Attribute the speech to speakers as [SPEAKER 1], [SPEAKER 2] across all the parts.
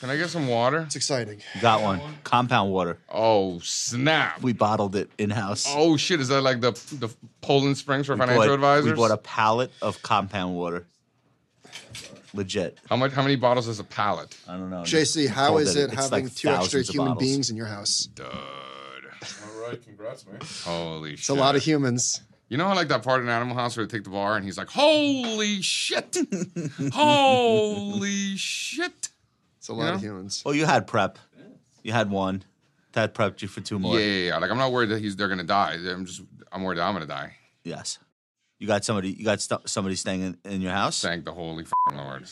[SPEAKER 1] Can I get some water?
[SPEAKER 2] It's exciting.
[SPEAKER 3] Got one. Compound water.
[SPEAKER 1] Oh snap!
[SPEAKER 3] We bottled it in house.
[SPEAKER 1] Oh shit! Is that like the the Poland Springs for financial
[SPEAKER 3] bought,
[SPEAKER 1] advisors?
[SPEAKER 3] We bought a pallet of compound water. Legit.
[SPEAKER 1] how much? How many bottles is a pallet?
[SPEAKER 3] I don't know.
[SPEAKER 2] JC, how
[SPEAKER 3] Told
[SPEAKER 2] is
[SPEAKER 3] that
[SPEAKER 2] it
[SPEAKER 3] it's
[SPEAKER 2] having
[SPEAKER 3] like
[SPEAKER 2] two extra
[SPEAKER 3] thousands of
[SPEAKER 2] human
[SPEAKER 3] bottles.
[SPEAKER 2] beings in your house?
[SPEAKER 1] Dude,
[SPEAKER 4] All right, congrats, man.
[SPEAKER 1] holy shit!
[SPEAKER 2] It's a lot of humans.
[SPEAKER 1] You know, I like that part in Animal House where they take the bar and he's like, "Holy shit! holy shit!"
[SPEAKER 2] It's a lot of
[SPEAKER 1] Yeah.
[SPEAKER 2] humans.
[SPEAKER 3] Well, you had prep. You had one. That prepped you for two
[SPEAKER 1] Yeah,
[SPEAKER 3] more.
[SPEAKER 1] yeah, yeah. Like I'm not worried that he's they're gonna die. I'm just I'm worried that I'm gonna die.
[SPEAKER 3] Yes. You got somebody. You got st- somebody staying in, in your house.
[SPEAKER 1] Thank the holy f***ing lord.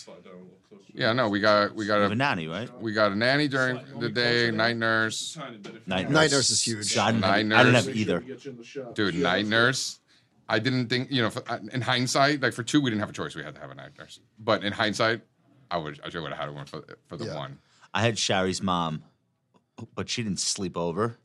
[SPEAKER 1] Yeah, no, we got we
[SPEAKER 3] You have
[SPEAKER 1] got
[SPEAKER 3] a
[SPEAKER 1] a
[SPEAKER 3] nanny, right?
[SPEAKER 1] we got a nanny during the day, night nurse,
[SPEAKER 3] Night
[SPEAKER 2] Night nurse is huge.
[SPEAKER 3] So I didn't, have,
[SPEAKER 1] Night
[SPEAKER 3] I didn't
[SPEAKER 1] nurse.
[SPEAKER 3] have either.
[SPEAKER 1] dude, night nurse. I didn't think you know. For, in hindsight, like for two, we didn't have a choice. We had to have a night nurse. But in hindsight, I would I should would have had one for for the
[SPEAKER 2] Yeah.
[SPEAKER 1] one.
[SPEAKER 3] I had Shari's mom, but she didn't sleep over.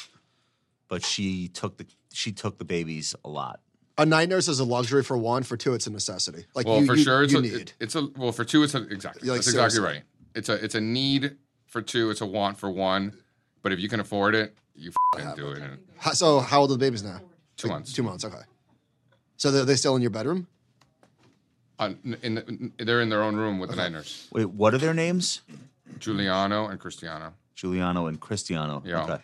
[SPEAKER 3] But she took the she took the babies a lot.
[SPEAKER 2] A night nurse is a luxury for one. For two, it's a necessity. Like
[SPEAKER 1] Well,
[SPEAKER 2] you,
[SPEAKER 1] for
[SPEAKER 2] you-
[SPEAKER 1] sure, it's
[SPEAKER 2] you
[SPEAKER 1] a,
[SPEAKER 2] need.
[SPEAKER 1] it- it's a well for two. It's a, exactly
[SPEAKER 2] Like,
[SPEAKER 1] that's exactly
[SPEAKER 2] seriously.
[SPEAKER 1] right. It's a it's a need for two. It's a want for one. But if you can afford it, you f do it. In
[SPEAKER 2] How- so how old are the babies now?
[SPEAKER 1] two
[SPEAKER 2] Like,
[SPEAKER 1] months.
[SPEAKER 2] Two months. Okay. So they're, they still in your bedroom?
[SPEAKER 1] On, Uh, in the, they're in their own room with the night nurse,
[SPEAKER 3] Wait, what are their names?
[SPEAKER 1] Giuliano and Cristiano.
[SPEAKER 3] Giuliano and Cristiano.
[SPEAKER 1] Yeah.
[SPEAKER 3] Okay.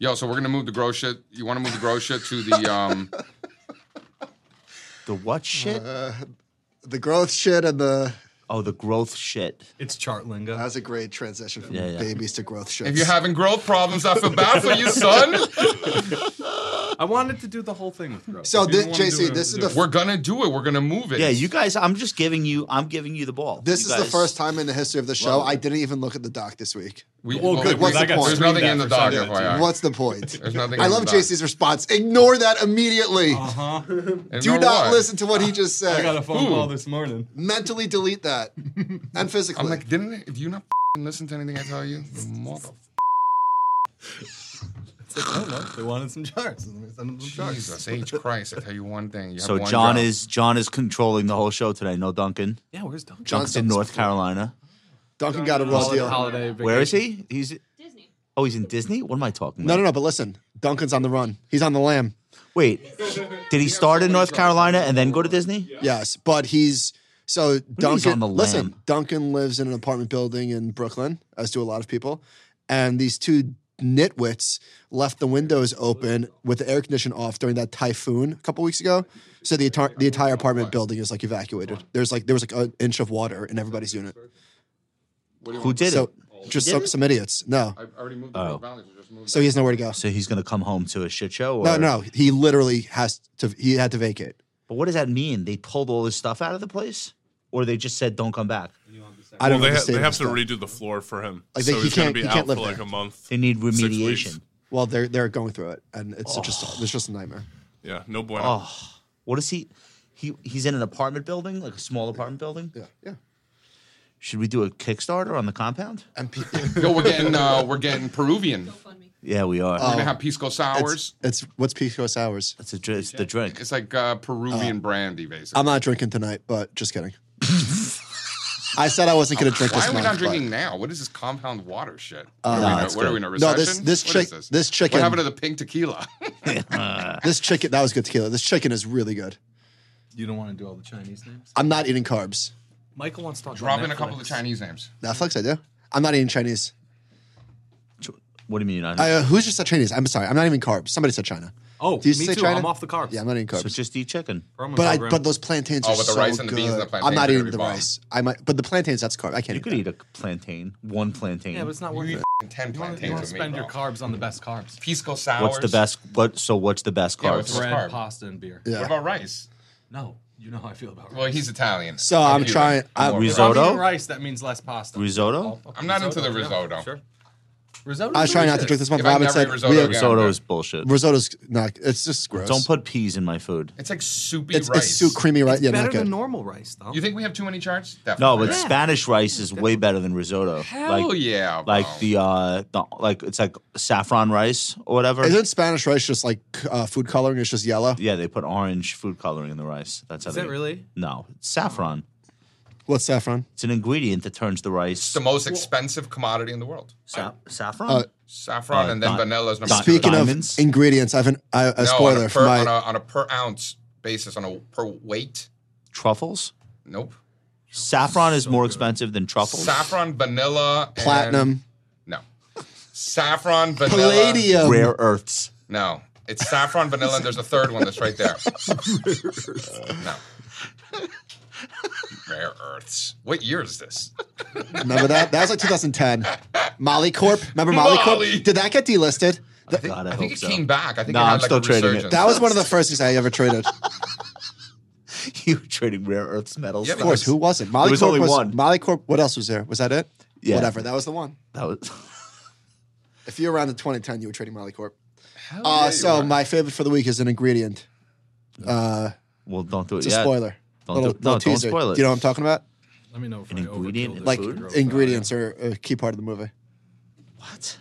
[SPEAKER 1] Yo, so we're gonna move the gross shit. You want to move the gross shit to the um?
[SPEAKER 3] The what shit?
[SPEAKER 2] Uh, The growth shit and the
[SPEAKER 3] oh, the growth shit.
[SPEAKER 5] It's chart lingo.
[SPEAKER 2] that's a great transition from
[SPEAKER 3] Yeah, yeah.
[SPEAKER 2] babies to growth shit.
[SPEAKER 1] if you're having growth problems, I feel bad for you, son.
[SPEAKER 4] I wanted to do the whole thing with growth.
[SPEAKER 2] so
[SPEAKER 4] If you
[SPEAKER 2] thi-
[SPEAKER 4] don't wanna do
[SPEAKER 2] JC,
[SPEAKER 4] it,
[SPEAKER 2] this is
[SPEAKER 4] do
[SPEAKER 2] the
[SPEAKER 4] it.
[SPEAKER 1] We're gonna do it. We're gonna move it.
[SPEAKER 3] Yeah, you guys. I'm just giving you. I'm giving you the ball.
[SPEAKER 2] this
[SPEAKER 3] You
[SPEAKER 2] is the
[SPEAKER 3] guys-
[SPEAKER 2] first time in the history of the show
[SPEAKER 3] Love it.
[SPEAKER 2] I didn't even look at the doc this week.
[SPEAKER 1] We, oh,
[SPEAKER 5] Well, good,
[SPEAKER 2] what's
[SPEAKER 1] we-
[SPEAKER 2] the point?
[SPEAKER 1] There's nothing in the
[SPEAKER 5] Screen that
[SPEAKER 1] dog.
[SPEAKER 5] for Sunday.
[SPEAKER 1] FYI.
[SPEAKER 2] What's the point?
[SPEAKER 1] There's nothing.
[SPEAKER 2] I
[SPEAKER 1] in
[SPEAKER 2] love
[SPEAKER 1] the dog.
[SPEAKER 2] JC's response. Ignore that immediately.
[SPEAKER 6] Oh.
[SPEAKER 1] And
[SPEAKER 2] Do
[SPEAKER 1] know
[SPEAKER 2] not
[SPEAKER 1] what?
[SPEAKER 2] listen to what he just said.
[SPEAKER 5] Uh-huh. I got a phone
[SPEAKER 1] Ooh.
[SPEAKER 5] call this morning.
[SPEAKER 2] Mentally delete that and physically.
[SPEAKER 1] I'm like, didn't it- do you not f***ing listen to anything I tell you? Mother.
[SPEAKER 5] It's like, oh, well, they wanted some charts. Send them some charts.
[SPEAKER 1] Jesus H Christ! I tell you one thing. You have
[SPEAKER 3] So
[SPEAKER 1] one
[SPEAKER 3] John
[SPEAKER 1] job.
[SPEAKER 3] is John is controlling the whole show today. No Duncan.
[SPEAKER 5] Yeah, where's Duncan?
[SPEAKER 3] Duncan's in North Carolina.
[SPEAKER 2] Duncan got a raw
[SPEAKER 4] Holiday,
[SPEAKER 2] deal.
[SPEAKER 4] holiday
[SPEAKER 3] Where is
[SPEAKER 4] vacation.
[SPEAKER 3] he? He's
[SPEAKER 6] Disney.
[SPEAKER 3] oh, he's in Disney. What am I talking
[SPEAKER 2] No,
[SPEAKER 3] about?
[SPEAKER 2] no, no. But listen, Duncan's on the run. He's on the lamb.
[SPEAKER 3] Wait, did he start in North Carolina and then go to Disney?
[SPEAKER 2] Yes, but he's so Duncan.
[SPEAKER 3] he's on the
[SPEAKER 2] Listen,
[SPEAKER 3] lam?
[SPEAKER 2] Duncan lives in an apartment building in Brooklyn, as do a lot of people. And these two nitwits left the windows open with the air condition off during that typhoon a couple weeks ago. So the entire the entire apartment building is like evacuated. There's like there was like an inch of water in everybody's unit.
[SPEAKER 3] Who did
[SPEAKER 2] So
[SPEAKER 3] it?
[SPEAKER 2] just
[SPEAKER 3] Did
[SPEAKER 2] some,
[SPEAKER 3] it?
[SPEAKER 2] some idiots. No,
[SPEAKER 1] I already moved the
[SPEAKER 3] Oh.
[SPEAKER 1] North Valley, so just move
[SPEAKER 2] so
[SPEAKER 1] that.
[SPEAKER 2] he has nowhere to go.
[SPEAKER 3] So he's gonna come home to a shit show? Or,
[SPEAKER 2] No, no, he literally has to. He had to vacate.
[SPEAKER 3] But what does that mean? They pulled all this stuff out of the place, or they just said don't come back?
[SPEAKER 2] I
[SPEAKER 4] Well,
[SPEAKER 2] don't
[SPEAKER 4] they,
[SPEAKER 2] know. the
[SPEAKER 4] ha-
[SPEAKER 2] state
[SPEAKER 4] they
[SPEAKER 2] of
[SPEAKER 4] have
[SPEAKER 2] this
[SPEAKER 4] to
[SPEAKER 2] stuff.
[SPEAKER 4] redo the floor for him.
[SPEAKER 2] Like,
[SPEAKER 4] so
[SPEAKER 2] they- he
[SPEAKER 4] he's going
[SPEAKER 2] can't-
[SPEAKER 4] to be
[SPEAKER 2] he
[SPEAKER 4] out
[SPEAKER 2] can't
[SPEAKER 4] for
[SPEAKER 2] live
[SPEAKER 4] like
[SPEAKER 2] there.
[SPEAKER 4] a month.
[SPEAKER 3] They need
[SPEAKER 4] six weeks.
[SPEAKER 3] remediation.
[SPEAKER 2] Well, they're they're going through it, and it's
[SPEAKER 4] Oh.
[SPEAKER 2] just it's just a nightmare.
[SPEAKER 4] Yeah, no bueno.
[SPEAKER 3] What is he? He he's in an apartment building, like a small apartment building.
[SPEAKER 2] Yeah, yeah.
[SPEAKER 3] Should we do a Kickstarter on the compound?
[SPEAKER 2] And pe-
[SPEAKER 1] Yo, we're getting uh, we're getting Peruvian. We're
[SPEAKER 6] GoFundMe.
[SPEAKER 3] Yeah, we are.
[SPEAKER 1] gonna have pisco sours.
[SPEAKER 2] it's, it's what's Pico Sours.
[SPEAKER 3] That's a dr- it's the drink.
[SPEAKER 1] It's, like uh, Peruvian brandy, basically.
[SPEAKER 2] I'm not drinking tonight, but just kidding. I said I wasn't going to drink
[SPEAKER 1] Why
[SPEAKER 2] this
[SPEAKER 1] are we
[SPEAKER 2] month.
[SPEAKER 1] not
[SPEAKER 2] but-
[SPEAKER 1] drinking now? What is this compound water shit?
[SPEAKER 3] no,
[SPEAKER 1] what are we,
[SPEAKER 3] that's
[SPEAKER 1] in a- what are
[SPEAKER 3] good.
[SPEAKER 1] we in a
[SPEAKER 2] No,
[SPEAKER 1] recession?
[SPEAKER 2] this this
[SPEAKER 1] What is
[SPEAKER 2] chick this, chicken
[SPEAKER 1] What happened to the pink tequila?
[SPEAKER 2] this chicken that was good tequila. This chicken is really good.
[SPEAKER 5] You don't want to do all the Chinese names.
[SPEAKER 2] I'm not eating carbs.
[SPEAKER 5] Michael wants to talk
[SPEAKER 1] Drop
[SPEAKER 5] about
[SPEAKER 1] in a couple
[SPEAKER 5] Netflix.
[SPEAKER 1] of Chinese names.
[SPEAKER 2] Netflix, I do. I'm not eating Chinese.
[SPEAKER 3] What do you mean? I,
[SPEAKER 2] I, uh, who's just said Chinese? I'm sorry. I'm not even carbs. Somebody said China.
[SPEAKER 5] Oh,
[SPEAKER 2] Do you
[SPEAKER 5] me
[SPEAKER 2] say
[SPEAKER 5] too.
[SPEAKER 2] China?
[SPEAKER 5] I'm off the carbs.
[SPEAKER 2] Yeah, I'm not eating
[SPEAKER 3] so
[SPEAKER 2] carbs.
[SPEAKER 3] just eat chicken.
[SPEAKER 5] Perma
[SPEAKER 2] but I
[SPEAKER 5] program.
[SPEAKER 2] but those plantains
[SPEAKER 1] Oh,
[SPEAKER 2] are
[SPEAKER 1] with the
[SPEAKER 2] so
[SPEAKER 1] rice and the
[SPEAKER 2] good.
[SPEAKER 1] beans and the
[SPEAKER 2] I'm
[SPEAKER 1] plantains
[SPEAKER 2] not
[SPEAKER 1] are
[SPEAKER 2] eating
[SPEAKER 1] gonna
[SPEAKER 2] the
[SPEAKER 1] be bomb.
[SPEAKER 2] rice. I might, but the plantains that's carb. I can't.
[SPEAKER 3] You
[SPEAKER 2] eat
[SPEAKER 3] could
[SPEAKER 2] that.
[SPEAKER 3] eat a plantain, one plantain.
[SPEAKER 5] yeah, but it's not worth
[SPEAKER 1] You
[SPEAKER 5] it.
[SPEAKER 1] eat ten
[SPEAKER 5] You wanna-
[SPEAKER 1] plantains
[SPEAKER 5] You want to
[SPEAKER 1] with me,
[SPEAKER 5] spend your
[SPEAKER 1] bro.
[SPEAKER 5] carbs on the best carbs.
[SPEAKER 1] Pisco sours.
[SPEAKER 3] what's the best? What? So what's the best
[SPEAKER 1] Yeah, what's
[SPEAKER 3] carbs?
[SPEAKER 1] the
[SPEAKER 5] Bread,
[SPEAKER 1] carb.
[SPEAKER 5] pasta, and beer.
[SPEAKER 2] Yeah.
[SPEAKER 1] What about rice?
[SPEAKER 5] No, you know how I feel about
[SPEAKER 1] Well,
[SPEAKER 5] rice.
[SPEAKER 1] he's Italian.
[SPEAKER 2] So I'm
[SPEAKER 1] Cuban.
[SPEAKER 2] trying- I-
[SPEAKER 1] more-
[SPEAKER 3] Risotto.
[SPEAKER 5] If I'm eating rice, that means less pasta.
[SPEAKER 3] risotto.
[SPEAKER 1] I'm not into the risotto.
[SPEAKER 5] Sure. Risotto.
[SPEAKER 2] I was trying not to drink this month.
[SPEAKER 1] If I
[SPEAKER 2] Robin
[SPEAKER 1] never
[SPEAKER 2] said
[SPEAKER 1] eat
[SPEAKER 2] we
[SPEAKER 1] risotto
[SPEAKER 2] have-
[SPEAKER 1] again.
[SPEAKER 3] Risotto
[SPEAKER 1] Yeah.
[SPEAKER 3] is bullshit.
[SPEAKER 2] risotto's not. It's just gross.
[SPEAKER 3] Don't put peas in my food.
[SPEAKER 1] It's like soupy
[SPEAKER 2] it's,
[SPEAKER 1] rice.
[SPEAKER 2] it's too creamy, right? yeah,
[SPEAKER 5] better
[SPEAKER 2] not good.
[SPEAKER 5] than normal rice, though.
[SPEAKER 1] You think we have too many charts?
[SPEAKER 3] No,
[SPEAKER 1] Definitely.
[SPEAKER 3] but Spanish rice is way better than risotto.
[SPEAKER 1] Hell
[SPEAKER 3] like,
[SPEAKER 1] yeah, bro.
[SPEAKER 3] Like the uh, the, like it's like saffron rice or whatever.
[SPEAKER 2] Isn't Spanish rice just like uh, food coloring? It's just yellow.
[SPEAKER 3] Yeah, they put orange food coloring in the rice. That's how
[SPEAKER 5] Is
[SPEAKER 3] they
[SPEAKER 5] it really?
[SPEAKER 3] No, it's saffron.
[SPEAKER 2] What's saffron?
[SPEAKER 3] It's an ingredient that turns the rice.
[SPEAKER 1] It's the most expensive commodity in the world.
[SPEAKER 3] Sa- saffron?
[SPEAKER 2] Uh,
[SPEAKER 1] Saffron
[SPEAKER 3] Uh,
[SPEAKER 1] and then
[SPEAKER 3] di-
[SPEAKER 1] vanilla's number
[SPEAKER 3] di-
[SPEAKER 1] two.
[SPEAKER 2] Speaking
[SPEAKER 3] Diamonds?
[SPEAKER 2] of ingredients, I have an, I, a
[SPEAKER 1] No,
[SPEAKER 2] spoiler
[SPEAKER 1] on a,
[SPEAKER 2] for
[SPEAKER 1] per,
[SPEAKER 2] my.
[SPEAKER 1] on, a, on a per ounce basis, on a per weight.
[SPEAKER 3] truffles?
[SPEAKER 1] Nope.
[SPEAKER 3] Saffron is more expensive than truffles.
[SPEAKER 1] Saffron, vanilla, and-
[SPEAKER 2] platinum,
[SPEAKER 1] no. Saffron, vanilla.
[SPEAKER 2] palladium.
[SPEAKER 3] Rare earths.
[SPEAKER 1] No, it's saffron, vanilla, and there's a third one that's right there. no. Rare earths. What year is this?
[SPEAKER 2] Remember that? That was like 2010. Molly Corp. Remember Molly Corp?
[SPEAKER 1] Molly.
[SPEAKER 2] Did that get delisted? Th-
[SPEAKER 3] God, I,
[SPEAKER 1] I
[SPEAKER 3] hope
[SPEAKER 1] think it
[SPEAKER 3] so.
[SPEAKER 1] came back. I think
[SPEAKER 3] No,
[SPEAKER 1] it had
[SPEAKER 3] I'm
[SPEAKER 1] like
[SPEAKER 3] still
[SPEAKER 1] a
[SPEAKER 3] trading it.
[SPEAKER 1] resurgence.
[SPEAKER 2] that was one of the first things I ever traded.
[SPEAKER 3] you were trading rare earths metals.
[SPEAKER 1] Yeah,
[SPEAKER 2] Of course, who was it? Molly
[SPEAKER 3] was
[SPEAKER 2] Corp
[SPEAKER 3] only
[SPEAKER 2] was
[SPEAKER 3] one.
[SPEAKER 2] Molly Corp. What else was there? Was that it?
[SPEAKER 3] Yeah.
[SPEAKER 2] Whatever. That was the one.
[SPEAKER 3] That was
[SPEAKER 2] If you're around in 2010, you were trading Molly Corp.
[SPEAKER 1] Hell
[SPEAKER 3] Oh,
[SPEAKER 1] yeah,
[SPEAKER 2] Uh,
[SPEAKER 1] you
[SPEAKER 2] so
[SPEAKER 1] were.
[SPEAKER 2] my favorite for the week is an ingredient. Uh,
[SPEAKER 3] well. Don't do it
[SPEAKER 2] it's a
[SPEAKER 3] yet.
[SPEAKER 2] spoiler.
[SPEAKER 3] Don't
[SPEAKER 2] little,
[SPEAKER 3] do- no,
[SPEAKER 2] little
[SPEAKER 3] don't
[SPEAKER 2] teaser.
[SPEAKER 3] spoil it.
[SPEAKER 2] Do you know what I'm talking about?
[SPEAKER 5] Let me know if
[SPEAKER 3] An
[SPEAKER 5] I
[SPEAKER 3] ingredient
[SPEAKER 5] overkilled
[SPEAKER 3] in
[SPEAKER 5] it.
[SPEAKER 2] Like
[SPEAKER 3] food? Oh,
[SPEAKER 5] Real
[SPEAKER 2] ingredients are a key part of the movie.
[SPEAKER 3] What?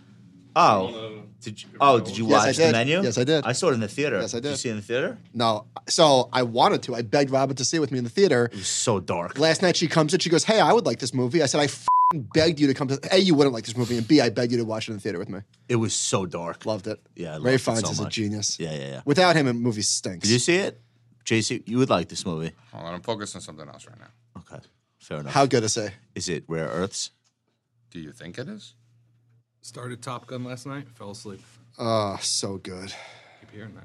[SPEAKER 3] Oh, did you, oh, did you
[SPEAKER 2] Yes,
[SPEAKER 3] watch
[SPEAKER 2] I
[SPEAKER 3] the
[SPEAKER 2] did.
[SPEAKER 3] menu?
[SPEAKER 2] Yes, I did.
[SPEAKER 3] I saw it in the theater.
[SPEAKER 2] Yes, I
[SPEAKER 3] Did you
[SPEAKER 2] did.
[SPEAKER 3] see it in the theater?
[SPEAKER 2] No, so I wanted to. I begged Robin to see it with me in the theater.
[SPEAKER 3] It was so dark.
[SPEAKER 2] Last night she comes and she goes, "Hey, I would like this movie." I said, "I fing begged you to come to A. You wouldn't like this movie, and B, I begged you to watch it in the theater with me."
[SPEAKER 3] It was so dark.
[SPEAKER 2] Loved it.
[SPEAKER 3] Yeah, I
[SPEAKER 2] Ray
[SPEAKER 3] loved it
[SPEAKER 2] Fiennes
[SPEAKER 3] so
[SPEAKER 2] is a
[SPEAKER 3] much.
[SPEAKER 2] genius.
[SPEAKER 3] Yeah, yeah, yeah.
[SPEAKER 2] Without him, a movie stinks.
[SPEAKER 3] Did you see it, JC? You would like this movie.
[SPEAKER 1] Hold on, I'm focused on something else right now.
[SPEAKER 3] Okay, fair enough.
[SPEAKER 2] How good is it?
[SPEAKER 3] is it rare earths?
[SPEAKER 1] Do you think it is?
[SPEAKER 5] Started Top Gun last night. Fell asleep.
[SPEAKER 2] Oh, so good.
[SPEAKER 5] Keep hearing that.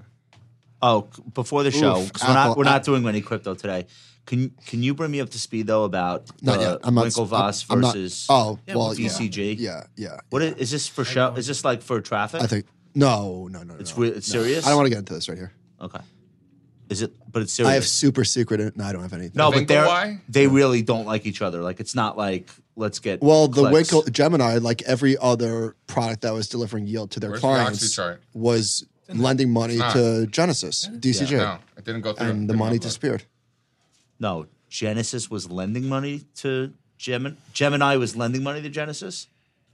[SPEAKER 3] Oh, c- before the show, 'cause we're
[SPEAKER 2] Apple-
[SPEAKER 3] not we're
[SPEAKER 2] App-
[SPEAKER 3] not doing any crypto today. Can can you bring me up to speed though about
[SPEAKER 2] Not
[SPEAKER 3] the
[SPEAKER 2] yet. I'm not.
[SPEAKER 3] Winklevoss
[SPEAKER 2] I'm not-
[SPEAKER 3] versus
[SPEAKER 2] oh,
[SPEAKER 3] Yeah,
[SPEAKER 2] well,
[SPEAKER 3] with
[SPEAKER 2] yeah.
[SPEAKER 3] DCG?
[SPEAKER 2] Yeah, yeah.
[SPEAKER 3] What is, is this for show? Is this like for traffic?
[SPEAKER 2] I think no, no, no. no,
[SPEAKER 3] it's
[SPEAKER 2] no.
[SPEAKER 3] re- it's serious.
[SPEAKER 2] I don't want to get into this right here.
[SPEAKER 3] Okay. Is it? But it's serious.
[SPEAKER 2] I have super secret. In- no, I don't have anything.
[SPEAKER 3] No, but they
[SPEAKER 1] Winklevi?
[SPEAKER 3] they really don't like each other. Like it's not like let's get
[SPEAKER 2] Well, the
[SPEAKER 3] clicks.
[SPEAKER 2] Winkle Gemini, like every other product that was delivering yield to their
[SPEAKER 1] Where's the Oxy
[SPEAKER 2] clients,
[SPEAKER 1] chart?
[SPEAKER 2] was lending money
[SPEAKER 1] not.
[SPEAKER 2] to Genesis, DCJ,
[SPEAKER 1] No, it didn't go through.
[SPEAKER 2] and the
[SPEAKER 1] Didn't
[SPEAKER 2] money
[SPEAKER 1] upload.
[SPEAKER 2] disappeared.
[SPEAKER 3] No, Genesis was lending money to Gemini. Gemini was lending money to Genesis.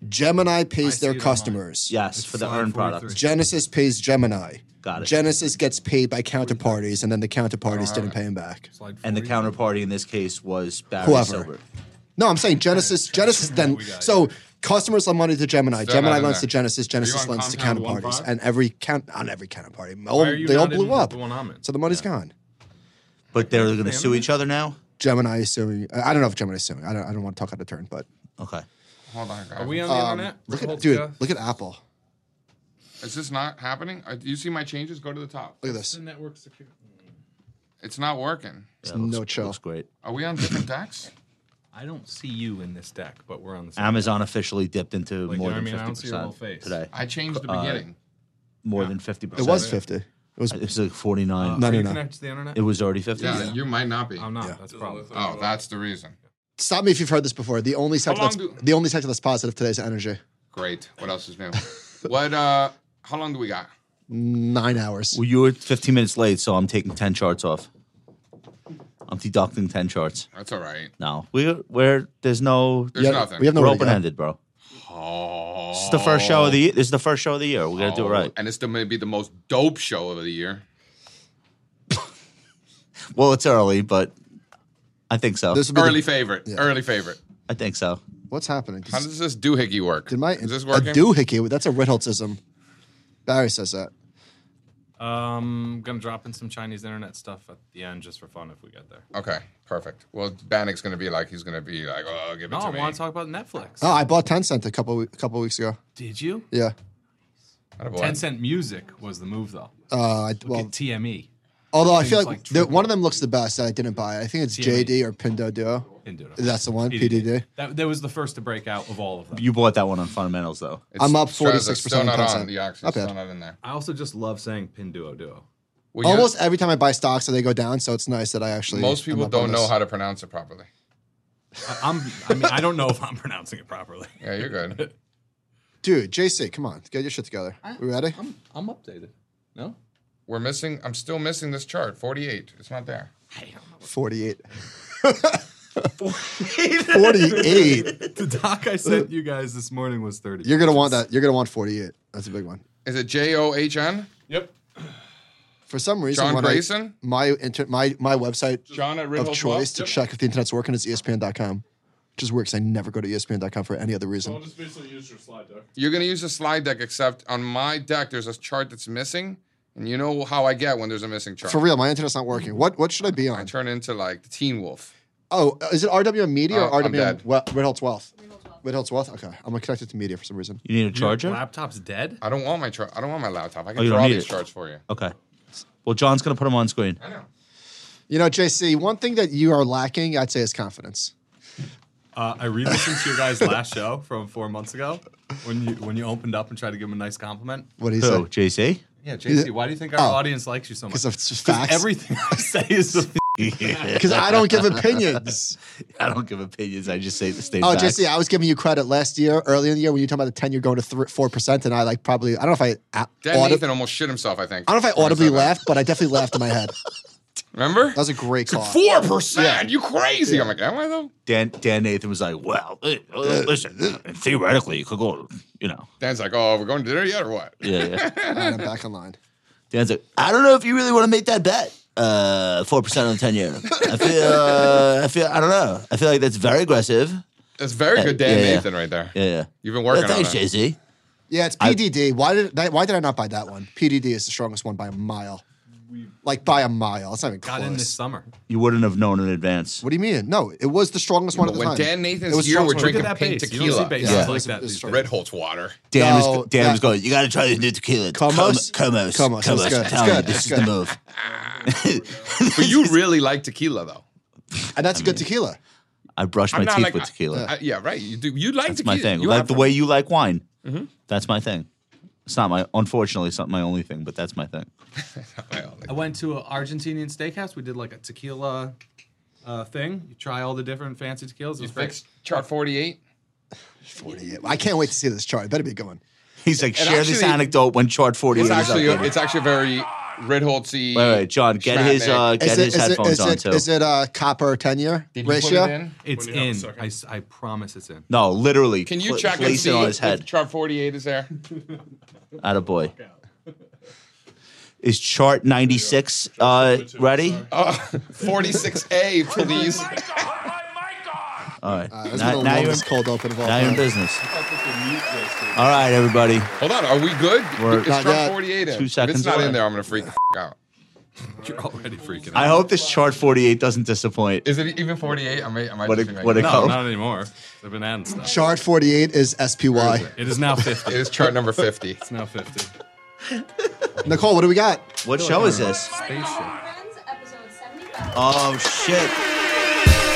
[SPEAKER 2] Gemini pays
[SPEAKER 5] see
[SPEAKER 2] their
[SPEAKER 5] it online.
[SPEAKER 2] customers.
[SPEAKER 3] Yes,
[SPEAKER 5] It's
[SPEAKER 3] for the earned
[SPEAKER 5] 543.
[SPEAKER 3] product.
[SPEAKER 2] Genesis pays Gemini.
[SPEAKER 3] Got it.
[SPEAKER 2] Genesis gets paid by counterparties, and then the counterparties didn't pay him back.
[SPEAKER 5] Slide
[SPEAKER 3] And the
[SPEAKER 5] 40.
[SPEAKER 3] counterparty in this case was Barry
[SPEAKER 2] Whoever.
[SPEAKER 3] Silbert.
[SPEAKER 2] No, I'm saying Genesis. Genesis then.
[SPEAKER 5] we got
[SPEAKER 2] So customers lend money to Gemini.
[SPEAKER 1] Still
[SPEAKER 2] Gemini
[SPEAKER 1] not in
[SPEAKER 2] lends to
[SPEAKER 1] there.
[SPEAKER 2] Genesis. Genesis
[SPEAKER 4] on
[SPEAKER 2] lends to
[SPEAKER 4] compound one
[SPEAKER 2] counterparties,
[SPEAKER 4] five?
[SPEAKER 2] and every count on every counterparty,
[SPEAKER 5] Why are you
[SPEAKER 2] they all
[SPEAKER 5] not
[SPEAKER 2] blew
[SPEAKER 5] in
[SPEAKER 2] up.
[SPEAKER 5] The one I'm in?
[SPEAKER 2] So the money's gone.
[SPEAKER 3] But they're going to sue each other now.
[SPEAKER 2] Gemini is suing. I I don't know if Gemini is suing. I don't. I don't want to talk out of turn, but
[SPEAKER 3] Okay.
[SPEAKER 1] Hold on, guys.
[SPEAKER 5] Are we on the internet?
[SPEAKER 2] um, look
[SPEAKER 5] Revolt
[SPEAKER 2] at dude.
[SPEAKER 5] Discuss?
[SPEAKER 2] Look at Apple.
[SPEAKER 1] Is this not happening? Uh, Do you see my changes? Go to the top.
[SPEAKER 2] Look at this.
[SPEAKER 5] The network security.
[SPEAKER 1] It's not working.
[SPEAKER 2] It's
[SPEAKER 3] That looks-
[SPEAKER 2] no chill.
[SPEAKER 3] Looks great.
[SPEAKER 1] Are we on different decks?
[SPEAKER 5] I don't see you in this deck, but we're on the same.
[SPEAKER 3] Amazon officially dipped into
[SPEAKER 5] Like,
[SPEAKER 3] more
[SPEAKER 5] you know
[SPEAKER 3] than
[SPEAKER 5] what I mean? I
[SPEAKER 3] fifty
[SPEAKER 5] don't see your little
[SPEAKER 3] percent
[SPEAKER 5] face.
[SPEAKER 3] today.
[SPEAKER 1] I changed the
[SPEAKER 5] Uh,
[SPEAKER 1] beginning.
[SPEAKER 3] More than fifty
[SPEAKER 2] It
[SPEAKER 3] percent.
[SPEAKER 2] was fifty. It was.
[SPEAKER 3] It was like forty nine.
[SPEAKER 2] No,
[SPEAKER 5] Are
[SPEAKER 2] no,
[SPEAKER 5] you
[SPEAKER 2] no.
[SPEAKER 5] connected to the internet?
[SPEAKER 3] It was already fifty.
[SPEAKER 1] yeah, you might not be.
[SPEAKER 5] I'm not.
[SPEAKER 2] Yeah.
[SPEAKER 5] That's a problem.
[SPEAKER 1] oh, that's the reason.
[SPEAKER 2] Stop me if you've heard this before. The only sector
[SPEAKER 1] long
[SPEAKER 2] that's
[SPEAKER 1] do-
[SPEAKER 2] the only sector that's positive today is energy.
[SPEAKER 1] Great. What else is new? what? uh How long do we got?
[SPEAKER 2] Nine hours.
[SPEAKER 3] Well, you were fifteen minutes late, so I'm taking ten charts off. I'm deducting ten charts.
[SPEAKER 1] That's all right.
[SPEAKER 3] No, we're we're there's no
[SPEAKER 1] There's
[SPEAKER 2] Yeah,
[SPEAKER 1] nothing.
[SPEAKER 2] We have no
[SPEAKER 3] we're open ended, bro.
[SPEAKER 1] Oh,
[SPEAKER 3] This is the first show of the year. This is the first show of the year. We gotta do it
[SPEAKER 5] Oh.
[SPEAKER 3] right.
[SPEAKER 1] And it's the maybe the most dope show of the year.
[SPEAKER 3] Well, it's early, but I think so.
[SPEAKER 2] This will be the-
[SPEAKER 1] Early favorite. Early favorite.
[SPEAKER 3] I think so.
[SPEAKER 2] what's happening.
[SPEAKER 1] How does this doohickey work?
[SPEAKER 2] Did my
[SPEAKER 1] is this
[SPEAKER 2] a
[SPEAKER 1] working?
[SPEAKER 2] doohickey? That's a Ritholtzism. Barry says that.
[SPEAKER 5] Um, gonna drop in some Chinese internet stuff at the end just for fun if we get there.
[SPEAKER 1] okay, perfect. Well, Bannock's gonna be like he's gonna be like, oh, give it
[SPEAKER 5] No,
[SPEAKER 1] to
[SPEAKER 5] I
[SPEAKER 1] me.
[SPEAKER 5] want to talk about Netflix.
[SPEAKER 2] Oh, I bought Tencent a couple we- a couple weeks ago.
[SPEAKER 5] Did you?
[SPEAKER 2] Yeah.
[SPEAKER 1] Attaboy.
[SPEAKER 5] Ten Cent Music was the move though.
[SPEAKER 2] Uh, I,
[SPEAKER 5] Look
[SPEAKER 2] well,
[SPEAKER 5] at TME.
[SPEAKER 2] although I feel
[SPEAKER 5] things
[SPEAKER 2] like,
[SPEAKER 5] like
[SPEAKER 2] the, one of them looks the best that I didn't buy. I think it's
[SPEAKER 5] TME.
[SPEAKER 2] JD or Pindo Duo.
[SPEAKER 5] Indono.
[SPEAKER 2] That's the one.
[SPEAKER 5] PDD.
[SPEAKER 2] PDD.
[SPEAKER 5] That, that was the first to break out of all of them.
[SPEAKER 3] You bought that one on fundamentals though.
[SPEAKER 1] It's-
[SPEAKER 2] I'm up
[SPEAKER 1] it's still- it's
[SPEAKER 2] 46%
[SPEAKER 1] Still not
[SPEAKER 2] on
[SPEAKER 1] on
[SPEAKER 2] Tencent.
[SPEAKER 1] the oxy.
[SPEAKER 2] Not
[SPEAKER 1] It's still not
[SPEAKER 2] bad.
[SPEAKER 1] in there.
[SPEAKER 5] I also just love saying Pin Duo Duo.
[SPEAKER 1] Well, you-
[SPEAKER 2] Almost every time I buy stocks, they go down. So it's nice that I actually.
[SPEAKER 1] Most
[SPEAKER 2] am
[SPEAKER 1] people
[SPEAKER 2] up on
[SPEAKER 1] don't know
[SPEAKER 2] this.
[SPEAKER 1] how to pronounce it properly.
[SPEAKER 5] I, I'm. I mean, I don't know if I'm pronouncing it properly.
[SPEAKER 1] Yeah, you're good.
[SPEAKER 2] Dude, JC, come on, get your shit together. we ready?
[SPEAKER 5] I'm. I'm updated. No.
[SPEAKER 1] We're missing. I'm still missing this chart. 48. It's not there.
[SPEAKER 2] Forty-eight. Forty-eight.
[SPEAKER 5] The doc I sent you guys this morning was 30.
[SPEAKER 2] You're gonna want that. You're gonna want forty-eight. That's a big one.
[SPEAKER 1] Is it J O H N?
[SPEAKER 5] Yep.
[SPEAKER 2] For some reason,
[SPEAKER 1] John
[SPEAKER 2] when I-
[SPEAKER 1] Grayson?
[SPEAKER 2] my inter- my my website
[SPEAKER 1] John at
[SPEAKER 2] of choice to check if the internet's working is E ESPN.com, which is weird because I never go to E ESPN.com for any other
[SPEAKER 6] So I'll
[SPEAKER 2] reason.
[SPEAKER 6] just basically use your slide deck.
[SPEAKER 1] You're gonna use a slide deck, except on my deck there's a chart that's missing, and you know how I get when there's a missing chart.
[SPEAKER 2] For real, my internet's not working. What what should I be
[SPEAKER 1] I
[SPEAKER 2] on?
[SPEAKER 1] turn into like the Teen Wolf.
[SPEAKER 2] Oh, is it RWM Media
[SPEAKER 1] Uh,
[SPEAKER 2] or
[SPEAKER 1] I'm
[SPEAKER 2] RWM
[SPEAKER 1] dead.
[SPEAKER 2] we- Red Holt's Wealth? Red Holt's Wealth. Okay, I'm connected to media for some reason.
[SPEAKER 3] You need a charger?
[SPEAKER 5] Laptop's dead.
[SPEAKER 1] I don't want my chart. I don't want my laptop. I
[SPEAKER 3] Oh,
[SPEAKER 1] can
[SPEAKER 3] you don't
[SPEAKER 1] draw
[SPEAKER 3] need
[SPEAKER 1] these
[SPEAKER 3] it. Uh,
[SPEAKER 1] charts for you.
[SPEAKER 3] Okay. Well, John's gonna put him on screen.
[SPEAKER 1] I know.
[SPEAKER 2] You know, JC, one thing that you are lacking, I'd say, is confidence.
[SPEAKER 5] Uh, I re-listened to your guys' last show from four months ago when you when you opened up and tried to give him a nice compliment.
[SPEAKER 2] What do you
[SPEAKER 3] Who?
[SPEAKER 2] say?
[SPEAKER 3] JC?
[SPEAKER 5] Yeah, JC, why do you think our
[SPEAKER 2] Oh.
[SPEAKER 5] audience likes you so much?
[SPEAKER 2] Because of s- facts.
[SPEAKER 5] Everything I say is the
[SPEAKER 2] Because I don't give opinions.
[SPEAKER 3] I don't give opinions. I just say the state.
[SPEAKER 2] Oh,
[SPEAKER 3] facts.
[SPEAKER 2] JC, I was giving you credit last year, early in the year when you were talking about the ten, you're going to four percent, and I like probably I don't know if I a-
[SPEAKER 1] Dan
[SPEAKER 2] audib-
[SPEAKER 1] Nathan almost shit himself. I think.
[SPEAKER 2] I don't know if I
[SPEAKER 1] When said
[SPEAKER 2] audibly
[SPEAKER 1] that.
[SPEAKER 2] laughed, but I definitely laughed in my head.
[SPEAKER 1] Remember?
[SPEAKER 2] That was a great call.
[SPEAKER 1] Four percent. You crazy? I'm like, am I though?
[SPEAKER 3] Dan Dan Nathan was like, "Well, eh, uh, listen, eh, theoretically, you could go, you know."
[SPEAKER 1] Dan's like, oh, we're going to dinner yet or what?
[SPEAKER 3] Yeah, yeah.
[SPEAKER 2] All right, I'm back online.
[SPEAKER 3] Dan's like, "I don't know if you really want to make that bet." Uh, four percent on the ten year. I feel. Uh, I feel. I don't know. I feel like that's very aggressive.
[SPEAKER 1] That's very good, Dan
[SPEAKER 3] yeah, yeah.
[SPEAKER 1] Nathan, right there.
[SPEAKER 3] Yeah, yeah.
[SPEAKER 1] You've been
[SPEAKER 3] Yeah,
[SPEAKER 1] working
[SPEAKER 3] thanks,
[SPEAKER 1] on it.
[SPEAKER 3] JC.
[SPEAKER 2] Yeah, it's PDD. why did I, why did I not buy that one? PDD is the strongest one by a mile, like by a mile. It's not even
[SPEAKER 5] got in this
[SPEAKER 2] close.
[SPEAKER 5] summer.
[SPEAKER 3] You wouldn't have known in advance.
[SPEAKER 2] What do you mean? No, it was the strongest one at
[SPEAKER 1] But
[SPEAKER 2] the
[SPEAKER 1] when
[SPEAKER 2] time.
[SPEAKER 1] Dan Nathan's
[SPEAKER 2] It was
[SPEAKER 1] here,
[SPEAKER 2] strong-
[SPEAKER 1] we're
[SPEAKER 2] Look at
[SPEAKER 1] drinking
[SPEAKER 5] that
[SPEAKER 1] pink
[SPEAKER 5] base. You don't
[SPEAKER 1] tequila.
[SPEAKER 5] see bases
[SPEAKER 3] Yeah.
[SPEAKER 5] like that these
[SPEAKER 2] It's
[SPEAKER 5] days.
[SPEAKER 1] Red Holt's water.
[SPEAKER 3] Dan
[SPEAKER 2] No,
[SPEAKER 3] was Dan was
[SPEAKER 2] that-
[SPEAKER 3] going. You got to try the new tequila.
[SPEAKER 2] Comos?
[SPEAKER 3] Comos.
[SPEAKER 2] Comos, it's good, it's
[SPEAKER 3] Tell me,
[SPEAKER 2] good,
[SPEAKER 3] This
[SPEAKER 2] it's
[SPEAKER 3] is the
[SPEAKER 2] good.
[SPEAKER 3] move.
[SPEAKER 1] But you really like tequila, though.
[SPEAKER 2] and that's a good tequila.
[SPEAKER 3] I brush my
[SPEAKER 1] I'm not
[SPEAKER 3] teeth
[SPEAKER 1] like-
[SPEAKER 3] with tequila.
[SPEAKER 1] I- yeah, right. You do. You like
[SPEAKER 3] That's
[SPEAKER 1] tequila.
[SPEAKER 3] my thing.
[SPEAKER 1] You
[SPEAKER 3] like
[SPEAKER 1] have to-
[SPEAKER 3] the
[SPEAKER 1] Mm-hmm.
[SPEAKER 3] way you like wine. That's my thing. It's not my, unfortunately, it's not my only thing, but that's my thing.
[SPEAKER 1] Well, like-
[SPEAKER 5] I went to an Argentinian steakhouse. We did like a tequila uh, thing. You try all the different fancy tequilas. It
[SPEAKER 1] You
[SPEAKER 5] was great.
[SPEAKER 1] fixed chart 48.
[SPEAKER 2] Forty-eight. I can't wait to see this chart. It better be a good one.
[SPEAKER 3] He's like,
[SPEAKER 1] And
[SPEAKER 3] share this
[SPEAKER 1] actually-
[SPEAKER 3] anecdote when chart 48
[SPEAKER 1] It's
[SPEAKER 3] is up.
[SPEAKER 1] actually
[SPEAKER 3] Wait,
[SPEAKER 1] it's actually very Red Holtzy.
[SPEAKER 3] wait, John, get his uh, get
[SPEAKER 2] is,
[SPEAKER 3] his headphones
[SPEAKER 2] is,
[SPEAKER 3] on
[SPEAKER 2] it,
[SPEAKER 3] too.
[SPEAKER 2] is it a copper tenure
[SPEAKER 1] Did you
[SPEAKER 2] ratio?
[SPEAKER 1] put it in?
[SPEAKER 5] It's
[SPEAKER 6] When you have a
[SPEAKER 5] in.
[SPEAKER 6] second.
[SPEAKER 5] I, s- I promise it's in.
[SPEAKER 3] no, literally.
[SPEAKER 1] Can you
[SPEAKER 3] pla-
[SPEAKER 1] check and
[SPEAKER 3] place
[SPEAKER 1] see
[SPEAKER 3] it on his
[SPEAKER 1] if
[SPEAKER 3] head?
[SPEAKER 1] chart 48 is there?
[SPEAKER 3] At a boy. Is chart 96 uh,
[SPEAKER 6] Sorry.
[SPEAKER 3] ready?
[SPEAKER 1] Uh, 46A, please.
[SPEAKER 3] All right.
[SPEAKER 2] Uh, that's
[SPEAKER 3] now,
[SPEAKER 2] the
[SPEAKER 3] now you're in,
[SPEAKER 2] longest cold open of all
[SPEAKER 3] now you're in
[SPEAKER 2] time.
[SPEAKER 3] business. All right, everybody.
[SPEAKER 1] Hold on, are we good?
[SPEAKER 3] We're-
[SPEAKER 1] is
[SPEAKER 2] Not
[SPEAKER 1] chart
[SPEAKER 2] yet.
[SPEAKER 1] 48 in?
[SPEAKER 3] Two
[SPEAKER 1] If
[SPEAKER 3] seconds
[SPEAKER 1] it's not
[SPEAKER 3] away.
[SPEAKER 1] in there, I'm gonna freak the f- out.
[SPEAKER 5] You're already freaking out.
[SPEAKER 3] I hope this chart 48 doesn't disappoint.
[SPEAKER 1] Is it even 48? I might. I might
[SPEAKER 3] What
[SPEAKER 1] just
[SPEAKER 3] a-
[SPEAKER 1] be making
[SPEAKER 3] what a-
[SPEAKER 1] it up.
[SPEAKER 5] No,
[SPEAKER 3] Oh.
[SPEAKER 5] not anymore. They've been adding stuff.
[SPEAKER 2] Chart forty-eight is SPY.
[SPEAKER 5] It is now 50.
[SPEAKER 1] It is chart number 50.
[SPEAKER 5] It's now 50.
[SPEAKER 2] Nicole, what do we got?
[SPEAKER 3] What show is this?
[SPEAKER 5] Spaceship.
[SPEAKER 7] Friends, episode 75.
[SPEAKER 3] Oh, shit.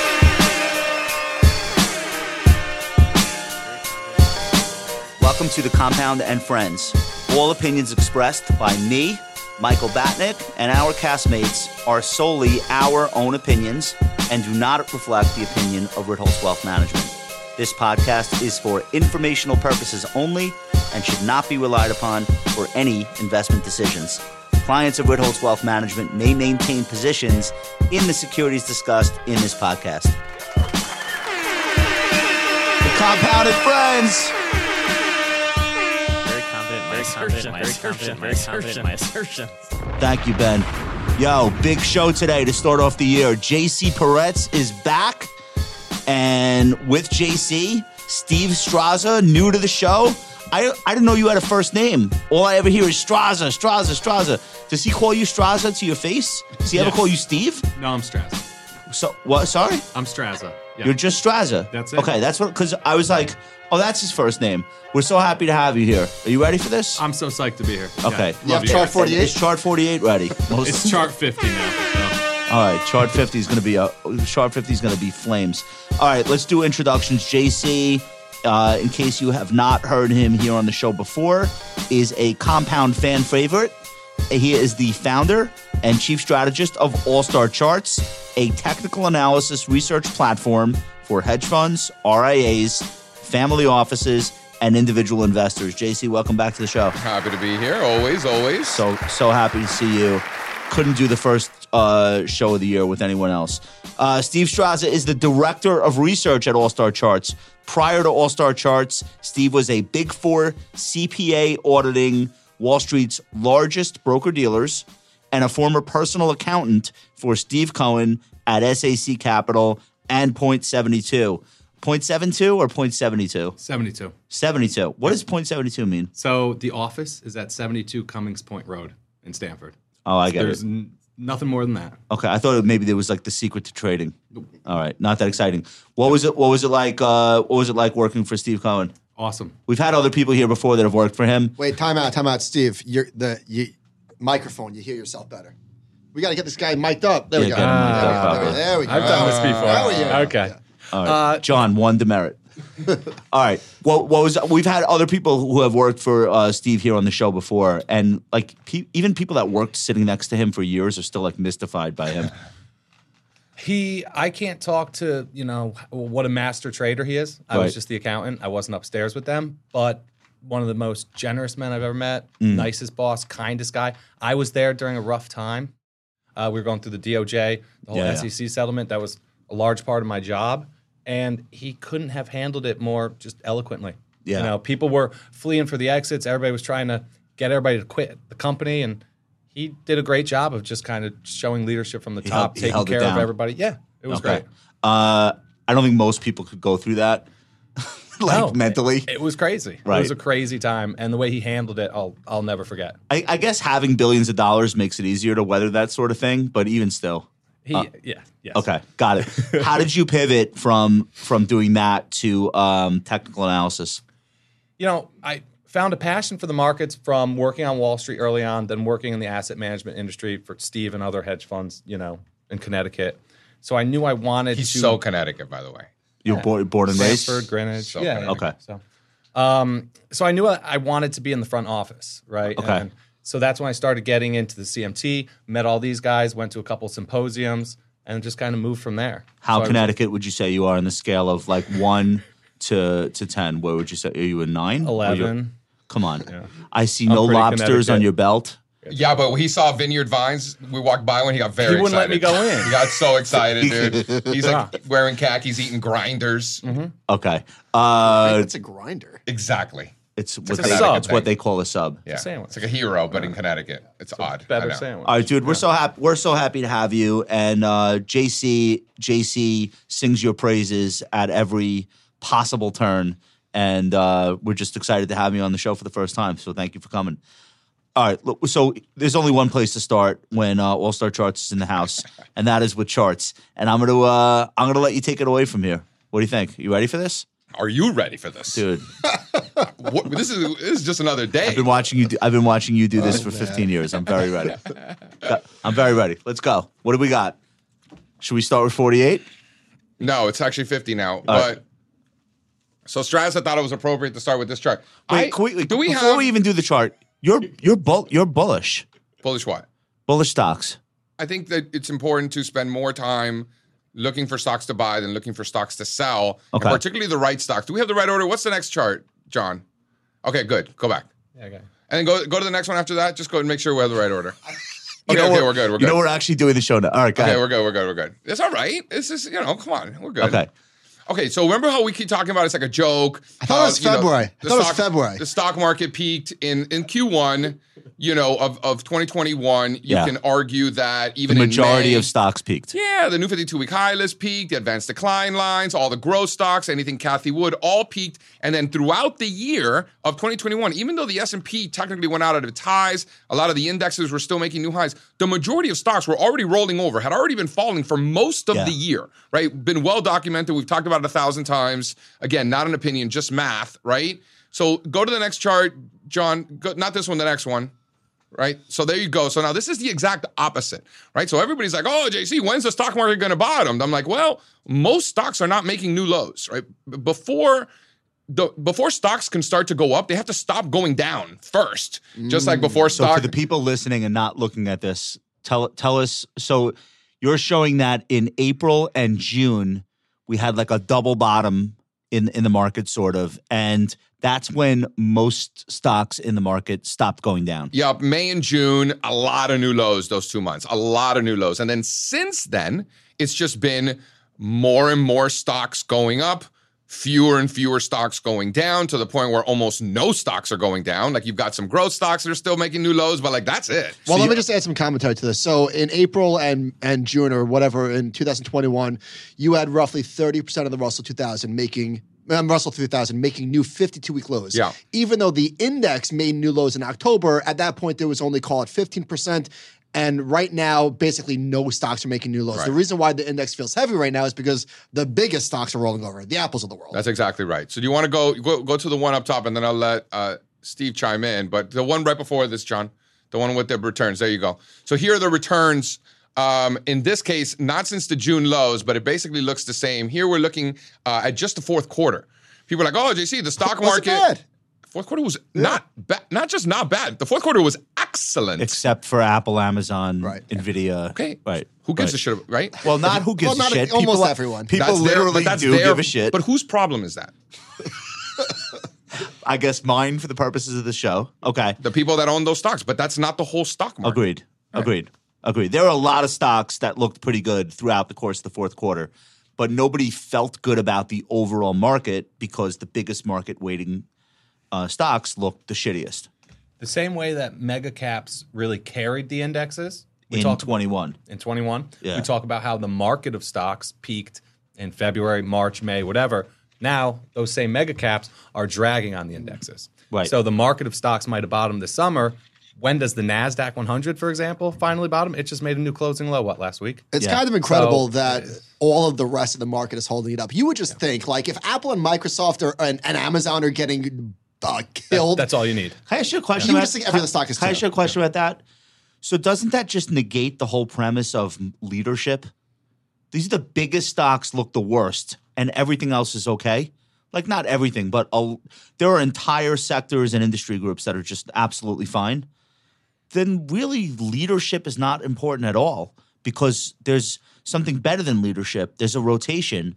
[SPEAKER 3] Welcome to the Compound and Friends. All opinions expressed by me, Michael Batnick, and our castmates are solely our own opinions and do not reflect the opinion of Ritholtz Wealth Management. This podcast is for informational purposes only and should not be relied upon for any investment decisions. Clients of Ritholtz Wealth Management may maintain positions in the securities discussed in this podcast. The Compounded Friends.
[SPEAKER 8] Very confident, in my assertion, my assertion, my assertion, my assertion.
[SPEAKER 3] Thank you, Ben. Yo, big show today to start off the year. JC Peretz is back. And with JC, Steve Straza, new to the show. I, I didn't know you had a first name. All I ever hear is Straza, Straza, Straza. Does he call you Straza to your face? Does he ever
[SPEAKER 5] Yes.
[SPEAKER 3] call you Steve?
[SPEAKER 5] No, I'm Strazza.
[SPEAKER 3] So what? Sorry,
[SPEAKER 5] I'm Strazza. Yeah.
[SPEAKER 3] you're just Straza.
[SPEAKER 5] That's it.
[SPEAKER 3] Okay, that's what. Because I was like, oh, that's his first name. We're so happy to have you here. Are you ready for this?
[SPEAKER 5] I'm so psyched to be here.
[SPEAKER 3] Okay.
[SPEAKER 5] Yeah. Love
[SPEAKER 2] have
[SPEAKER 5] you.
[SPEAKER 2] chart
[SPEAKER 5] guys.
[SPEAKER 2] 48?
[SPEAKER 3] Is chart 48 ready? Most-
[SPEAKER 5] It's chart 50 now. so.
[SPEAKER 3] All right, chart 50 is going to be a chart 50 is going to be flames. All right, let's do introductions. JC, uh, in case you have not heard him here on the show before, is a compound fan favorite. He is the founder and chief strategist of All Star Charts, a technical analysis research platform for hedge funds, RIAs, family offices, and individual investors. JC, welcome back to the show.
[SPEAKER 1] Happy to be here. Always, always.
[SPEAKER 3] So so happy to see you. Couldn't do the first uh, show of the year with anyone else. Uh, Steve Straza is the director of research at All Star Charts. Prior to All Star Charts, Steve was a Big Four CPA auditing Wall Street's largest broker dealers and a former personal accountant for Steve Cohen at SAC Capital and Point 72. Point 72 or Point 72?
[SPEAKER 5] 72.
[SPEAKER 3] 72. What does Point 72 mean?
[SPEAKER 5] So the office is at 72 Cummings Point Road in Stanford.
[SPEAKER 3] Oh, I get
[SPEAKER 5] There's
[SPEAKER 3] it.
[SPEAKER 5] n- nothing more than that.
[SPEAKER 3] Okay, I thought maybe there was like the secret to trading. All right, not that exciting. What was it? What was it like? Uh, what was it like working for Steve Cohen?
[SPEAKER 5] Awesome.
[SPEAKER 3] We've had other people here before that have worked for him.
[SPEAKER 2] Wait, time out, time out, Steve. You're the you, microphone. You hear yourself better. We got to get this guy mic'd up. There we
[SPEAKER 3] Yeah,
[SPEAKER 2] go.
[SPEAKER 3] get him Ah. mic'd up
[SPEAKER 2] there, we
[SPEAKER 3] properly.
[SPEAKER 2] go. there we go.
[SPEAKER 5] I've done this before.
[SPEAKER 2] There we go.
[SPEAKER 4] Okay.
[SPEAKER 3] All right.
[SPEAKER 6] Uh,
[SPEAKER 3] John, one demerit. All right. What, what was we've had other people who have worked for uh, Steve here on the show before, and like pe- even people that worked sitting next to him for years are still like mystified by him.
[SPEAKER 6] He, I can't talk to you know wh- what a master trader he is. I
[SPEAKER 3] Right.
[SPEAKER 6] was just the accountant. I wasn't upstairs with them, but one of the most generous men I've ever met.
[SPEAKER 3] Mm.
[SPEAKER 6] Nicest boss, kindest guy. I was there during a rough time. Uh, we were going through the DOJ, the whole
[SPEAKER 3] Yeah, yeah.
[SPEAKER 6] SEC settlement. That was a large part of my job, and he couldn't have handled it more just eloquently.
[SPEAKER 3] Yeah.
[SPEAKER 6] You know, people were fleeing for the exits. Everybody was trying to get everybody to quit the company, and he did a great job of just kind of showing leadership from the
[SPEAKER 3] He held-
[SPEAKER 6] top,
[SPEAKER 3] he
[SPEAKER 6] taking
[SPEAKER 3] held it
[SPEAKER 6] care of
[SPEAKER 3] down.
[SPEAKER 6] everybody. Yeah, it was great.
[SPEAKER 3] Uh, I don't think most people could go through that, like
[SPEAKER 6] No,
[SPEAKER 3] mentally.
[SPEAKER 6] Oh. It was crazy.
[SPEAKER 3] Right.
[SPEAKER 6] It was a crazy time, and the way he handled it, I'll I'll never forget.
[SPEAKER 3] I, I guess having billions of dollars makes it easier to weather that sort of thing, but even still.
[SPEAKER 6] He, yeah, yes.
[SPEAKER 3] Uh, Okay, got it. How did you pivot from from doing that to um, technical analysis?
[SPEAKER 6] you know, I found a passion for the markets from working on Wall Street early on, then working in the asset management industry for Steve and other hedge funds, you know, in Connecticut. So I knew I wanted
[SPEAKER 1] He's
[SPEAKER 6] to
[SPEAKER 1] so Connecticut, by the way.
[SPEAKER 3] You're born, born and raised.
[SPEAKER 6] Stanford, Greenwich.
[SPEAKER 1] So
[SPEAKER 6] yeah,
[SPEAKER 1] funny.
[SPEAKER 6] yeah.
[SPEAKER 3] Okay.
[SPEAKER 6] So, um, so I knew I I wanted to be in the front office, right?
[SPEAKER 3] Okay.
[SPEAKER 6] And so that's when I started getting into the CMT. Met all these guys, went to a couple symposiums, and just kind of moved from there.
[SPEAKER 3] How
[SPEAKER 6] So I-
[SPEAKER 3] Connecticut would you say you are on the scale of like one to to ten? Where would you say are you a nine? Or you-
[SPEAKER 6] Eleven.
[SPEAKER 3] Come on, I see no
[SPEAKER 6] pretty
[SPEAKER 3] lobsters on
[SPEAKER 6] Connecticut.
[SPEAKER 3] your belt.
[SPEAKER 1] Yeah, but he saw Vineyard Vines. We walked by when he got very
[SPEAKER 6] He wouldn't let
[SPEAKER 1] excited.
[SPEAKER 6] me go in.
[SPEAKER 1] He got so excited, dude. He's like wearing khakis, eating grinders.
[SPEAKER 6] Mm-hmm.
[SPEAKER 3] Okay, uh,
[SPEAKER 2] It's a grinder.
[SPEAKER 1] Exactly.
[SPEAKER 3] it's what,
[SPEAKER 6] a
[SPEAKER 3] they,
[SPEAKER 6] sub.
[SPEAKER 3] it's what they call a sub.
[SPEAKER 1] Yeah.
[SPEAKER 6] sandwich.
[SPEAKER 1] It's like a hero, but in Connecticut. It's odd. I
[SPEAKER 6] Better
[SPEAKER 1] know.
[SPEAKER 6] sandwich.
[SPEAKER 3] All right, dude, we're so happy. We're so happy to have you. And uh, JC JC sings your praises at every possible turn, and uh, we're just excited to have you on the show for the first time. So thank you for coming. All right, look, so there's only one place to start when uh, All Star Charts is in the house, and that is with charts. And I'm gonna uh, I'm gonna let you take it away from here. What do you think? You ready for this,
[SPEAKER 1] Are you ready for this?
[SPEAKER 3] dude?
[SPEAKER 1] What, this is this is just another day.
[SPEAKER 3] I've been watching you. Do, I've been watching you do
[SPEAKER 1] Oh,
[SPEAKER 3] this for 15 years. I'm very ready. I'm very ready. Let's go. What do we got? Should we start with 48?
[SPEAKER 1] No, it's actually 50 now. but so Stratus, I thought it was appropriate to start with this chart. I-
[SPEAKER 3] Wait, can we,
[SPEAKER 1] do we
[SPEAKER 3] before
[SPEAKER 1] have
[SPEAKER 3] we even do the chart, you're you're bull, you're bullish.
[SPEAKER 1] bullish what?
[SPEAKER 3] Bullish stocks.
[SPEAKER 1] I think that it's important to spend more time looking for stocks to buy than looking for stocks to sell, and
[SPEAKER 3] Okay.
[SPEAKER 1] particularly the right stocks. Do we have the right order? What's the next chart, John? Okay, good. Go back.
[SPEAKER 6] Yeah, okay.
[SPEAKER 1] And then go go to the next one after that. Just go and make sure we have the right order. Okay,
[SPEAKER 3] You know
[SPEAKER 1] okay, we're good. We're good.
[SPEAKER 3] You know we're actually doing the show now. All right, go
[SPEAKER 1] okay,
[SPEAKER 3] ahead.
[SPEAKER 1] we're good. We're good. We're good. It's all right. It's just you know, come on, we're good.
[SPEAKER 3] Okay.
[SPEAKER 1] Okay, so remember how we keep talking about it's like a joke. I
[SPEAKER 2] thought it was February. I thought it was February.
[SPEAKER 1] The stock market peaked in in Q1, you know, of of 2021. You
[SPEAKER 3] Yeah.
[SPEAKER 1] can argue that
[SPEAKER 3] The
[SPEAKER 1] even in
[SPEAKER 3] majority
[SPEAKER 1] May-
[SPEAKER 3] of stocks peaked.
[SPEAKER 1] Yeah, the new 52 week high list peaked, the advanced decline lines, all the growth stocks, anything Kathy Wood, all peaked. And then throughout the year of 2021, even though the S&P technically went out of its highs, a lot of the indexes were still making new highs. The majority of stocks were already rolling over, had already been falling for most of
[SPEAKER 3] Yeah.
[SPEAKER 1] the year, right? Been well documented. We've talked about it a thousand times. Again, not an opinion, just math, right? So go to the next chart, John. Go, not this one, the next one right? So there you go. So now this is the exact opposite, right? So everybody's like, oh, JC, when's the stock market going to bottom? I'm like, well, most stocks are not making new lows, right? B- Before the before stocks can start to go up, they have to stop going down first. Just like before
[SPEAKER 3] Mm, So
[SPEAKER 1] stock,
[SPEAKER 3] for the people listening and not looking at this, tell tell us. So you're showing that in April and June we had like a double bottom in in the market, sort of, and that's when most stocks in the market stopped going down.
[SPEAKER 1] Yep, May and June, a lot of new lows those two months, a lot of new lows. And then since then, it's just been more and more stocks going up, fewer and fewer stocks going down to the point where almost no stocks are going down. Like you've got some growth stocks that are still making new lows, but like that's it.
[SPEAKER 2] Well, let me just add some commentary to this. So, in April and, and June or whatever in 2021, you had roughly 30% of the Russell 2000 making um, Russell 3000 making new 52 week lows.
[SPEAKER 1] Yeah.
[SPEAKER 2] Even though the index made new lows in October, at that point there was only call it 15%. And right now, basically, no stocks are making new lows. The reason why the index feels heavy right now is because the biggest stocks are rolling over, the apples of the world.
[SPEAKER 1] That's exactly right. So do you want to go, go go to the one up top, and then I'll let uh, Steve chime in. But the one right before this, John, the one with the returns. There you go. So here are the returns. Um, in this case, not since the June lows, but it basically looks the same. Here we're looking uh, at just the fourth quarter. People are like, "Oh, JC, the stock
[SPEAKER 2] Wasn't
[SPEAKER 1] market."
[SPEAKER 2] bad.
[SPEAKER 1] Fourth quarter was not bad. Not just not bad. The fourth quarter was excellent.
[SPEAKER 3] except for Apple, Amazon,
[SPEAKER 2] Right.
[SPEAKER 3] Nvidia.
[SPEAKER 1] okay,
[SPEAKER 3] Right.
[SPEAKER 1] Who gives a
[SPEAKER 3] right.
[SPEAKER 1] shit? Right?
[SPEAKER 3] Well, not who
[SPEAKER 2] Well,
[SPEAKER 3] gives
[SPEAKER 2] not
[SPEAKER 3] a shit.
[SPEAKER 2] almost
[SPEAKER 3] people,
[SPEAKER 2] everyone.
[SPEAKER 3] People
[SPEAKER 1] That's their-
[SPEAKER 3] literally
[SPEAKER 1] but that's
[SPEAKER 3] do
[SPEAKER 1] their-
[SPEAKER 3] give a shit.
[SPEAKER 1] But whose problem is that?
[SPEAKER 3] I guess mine for the purposes of the show. Okay.
[SPEAKER 1] The people that own those stocks. But that's not the whole stock market.
[SPEAKER 3] Agreed. Agreed. Agreed. There are a lot of stocks that looked pretty good throughout the course of the fourth quarter, but nobody felt good about the overall market because the biggest market weighting uh, stocks looked the shittiest
[SPEAKER 6] The same way that mega caps really carried the indexes. We
[SPEAKER 3] in
[SPEAKER 6] talked
[SPEAKER 3] 21.
[SPEAKER 6] in 21.
[SPEAKER 3] Yeah.
[SPEAKER 6] We talk about how the market of stocks peaked in February, March, May, whatever. Now, those same mega caps are dragging on the indexes.
[SPEAKER 3] Right.
[SPEAKER 6] So the market of stocks might have bottomed this summer. When does the NASDAQ 100, for example, finally bottom? It just made a new closing low, what, last week?
[SPEAKER 2] It's
[SPEAKER 3] Yeah.
[SPEAKER 2] kind of incredible
[SPEAKER 6] So-
[SPEAKER 2] that all of the rest of the market is holding it up. You would just think, like, if Apple and Microsoft are, and, and Amazon are getting uh, killed,
[SPEAKER 6] That's all you need.
[SPEAKER 3] Can I ask you a question?
[SPEAKER 2] You would
[SPEAKER 3] about-
[SPEAKER 2] just think every other stock is
[SPEAKER 3] Can I ask
[SPEAKER 2] too.
[SPEAKER 3] you a question about that? So doesn't that just negate the whole premise of m- leadership? These are the biggest stocks look the worst, and everything else is okay. Like not everything, but a, there are entire sectors and industry groups that are just absolutely fine. Then really, leadership is not important at all because there's something better than leadership. There's a rotation.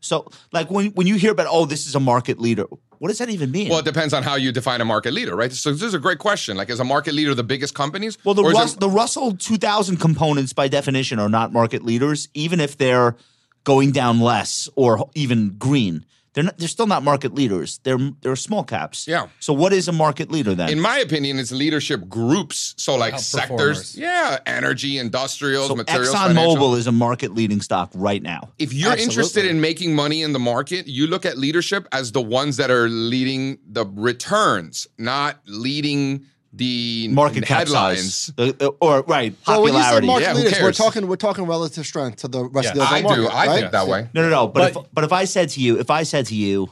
[SPEAKER 3] So, like when when you hear about oh, this is a market leader, what does that even mean?
[SPEAKER 1] Well, it depends on how you define a market leader, right? So this is a great question. Like, is a market leader the biggest companies?
[SPEAKER 3] Well, the,
[SPEAKER 1] Or is it-
[SPEAKER 3] Rus- the Russell 2000 components, by definition, are not market leaders, even if they're going down less or even green. They're not, they're still not market leaders. They're they're small caps.
[SPEAKER 1] Yeah.
[SPEAKER 3] So what is a market leader then?
[SPEAKER 1] in my opinion, it's leadership groups. So like
[SPEAKER 6] Outperformers.
[SPEAKER 1] sectors, yeah, energy, industrials,
[SPEAKER 3] so
[SPEAKER 1] materials, financial.
[SPEAKER 3] ExxonMobil is a market leading stock right now.
[SPEAKER 1] If you're
[SPEAKER 2] Absolutely.
[SPEAKER 1] interested in making money in the market, you look at leadership as the ones that are leading the returns, not leading the
[SPEAKER 3] Market cap
[SPEAKER 1] headlines.
[SPEAKER 3] size. The- the- or right
[SPEAKER 2] Well, when you say
[SPEAKER 3] popularity.
[SPEAKER 2] market
[SPEAKER 1] Yeah, who
[SPEAKER 2] leaders, we're
[SPEAKER 1] cares?
[SPEAKER 2] talking we're talking relative strength to the rest of the
[SPEAKER 6] Yeah.
[SPEAKER 2] overall
[SPEAKER 1] I
[SPEAKER 2] market.
[SPEAKER 1] do. I
[SPEAKER 2] right?
[SPEAKER 1] think that way.
[SPEAKER 3] No, no, no. But
[SPEAKER 6] But-
[SPEAKER 3] if, but if I said to you, if I said to you,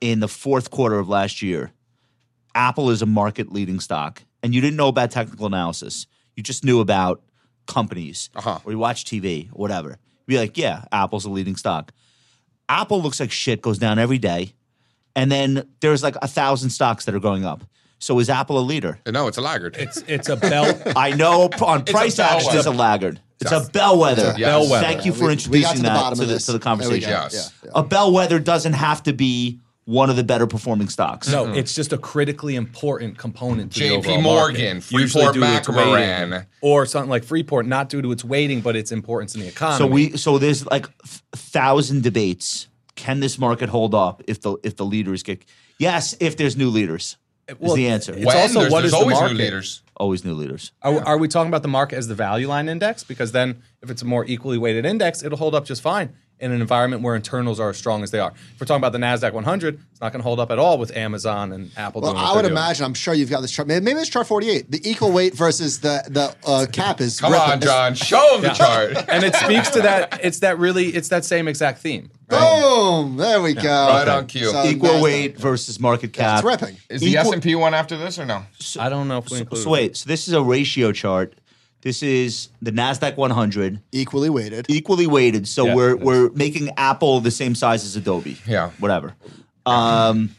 [SPEAKER 3] in the fourth quarter of last year, Apple is a market leading stock, and you didn't know about technical analysis, you just knew about companies,
[SPEAKER 1] Uh-huh.
[SPEAKER 3] or you watch TV, or whatever. You'd be like, yeah, Apple's a leading stock. Apple looks like shit, goes down every day, and then there's like a thousand stocks that are going up. So is Apple a leader?
[SPEAKER 1] No, it's a laggard.
[SPEAKER 6] It's it's a bell.
[SPEAKER 3] I know p- on price action
[SPEAKER 1] bellwether.
[SPEAKER 3] it's a laggard. It's a bellwether.
[SPEAKER 1] Yes. bellwether.
[SPEAKER 3] Thank you
[SPEAKER 2] We-
[SPEAKER 3] for
[SPEAKER 2] we
[SPEAKER 3] introducing
[SPEAKER 2] got to the
[SPEAKER 3] that
[SPEAKER 2] bottom
[SPEAKER 3] to,
[SPEAKER 2] of
[SPEAKER 3] the,
[SPEAKER 2] this.
[SPEAKER 3] to the
[SPEAKER 2] There we go.
[SPEAKER 3] conversation.
[SPEAKER 1] Yes.
[SPEAKER 2] Yeah.
[SPEAKER 3] A bellwether doesn't have to be one of the better performing stocks.
[SPEAKER 6] no, it's just a critically important component to the
[SPEAKER 1] JP
[SPEAKER 6] overall
[SPEAKER 1] Morgan,
[SPEAKER 6] market.
[SPEAKER 1] Freeport
[SPEAKER 6] Usually due to its
[SPEAKER 1] McMoran.
[SPEAKER 6] weighting. Or something like Freeport, not due to its weighting, but its importance in the economy.
[SPEAKER 3] So we so there's like th- thousand debates. Can this market hold up if the if the leaders get yes if there's new leaders
[SPEAKER 6] Well,
[SPEAKER 3] is the answer
[SPEAKER 6] it's also
[SPEAKER 1] there's,
[SPEAKER 6] what
[SPEAKER 1] there's
[SPEAKER 6] is the
[SPEAKER 1] always
[SPEAKER 6] market?
[SPEAKER 1] new leaders.
[SPEAKER 3] always new leaders.
[SPEAKER 1] Uh,
[SPEAKER 6] Are, are we talking about the market as the value line index? Because then, if it's a more equally weighted index, it'll hold up just fine in an environment where internals are as strong as they are. If we're talking about the Nasdaq 100, it's not going to hold up at all with Amazon and Apple.
[SPEAKER 2] Well,
[SPEAKER 6] doing what
[SPEAKER 2] I would
[SPEAKER 6] they're doing.
[SPEAKER 2] imagine. I'm sure you've got this chart. Maybe, maybe it's chart 48. The equal weight versus the the uh, cap is.
[SPEAKER 1] Come
[SPEAKER 2] ripping.
[SPEAKER 1] on, John, show them the chart.
[SPEAKER 6] and it speaks to that. It's that really. It's that same exact theme.
[SPEAKER 2] Boom! There we go.
[SPEAKER 1] Right on cue.
[SPEAKER 2] So
[SPEAKER 3] Equal
[SPEAKER 2] Nasdaq.
[SPEAKER 3] weight versus market
[SPEAKER 2] Yeah,
[SPEAKER 3] cap.
[SPEAKER 2] It's ripping.
[SPEAKER 1] Is the S
[SPEAKER 3] Equal-
[SPEAKER 1] and P one after this or no?
[SPEAKER 6] I don't know if we
[SPEAKER 3] So,
[SPEAKER 6] include.
[SPEAKER 3] so wait, so this is a ratio chart. This is the Nasdaq 100
[SPEAKER 2] Equally weighted.
[SPEAKER 3] equally weighted. So
[SPEAKER 6] Yeah,
[SPEAKER 3] we're
[SPEAKER 6] that's-
[SPEAKER 3] we're making Apple the same size as Adobe.
[SPEAKER 1] Yeah.
[SPEAKER 3] whatever. Um,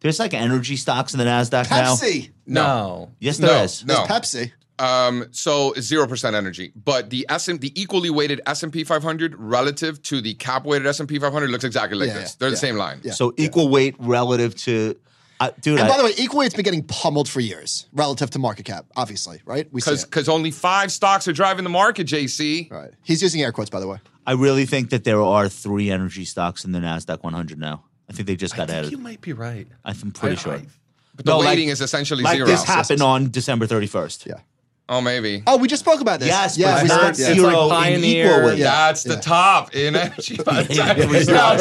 [SPEAKER 3] there's like energy stocks in the Nasdaq now.
[SPEAKER 2] Pepsi.
[SPEAKER 6] no.
[SPEAKER 3] Yes,
[SPEAKER 1] No,
[SPEAKER 3] there is.
[SPEAKER 1] no.
[SPEAKER 2] It's Pepsi.
[SPEAKER 1] Um, so zero percent energy, but the S the equally weighted S and P 500 relative to the cap weighted S and P 500 looks exactly like
[SPEAKER 2] Yeah,
[SPEAKER 1] this.
[SPEAKER 2] yeah,
[SPEAKER 1] They're the
[SPEAKER 2] yeah,
[SPEAKER 1] same line.
[SPEAKER 2] yeah.
[SPEAKER 3] So equal weight relative to, uh, dude.
[SPEAKER 2] And by
[SPEAKER 3] I-
[SPEAKER 2] the way, equal weight's been getting pummeled for years relative to market cap. Obviously, right? We see
[SPEAKER 1] Because
[SPEAKER 2] it.
[SPEAKER 1] because only five stocks are driving the market. JC.
[SPEAKER 2] Right. He's using air quotes, by the way.
[SPEAKER 3] I really think that there are three energy stocks in the Nasdaq 100 now. I think they just got
[SPEAKER 6] I
[SPEAKER 3] added.
[SPEAKER 6] think you might be right.
[SPEAKER 3] I th- I'm pretty sure.
[SPEAKER 1] But the
[SPEAKER 3] No, like-
[SPEAKER 1] weighting is essentially
[SPEAKER 3] like
[SPEAKER 1] zero.
[SPEAKER 3] this happened on December 31st.
[SPEAKER 2] Yeah.
[SPEAKER 1] Oh, maybe.
[SPEAKER 2] Oh, we just spoke about this.
[SPEAKER 3] Yes,
[SPEAKER 2] yeah,
[SPEAKER 3] but
[SPEAKER 2] we
[SPEAKER 3] it's not
[SPEAKER 2] spoke, yeah.
[SPEAKER 3] zero
[SPEAKER 6] It's like
[SPEAKER 3] in
[SPEAKER 6] Pioneer.
[SPEAKER 3] equal way.
[SPEAKER 2] Yeah.
[SPEAKER 1] That's the top in energy.
[SPEAKER 6] the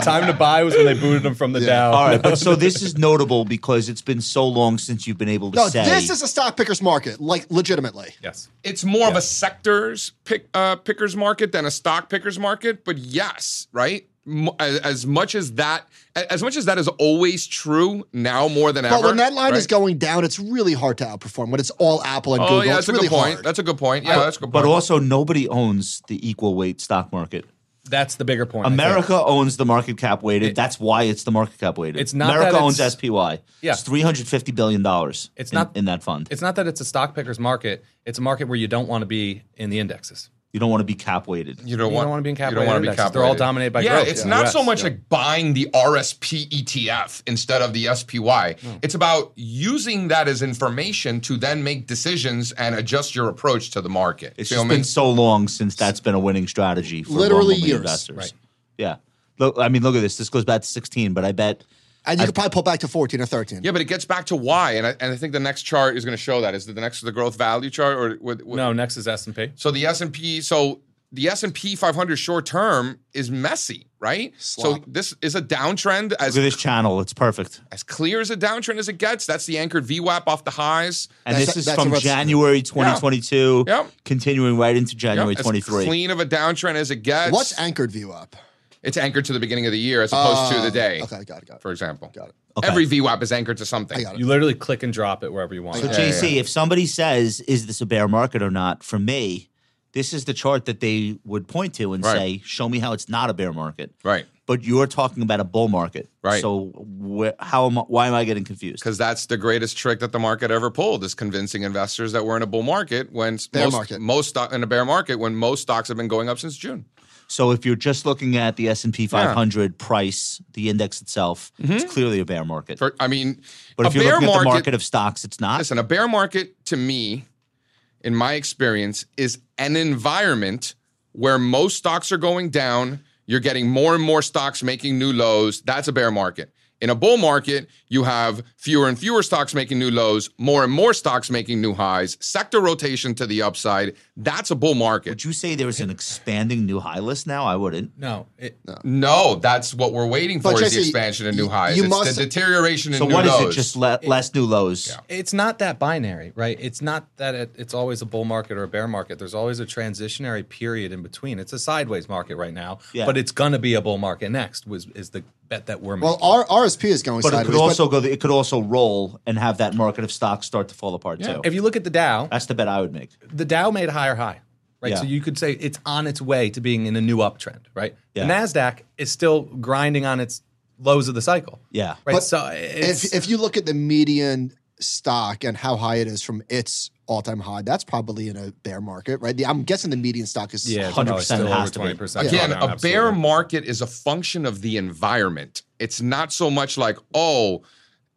[SPEAKER 6] time to buy was when they booted him from the Dow.
[SPEAKER 3] Uh, All right, but so this is notable because it's been so long since you've been able to
[SPEAKER 2] No,
[SPEAKER 3] say.
[SPEAKER 2] this is a stock picker's market, like legitimately.
[SPEAKER 6] Yes.
[SPEAKER 1] it's more of a sectors pick, uh, pickers market than a stock pickers market. But yes, right. M- As, as much as that, a- as much as that is always true now more than ever.
[SPEAKER 2] But when that line is
[SPEAKER 1] right?
[SPEAKER 2] going down, it's really hard to outperform. When it's all Apple and
[SPEAKER 1] oh
[SPEAKER 2] Google,
[SPEAKER 1] yeah,
[SPEAKER 2] it's
[SPEAKER 1] that's a
[SPEAKER 2] really
[SPEAKER 1] good point.
[SPEAKER 2] hard.
[SPEAKER 1] That's a good point. Yeah, that's a good
[SPEAKER 3] but
[SPEAKER 1] point.
[SPEAKER 3] also, nobody owns the equal weight stock market.
[SPEAKER 6] That's the bigger point. I think.
[SPEAKER 3] America owns the market cap weighted. That's why it's the market cap weighted.
[SPEAKER 6] It's not
[SPEAKER 3] America
[SPEAKER 6] that
[SPEAKER 3] owns
[SPEAKER 6] it's-
[SPEAKER 3] SPY.
[SPEAKER 6] Yeah.
[SPEAKER 3] It's $350 billion it's in,
[SPEAKER 6] not-
[SPEAKER 3] in that fund.
[SPEAKER 6] It's not that it's a stock picker's market. It's a market where you don't want to be in the indexes.
[SPEAKER 3] You don't want to be cap weighted.
[SPEAKER 1] you don't
[SPEAKER 6] you
[SPEAKER 1] want
[SPEAKER 6] don't wanna be in
[SPEAKER 1] you
[SPEAKER 6] cap
[SPEAKER 1] don't wanna
[SPEAKER 6] weighted
[SPEAKER 1] be
[SPEAKER 6] indexes.
[SPEAKER 1] cap
[SPEAKER 6] They're all
[SPEAKER 1] weighted.
[SPEAKER 6] dominated by
[SPEAKER 1] yeah,
[SPEAKER 6] growth.
[SPEAKER 1] it's
[SPEAKER 6] Yeah.
[SPEAKER 1] not
[SPEAKER 6] Yes,
[SPEAKER 1] so much
[SPEAKER 6] yeah.
[SPEAKER 1] like buying the RSP ETF E instead of the SPY. It's about using that as information to then make decisions and adjust your approach to the market.
[SPEAKER 3] It's
[SPEAKER 1] Feel
[SPEAKER 3] just
[SPEAKER 1] me?
[SPEAKER 3] been so long since that's been a winning strategy for
[SPEAKER 2] Literally
[SPEAKER 3] long-only
[SPEAKER 2] years.
[SPEAKER 3] investors.
[SPEAKER 6] Right.
[SPEAKER 3] Yeah. Look, I mean, look at this. This goes back to 16, but I bet
[SPEAKER 2] and you could probably pull back to 14 or 13.
[SPEAKER 1] Yeah, but it gets back to why, and I, and I think the next chart is going to show that. Is it the next the growth value chart or with, with,
[SPEAKER 6] No, next is S and P.
[SPEAKER 1] So the S and P, so the S and P 500 short term is messy, right? So
[SPEAKER 2] Slop.
[SPEAKER 1] this is a downtrend as
[SPEAKER 3] look at this channel. It's perfect.
[SPEAKER 1] as clear as a downtrend as it gets. That's the anchored VWAP off the highs.
[SPEAKER 3] And
[SPEAKER 2] That's-
[SPEAKER 3] this is
[SPEAKER 2] that's
[SPEAKER 3] from
[SPEAKER 2] what's-
[SPEAKER 3] January 2022,
[SPEAKER 1] Yeah. Yep.
[SPEAKER 3] continuing right into
[SPEAKER 1] Yep,
[SPEAKER 3] January
[SPEAKER 1] as
[SPEAKER 3] 23.
[SPEAKER 1] clean of a downtrend as it gets.
[SPEAKER 2] What's anchored view up? Uh,
[SPEAKER 1] it's anchored to the beginning of the year as opposed to the day,
[SPEAKER 2] Ah, Okay, got it, got it.
[SPEAKER 1] for example.
[SPEAKER 2] Got it.
[SPEAKER 3] Okay.
[SPEAKER 1] Every VWAP is anchored to something.
[SPEAKER 2] I got it.
[SPEAKER 6] You literally click and drop it wherever you want.
[SPEAKER 3] So,
[SPEAKER 6] Yeah.
[SPEAKER 3] JC, if somebody says, is this a bear market or not, for me, this is the chart that they would point to and
[SPEAKER 1] Right.
[SPEAKER 3] say, show me how it's not a bear market.
[SPEAKER 1] Right.
[SPEAKER 3] But you're talking about a bull market.
[SPEAKER 1] Right.
[SPEAKER 3] So, wh- how am I, why am I getting confused?
[SPEAKER 1] because that's the greatest trick that the market ever pulled is convincing investors that we're in a bull market when s-
[SPEAKER 2] Bear
[SPEAKER 1] most,
[SPEAKER 2] market.
[SPEAKER 1] most stock in a bear market when most stocks have been going up since June.
[SPEAKER 3] So if you're just looking at the S&P 500 price, the index itself, it's clearly a bear market.
[SPEAKER 1] Mm-hmm. For, I mean,
[SPEAKER 3] but
[SPEAKER 1] a
[SPEAKER 3] if you're
[SPEAKER 1] bear
[SPEAKER 3] looking at
[SPEAKER 1] market,
[SPEAKER 3] the market of stocks, it's not.
[SPEAKER 1] listen, a bear market to me, in my experience, is an environment where most stocks are going down. You're getting more and more stocks making new lows. That's a bear market. In a bull market, you have fewer and fewer stocks making new lows, more and more stocks making new highs, sector rotation to the upside. That's a bull market.
[SPEAKER 3] Would you say there's an expanding new high list now? I wouldn't.
[SPEAKER 6] No, it, no.
[SPEAKER 1] No, that's what we're waiting for
[SPEAKER 2] But
[SPEAKER 1] is the
[SPEAKER 2] Jesse,
[SPEAKER 1] expansion in new
[SPEAKER 2] you-
[SPEAKER 1] highs.
[SPEAKER 2] you
[SPEAKER 1] it's
[SPEAKER 2] must-
[SPEAKER 1] the deterioration in
[SPEAKER 3] So
[SPEAKER 1] new
[SPEAKER 3] what is
[SPEAKER 1] lows.
[SPEAKER 3] it? Just le- less new lows.
[SPEAKER 6] It's not that binary, right? It's not that it, it's always a bull market or a bear market. There's always a transitionary period in between. It's a sideways market right now,
[SPEAKER 3] Yeah.
[SPEAKER 6] but it's gonna be a bull market next. Was is the bet that we're
[SPEAKER 2] Well,
[SPEAKER 6] making?
[SPEAKER 2] R- RSP is going
[SPEAKER 3] But it
[SPEAKER 2] sideways.
[SPEAKER 3] could also go. The, it could also roll and have that market of stocks start to fall apart too.
[SPEAKER 6] if you look at the Dow,
[SPEAKER 3] That's the bet I would make.
[SPEAKER 6] the Dow made a higher high, right?
[SPEAKER 3] Yeah.
[SPEAKER 6] So you could say it's on its way to being in a new uptrend, right?
[SPEAKER 3] Yeah.
[SPEAKER 6] The Nasdaq is still grinding on its lows of the cycle.
[SPEAKER 3] Yeah.
[SPEAKER 6] Right.
[SPEAKER 2] But
[SPEAKER 6] so it's,
[SPEAKER 2] if, if you look at the median stock and how high it is from its all-time high, that's probably in a bear market, right? The, I'm guessing the median stock is
[SPEAKER 6] yeah,
[SPEAKER 3] 100%
[SPEAKER 6] still
[SPEAKER 3] has
[SPEAKER 6] over
[SPEAKER 3] to be.
[SPEAKER 6] twenty percent.
[SPEAKER 1] Again,
[SPEAKER 3] Oh,
[SPEAKER 1] a bear market is a function of the environment. It's not so much like, oh,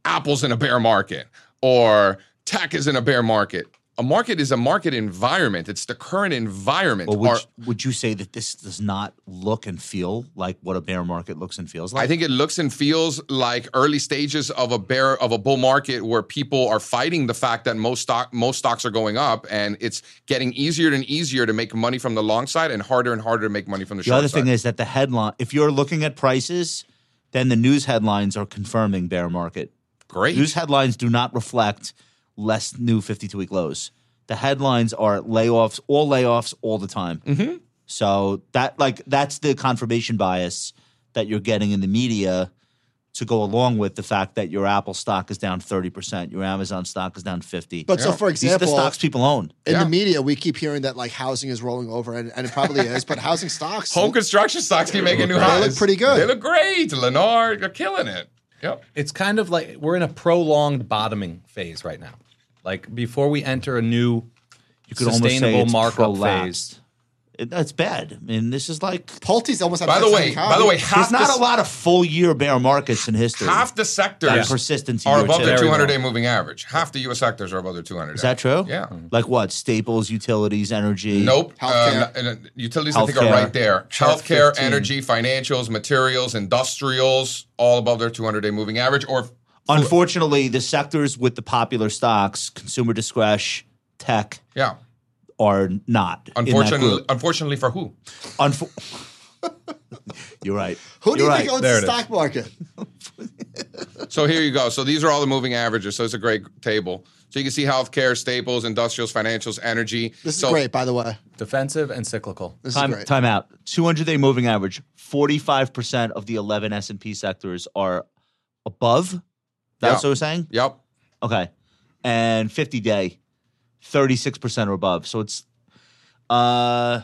[SPEAKER 1] Apple's in a bear market or tech is in a bear market. A market is a market environment. It's the current environment.
[SPEAKER 3] But would,
[SPEAKER 1] Our-
[SPEAKER 3] you- would you say that this does not look and feel like what a bear market looks and feels like?
[SPEAKER 1] I think it looks and feels like early stages of a bear of a bull market where people are fighting the fact that most stock most stocks are going up and it's getting easier and easier to make money from the long side and harder and harder to make money from the,
[SPEAKER 3] The
[SPEAKER 1] short
[SPEAKER 3] other
[SPEAKER 1] side.
[SPEAKER 3] thing is that the headline, if you're looking at prices, then the news headlines are confirming bear market.
[SPEAKER 1] great.
[SPEAKER 3] News headlines do not reflect less new 52 week lows. The headlines are layoffs, all layoffs, all the time.
[SPEAKER 1] Mm-hmm.
[SPEAKER 3] So that like that's the confirmation bias that you're getting in the media to go along with the fact that your Apple stock is down 30%, your Amazon stock is down 50.
[SPEAKER 2] But so,
[SPEAKER 1] Yeah.
[SPEAKER 2] for
[SPEAKER 3] These are the
[SPEAKER 2] example,
[SPEAKER 3] stocks people own.
[SPEAKER 2] in
[SPEAKER 1] Yeah.
[SPEAKER 2] the media, we keep hearing that like housing is rolling over, and, and it probably is. But housing stocks,
[SPEAKER 1] Home construction stocks keep making new
[SPEAKER 2] great. They
[SPEAKER 1] highs.
[SPEAKER 2] look pretty good.
[SPEAKER 1] They look great. Lennar, you're killing it. Yep.
[SPEAKER 6] it's kind of like we're in a prolonged bottoming phase right now. Like before we enter a new
[SPEAKER 3] You could almost say
[SPEAKER 6] sustainable
[SPEAKER 3] it's
[SPEAKER 6] markup
[SPEAKER 3] prolapsed.
[SPEAKER 6] phase.
[SPEAKER 3] It, that's bad. I mean, this is like
[SPEAKER 2] Pulte's almost. had
[SPEAKER 1] By
[SPEAKER 2] that
[SPEAKER 1] the
[SPEAKER 2] same
[SPEAKER 1] way, by
[SPEAKER 2] comment.
[SPEAKER 1] the way, half
[SPEAKER 3] there's
[SPEAKER 1] the,
[SPEAKER 3] not
[SPEAKER 1] s-
[SPEAKER 3] a lot of full year bear markets in history.
[SPEAKER 1] half the sectors
[SPEAKER 3] That persistence
[SPEAKER 1] are
[SPEAKER 3] you
[SPEAKER 1] above
[SPEAKER 3] were
[SPEAKER 1] their
[SPEAKER 3] telling-
[SPEAKER 1] 200 day moving average. Half the U.S. sectors are above their 200.
[SPEAKER 3] Is that true? Hmm.
[SPEAKER 1] Yeah.
[SPEAKER 3] Like what? Staples, utilities, energy.
[SPEAKER 1] Nope.
[SPEAKER 2] Healthcare.
[SPEAKER 1] Um, and, uh, utilities, I think, are
[SPEAKER 3] Healthcare.
[SPEAKER 1] right there.
[SPEAKER 6] Chart
[SPEAKER 1] Healthcare,
[SPEAKER 6] 15.
[SPEAKER 1] energy, financials, materials, industrials, all above their 200 day moving average. Or
[SPEAKER 3] Unfortunately, the sectors with the popular stocks, consumer discretion, tech,
[SPEAKER 1] yeah.
[SPEAKER 3] are not. in that
[SPEAKER 1] Unfortunately,
[SPEAKER 3] group.
[SPEAKER 1] unfortunately for who?
[SPEAKER 3] Unfor- you're right.
[SPEAKER 2] who do you
[SPEAKER 3] You're
[SPEAKER 2] think
[SPEAKER 3] right.
[SPEAKER 2] owns
[SPEAKER 6] There
[SPEAKER 2] the
[SPEAKER 6] it is.
[SPEAKER 2] stock market?
[SPEAKER 1] So here you go. So these are all the moving averages. So it's a great table. So you can see healthcare, staples, industrials, financials, energy.
[SPEAKER 2] This is
[SPEAKER 1] so
[SPEAKER 2] great, by the way.
[SPEAKER 6] Defensive and cyclical.
[SPEAKER 2] This
[SPEAKER 3] time,
[SPEAKER 2] is great.
[SPEAKER 3] time out. 200 day moving average. 45% of the 11 S&P sectors are above. That's
[SPEAKER 1] Yeah.
[SPEAKER 3] what we're saying?
[SPEAKER 1] Yep.
[SPEAKER 3] Okay. And 50 day, 36% or above. So it's uh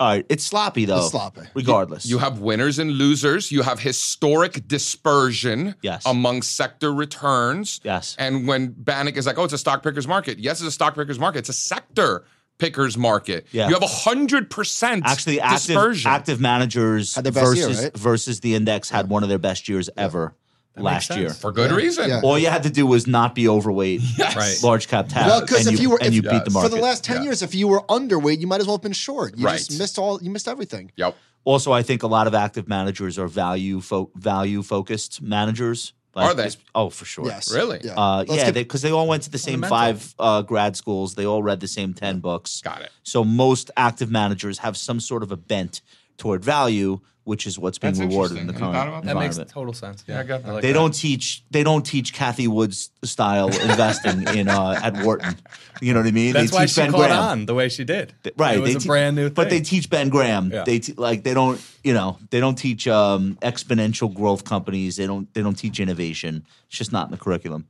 [SPEAKER 3] all right, it's sloppy though.
[SPEAKER 2] It's sloppy.
[SPEAKER 3] Regardless.
[SPEAKER 1] You have winners and losers. You have historic dispersion
[SPEAKER 3] Yes.
[SPEAKER 1] among sector returns.
[SPEAKER 3] Yes.
[SPEAKER 1] And when Bannock is like, oh, it's a stock picker's market. Yes, it's a stock picker's market. It's a sector picker's market.
[SPEAKER 3] Yeah.
[SPEAKER 1] You have 100%
[SPEAKER 3] Actually active
[SPEAKER 1] dispersion.
[SPEAKER 3] active managers
[SPEAKER 2] Had their best year,
[SPEAKER 3] versus
[SPEAKER 2] right?
[SPEAKER 3] versus the index had one of their best years ever last
[SPEAKER 6] makes
[SPEAKER 3] year.
[SPEAKER 6] sense.
[SPEAKER 1] for good reason.
[SPEAKER 2] Yeah.
[SPEAKER 3] All you had to do was not be overweight
[SPEAKER 6] Right.
[SPEAKER 3] large cap tech.
[SPEAKER 2] Well, because
[SPEAKER 3] and
[SPEAKER 2] if you were,
[SPEAKER 3] and
[SPEAKER 2] if,
[SPEAKER 3] you beat the market.
[SPEAKER 2] for the last ten years, if you were underweight, you might as well have been short. You
[SPEAKER 1] Right.
[SPEAKER 2] just missed all. You missed everything.
[SPEAKER 1] Yep.
[SPEAKER 3] Also, I think a lot of active managers are value fo- value focused managers.
[SPEAKER 1] Are they?
[SPEAKER 3] Oh, for sure.
[SPEAKER 2] Yes.
[SPEAKER 1] Really?
[SPEAKER 2] Yeah.
[SPEAKER 3] Uh,
[SPEAKER 2] Let's
[SPEAKER 3] yeah,
[SPEAKER 2] get-
[SPEAKER 3] because they, all went to the same five uh, grad schools. They all read the same ten books.
[SPEAKER 1] Got it.
[SPEAKER 3] So most active managers have some sort of a bent toward value, which is what's being
[SPEAKER 1] That's
[SPEAKER 3] rewarded in the
[SPEAKER 1] interesting. I
[SPEAKER 3] current
[SPEAKER 1] thought about
[SPEAKER 6] That makes
[SPEAKER 3] environment.
[SPEAKER 6] total sense. Yeah, I got that.
[SPEAKER 3] they don't teach. They don't teach Kathy Woods style investing in uh, at Wharton. You know what I mean?
[SPEAKER 6] That's
[SPEAKER 3] they
[SPEAKER 6] why
[SPEAKER 3] teach
[SPEAKER 6] she
[SPEAKER 3] Ben
[SPEAKER 6] caught
[SPEAKER 3] Graham.
[SPEAKER 6] on the way she did.
[SPEAKER 3] Th- right
[SPEAKER 6] It was
[SPEAKER 3] they
[SPEAKER 6] a
[SPEAKER 3] te-
[SPEAKER 6] brand new.
[SPEAKER 3] but they
[SPEAKER 6] thing.
[SPEAKER 3] teach ben graham
[SPEAKER 6] Yeah.
[SPEAKER 3] they te- like they don't you know they don't teach um, exponential growth companies they don't they don't teach innovation it's just not in the curriculum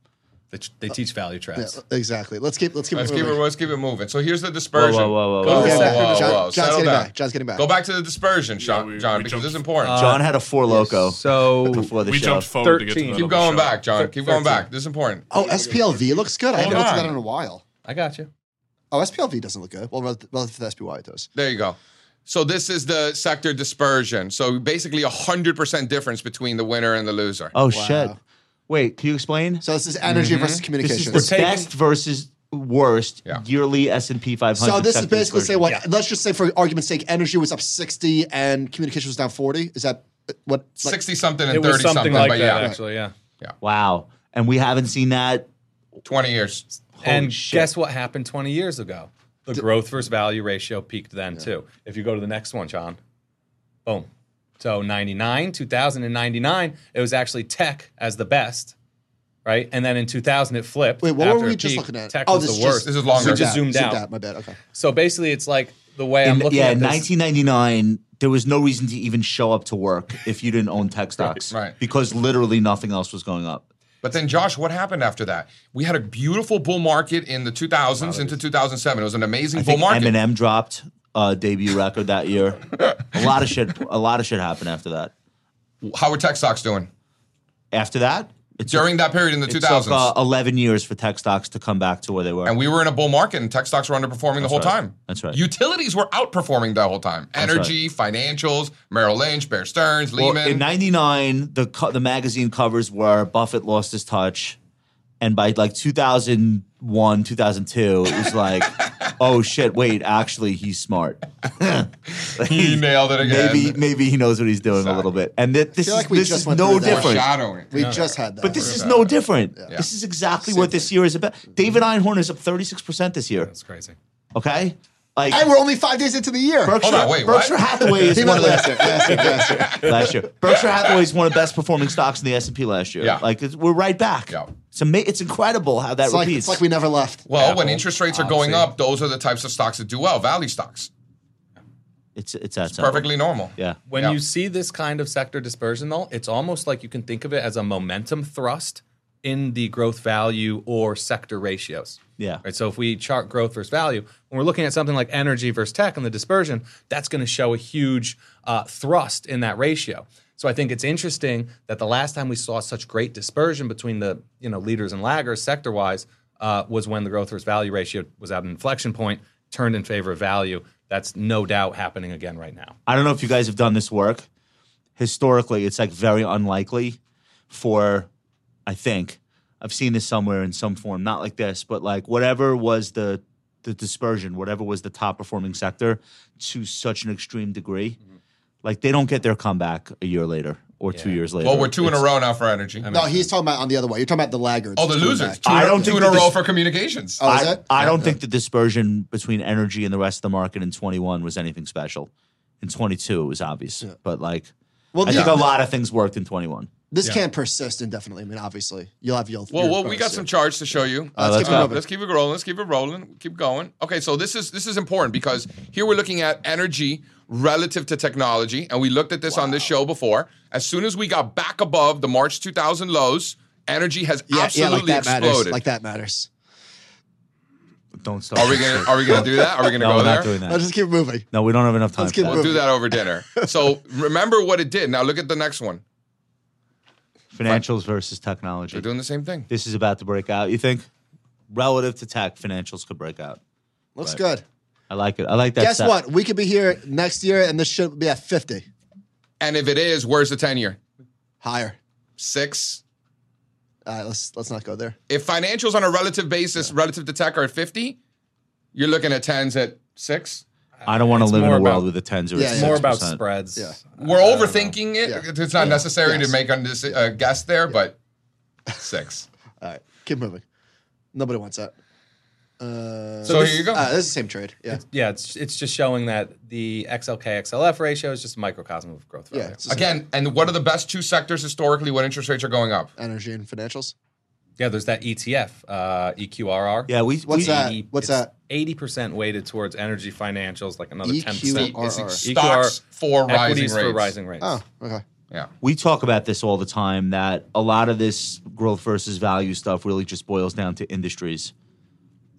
[SPEAKER 6] They, ch- they teach value
[SPEAKER 2] Yeah,
[SPEAKER 6] traps.
[SPEAKER 2] exactly. Let's keep. Let's keep.
[SPEAKER 1] Let's
[SPEAKER 2] it
[SPEAKER 1] keep it,
[SPEAKER 2] moving.
[SPEAKER 1] let's keep it moving. So here's the dispersion.
[SPEAKER 3] Whoa, whoa, whoa,
[SPEAKER 1] Go-
[SPEAKER 3] whoa,
[SPEAKER 2] Okay,
[SPEAKER 3] whoa,
[SPEAKER 2] back.
[SPEAKER 3] whoa,
[SPEAKER 2] John-
[SPEAKER 1] whoa.
[SPEAKER 2] John's
[SPEAKER 1] Settle
[SPEAKER 2] getting
[SPEAKER 1] down.
[SPEAKER 2] back. John's getting back.
[SPEAKER 1] Go back to the dispersion, Sean,
[SPEAKER 9] we-
[SPEAKER 1] John
[SPEAKER 9] we
[SPEAKER 1] because
[SPEAKER 9] jumped-
[SPEAKER 1] this is important.
[SPEAKER 3] john had a four loco
[SPEAKER 6] Uh, So
[SPEAKER 3] before the
[SPEAKER 9] we
[SPEAKER 3] show
[SPEAKER 9] jumped forward to get
[SPEAKER 6] 13.
[SPEAKER 9] to
[SPEAKER 6] Keep
[SPEAKER 1] Keep going
[SPEAKER 9] show.
[SPEAKER 1] back, John. Keep going
[SPEAKER 6] 13.
[SPEAKER 1] back. This is important.
[SPEAKER 2] Oh, SPLV looks good. I haven't looked at
[SPEAKER 1] on.
[SPEAKER 2] that in a while.
[SPEAKER 6] I got you.
[SPEAKER 2] Oh, SPLV doesn't look good. Well, relative relative to the SPY, it does.
[SPEAKER 1] There you go. So this is the sector dispersion. So basically a hundred percent difference between the winner and the loser.
[SPEAKER 3] oh shit wait can you explain
[SPEAKER 2] So this is energy versus
[SPEAKER 3] this is
[SPEAKER 2] communications.
[SPEAKER 3] the
[SPEAKER 6] taking-
[SPEAKER 3] best versus worst
[SPEAKER 1] Yeah.
[SPEAKER 3] yearly s&p 500
[SPEAKER 2] so this is
[SPEAKER 3] sector
[SPEAKER 2] basically
[SPEAKER 3] dispersion.
[SPEAKER 2] say what? Let's just say for argument's sake, energy was up sixty and communication was down forty. Is that uh, what? like-
[SPEAKER 1] Sixty something and
[SPEAKER 6] It was
[SPEAKER 1] thirty something,
[SPEAKER 6] something like
[SPEAKER 1] but
[SPEAKER 6] that,
[SPEAKER 1] yeah,
[SPEAKER 6] actually. Yeah.
[SPEAKER 3] wow and we haven't seen that
[SPEAKER 1] twenty years.
[SPEAKER 6] and
[SPEAKER 3] shit.
[SPEAKER 6] guess what happened 20 years ago? The growth versus value ratio peaked then too. If you go to the next one, John, boom. So 99, 2000, and 99, it was actually tech as the best, right? And then in 2000, it flipped.
[SPEAKER 2] Wait, what were
[SPEAKER 6] After
[SPEAKER 2] we
[SPEAKER 6] it
[SPEAKER 2] just
[SPEAKER 6] peaked,
[SPEAKER 2] looking at?
[SPEAKER 6] Tech
[SPEAKER 2] Oh,
[SPEAKER 6] was
[SPEAKER 2] this
[SPEAKER 6] the
[SPEAKER 2] just-
[SPEAKER 6] worst.
[SPEAKER 1] This is longer.
[SPEAKER 6] We just zoomed out.
[SPEAKER 2] My bad. Okay.
[SPEAKER 6] So basically, it's like the way I'm
[SPEAKER 3] in,
[SPEAKER 6] looking
[SPEAKER 3] yeah
[SPEAKER 6] at
[SPEAKER 3] in
[SPEAKER 6] this.
[SPEAKER 3] 1999 there was no reason to even show up to work if you didn't own tech stocks
[SPEAKER 1] right.
[SPEAKER 3] because literally nothing else was going up
[SPEAKER 1] But then Josh, what happened after that? We had a beautiful bull market in the two thousands into two thousand seven. It was an amazing
[SPEAKER 3] I
[SPEAKER 1] bull
[SPEAKER 3] think
[SPEAKER 1] market.
[SPEAKER 3] Eminem dropped uh, debut record that year. a lot of shit. A lot of shit happened after that.
[SPEAKER 1] How were tech stocks doing?
[SPEAKER 3] After that, it's
[SPEAKER 1] During that period in the two
[SPEAKER 3] it took
[SPEAKER 1] thousands.
[SPEAKER 3] uh, eleven years for tech stocks to come back to where they were.
[SPEAKER 1] and we were in a bull market and tech stocks were underperforming the whole
[SPEAKER 3] right.
[SPEAKER 1] time.
[SPEAKER 3] That's right.
[SPEAKER 1] Utilities were outperforming the whole time. Energy, financials, Merrill Lynch, Bear Stearns,
[SPEAKER 3] Well,
[SPEAKER 1] Lehman.
[SPEAKER 3] in '99, the co- the magazine covers were Buffett lost his touch, and by like 2001, 2002, it was like, oh shit, wait, actually he's smart.
[SPEAKER 1] he nailed it again.
[SPEAKER 3] Maybe maybe he knows what he's doing a little bit. And th- this is
[SPEAKER 2] like we
[SPEAKER 3] this
[SPEAKER 2] just
[SPEAKER 3] is
[SPEAKER 2] went
[SPEAKER 3] no
[SPEAKER 2] through that.
[SPEAKER 3] different.
[SPEAKER 1] Foreshadowing.
[SPEAKER 2] We just had that.
[SPEAKER 3] But this is no different. This is exactly what this year is about. David Einhorn is up 36% this year.
[SPEAKER 6] It's crazy.
[SPEAKER 3] Okay? Like
[SPEAKER 2] and we're only five days into the year.
[SPEAKER 3] Berkshire,
[SPEAKER 1] Hold on, wait,
[SPEAKER 3] Berkshire
[SPEAKER 1] what?
[SPEAKER 3] Hathaway is
[SPEAKER 2] He
[SPEAKER 3] one
[SPEAKER 2] went last
[SPEAKER 3] of the
[SPEAKER 2] year. Last year. Last year.
[SPEAKER 3] last year. Berkshire Hathaway is one of the best performing stocks in the S and P last year.
[SPEAKER 1] Yeah.
[SPEAKER 3] Like it's, we're right back.
[SPEAKER 1] Yeah.
[SPEAKER 3] It's ama- It's incredible how that
[SPEAKER 2] It's like,
[SPEAKER 3] repeats.
[SPEAKER 2] it's like we never left.
[SPEAKER 1] Well, when
[SPEAKER 6] Apple,
[SPEAKER 1] interest rates are going
[SPEAKER 6] obviously.
[SPEAKER 1] up, those are the types of stocks that do well. Value stocks,
[SPEAKER 3] it's it's that simple.
[SPEAKER 1] perfectly normal.
[SPEAKER 3] Yeah.
[SPEAKER 6] When
[SPEAKER 1] Yeah.
[SPEAKER 6] you see this kind of sector dispersion, though, it's almost like you can think of it as a momentum thrust in the growth value or sector ratios.
[SPEAKER 3] Yeah.
[SPEAKER 6] Right. So if we chart growth versus value, when we're looking at something like energy versus tech and the dispersion, that's going to show a huge uh, thrust in that ratio. So I think it's interesting that the last time we saw such great dispersion between the you know leaders and laggers sector wise uh, was when the growth versus value ratio was at an inflection point, turned in favor of value. That That's no doubt happening again right now.
[SPEAKER 3] I don't know if you guys have done this work. Historically, it's like very unlikely for, I think, I've seen this somewhere in some form, not like this, but like whatever was the the dispersion, whatever was the top performing sector, to such an extreme degree,
[SPEAKER 1] Mm-hmm.
[SPEAKER 3] like they don't get their comeback a year later or two years later.
[SPEAKER 1] Well, we're two in a row now for energy.
[SPEAKER 2] No, he's talking about on the other way. You're talking about the laggards.
[SPEAKER 1] oh, the
[SPEAKER 2] Coming
[SPEAKER 1] losers.
[SPEAKER 2] back.
[SPEAKER 1] Two,
[SPEAKER 3] I don't
[SPEAKER 1] two
[SPEAKER 3] think
[SPEAKER 1] in a
[SPEAKER 3] that
[SPEAKER 1] row
[SPEAKER 3] this-
[SPEAKER 1] for communications.
[SPEAKER 2] Oh, is
[SPEAKER 3] I,
[SPEAKER 2] that?
[SPEAKER 3] I don't think the dispersion between energy and the rest of the market in 21 was anything special. In 22, it was obvious, but like,
[SPEAKER 2] Well,
[SPEAKER 3] I
[SPEAKER 2] yeah.
[SPEAKER 3] think a lot of things worked in 21.
[SPEAKER 2] This can't persist indefinitely. I mean, obviously, you'll have your.
[SPEAKER 1] Well,
[SPEAKER 2] your
[SPEAKER 1] well, we got
[SPEAKER 2] bonus
[SPEAKER 1] some
[SPEAKER 2] here.
[SPEAKER 1] charts to show you.
[SPEAKER 3] Uh, let's
[SPEAKER 1] keep it
[SPEAKER 3] go.
[SPEAKER 1] up. Let's keep it rolling. Let's keep it rolling. Keep going. Okay, so this is this is important because here we're looking at energy relative to technology, and we looked at this on this show before. As soon as we got back above the March 2000 lows, energy has absolutely
[SPEAKER 2] yeah, like that
[SPEAKER 1] exploded.
[SPEAKER 2] matters. Like that matters.
[SPEAKER 3] Don't start.
[SPEAKER 1] Are we gonna Are we gonna do that? Are we gonna
[SPEAKER 3] no,
[SPEAKER 1] go
[SPEAKER 3] we're
[SPEAKER 1] there?
[SPEAKER 3] not doing
[SPEAKER 2] Let's
[SPEAKER 3] that.
[SPEAKER 2] just keep moving.
[SPEAKER 3] No, we don't have enough time.
[SPEAKER 2] Let's
[SPEAKER 3] for
[SPEAKER 2] get
[SPEAKER 3] that.
[SPEAKER 1] We'll do that over dinner. So remember what it did. Now look at the next one.
[SPEAKER 3] Financials versus technology.
[SPEAKER 1] They're doing the same thing.
[SPEAKER 3] This is about to break out. You think? Relative to tech, financials could break out.
[SPEAKER 2] Looks
[SPEAKER 3] Right.
[SPEAKER 2] good.
[SPEAKER 3] I like it. I like that.
[SPEAKER 2] Guess
[SPEAKER 3] set.
[SPEAKER 2] what? We could be here next year, and this should be at fifty
[SPEAKER 1] And if it is, where's the 10 year?
[SPEAKER 2] higher.
[SPEAKER 1] Six.
[SPEAKER 2] All right, let's let's not go there.
[SPEAKER 1] If financials on a relative basis, relative to tech, are at 50, you're looking at 10s at six.
[SPEAKER 3] I don't want to
[SPEAKER 6] It's
[SPEAKER 3] live in a
[SPEAKER 6] more about-
[SPEAKER 3] world with a tens or
[SPEAKER 2] Yeah,
[SPEAKER 3] a
[SPEAKER 2] yeah.
[SPEAKER 6] It's more about
[SPEAKER 3] 6%.
[SPEAKER 6] spreads.
[SPEAKER 2] Yeah.
[SPEAKER 1] We're overthinking it.
[SPEAKER 2] Yeah.
[SPEAKER 1] It's not necessary
[SPEAKER 2] Yes.
[SPEAKER 1] to make a deci- a guess there, but six.
[SPEAKER 2] All right, keep moving. Nobody wants that. Uh,
[SPEAKER 1] So here you go.
[SPEAKER 2] Uh, this is the same trade. Yeah,
[SPEAKER 6] Yeah, it's it's just showing that the XLK XLF ratio is just a microcosm of growth
[SPEAKER 2] yeah.
[SPEAKER 6] value.
[SPEAKER 2] it's
[SPEAKER 6] Yeah,
[SPEAKER 2] the same.
[SPEAKER 1] Again, and what are the best two sectors historically when interest rates are going up?
[SPEAKER 2] energy and financials.
[SPEAKER 6] there's that ETF, uh, EQRR.
[SPEAKER 3] Yeah, we.
[SPEAKER 2] What's
[SPEAKER 3] we,
[SPEAKER 2] that? What's that?
[SPEAKER 6] Eighty percent weighted towards energy financials, like
[SPEAKER 3] E
[SPEAKER 6] another ten
[SPEAKER 2] EQRR.
[SPEAKER 6] percent.
[SPEAKER 1] It's
[SPEAKER 2] RR.
[SPEAKER 1] stocks for rising
[SPEAKER 6] Equities
[SPEAKER 1] rates.
[SPEAKER 6] for rising rates.
[SPEAKER 2] Oh, okay.
[SPEAKER 1] Yeah.
[SPEAKER 3] we talk about this all the time that a lot of this growth versus value stuff really just boils down to industries.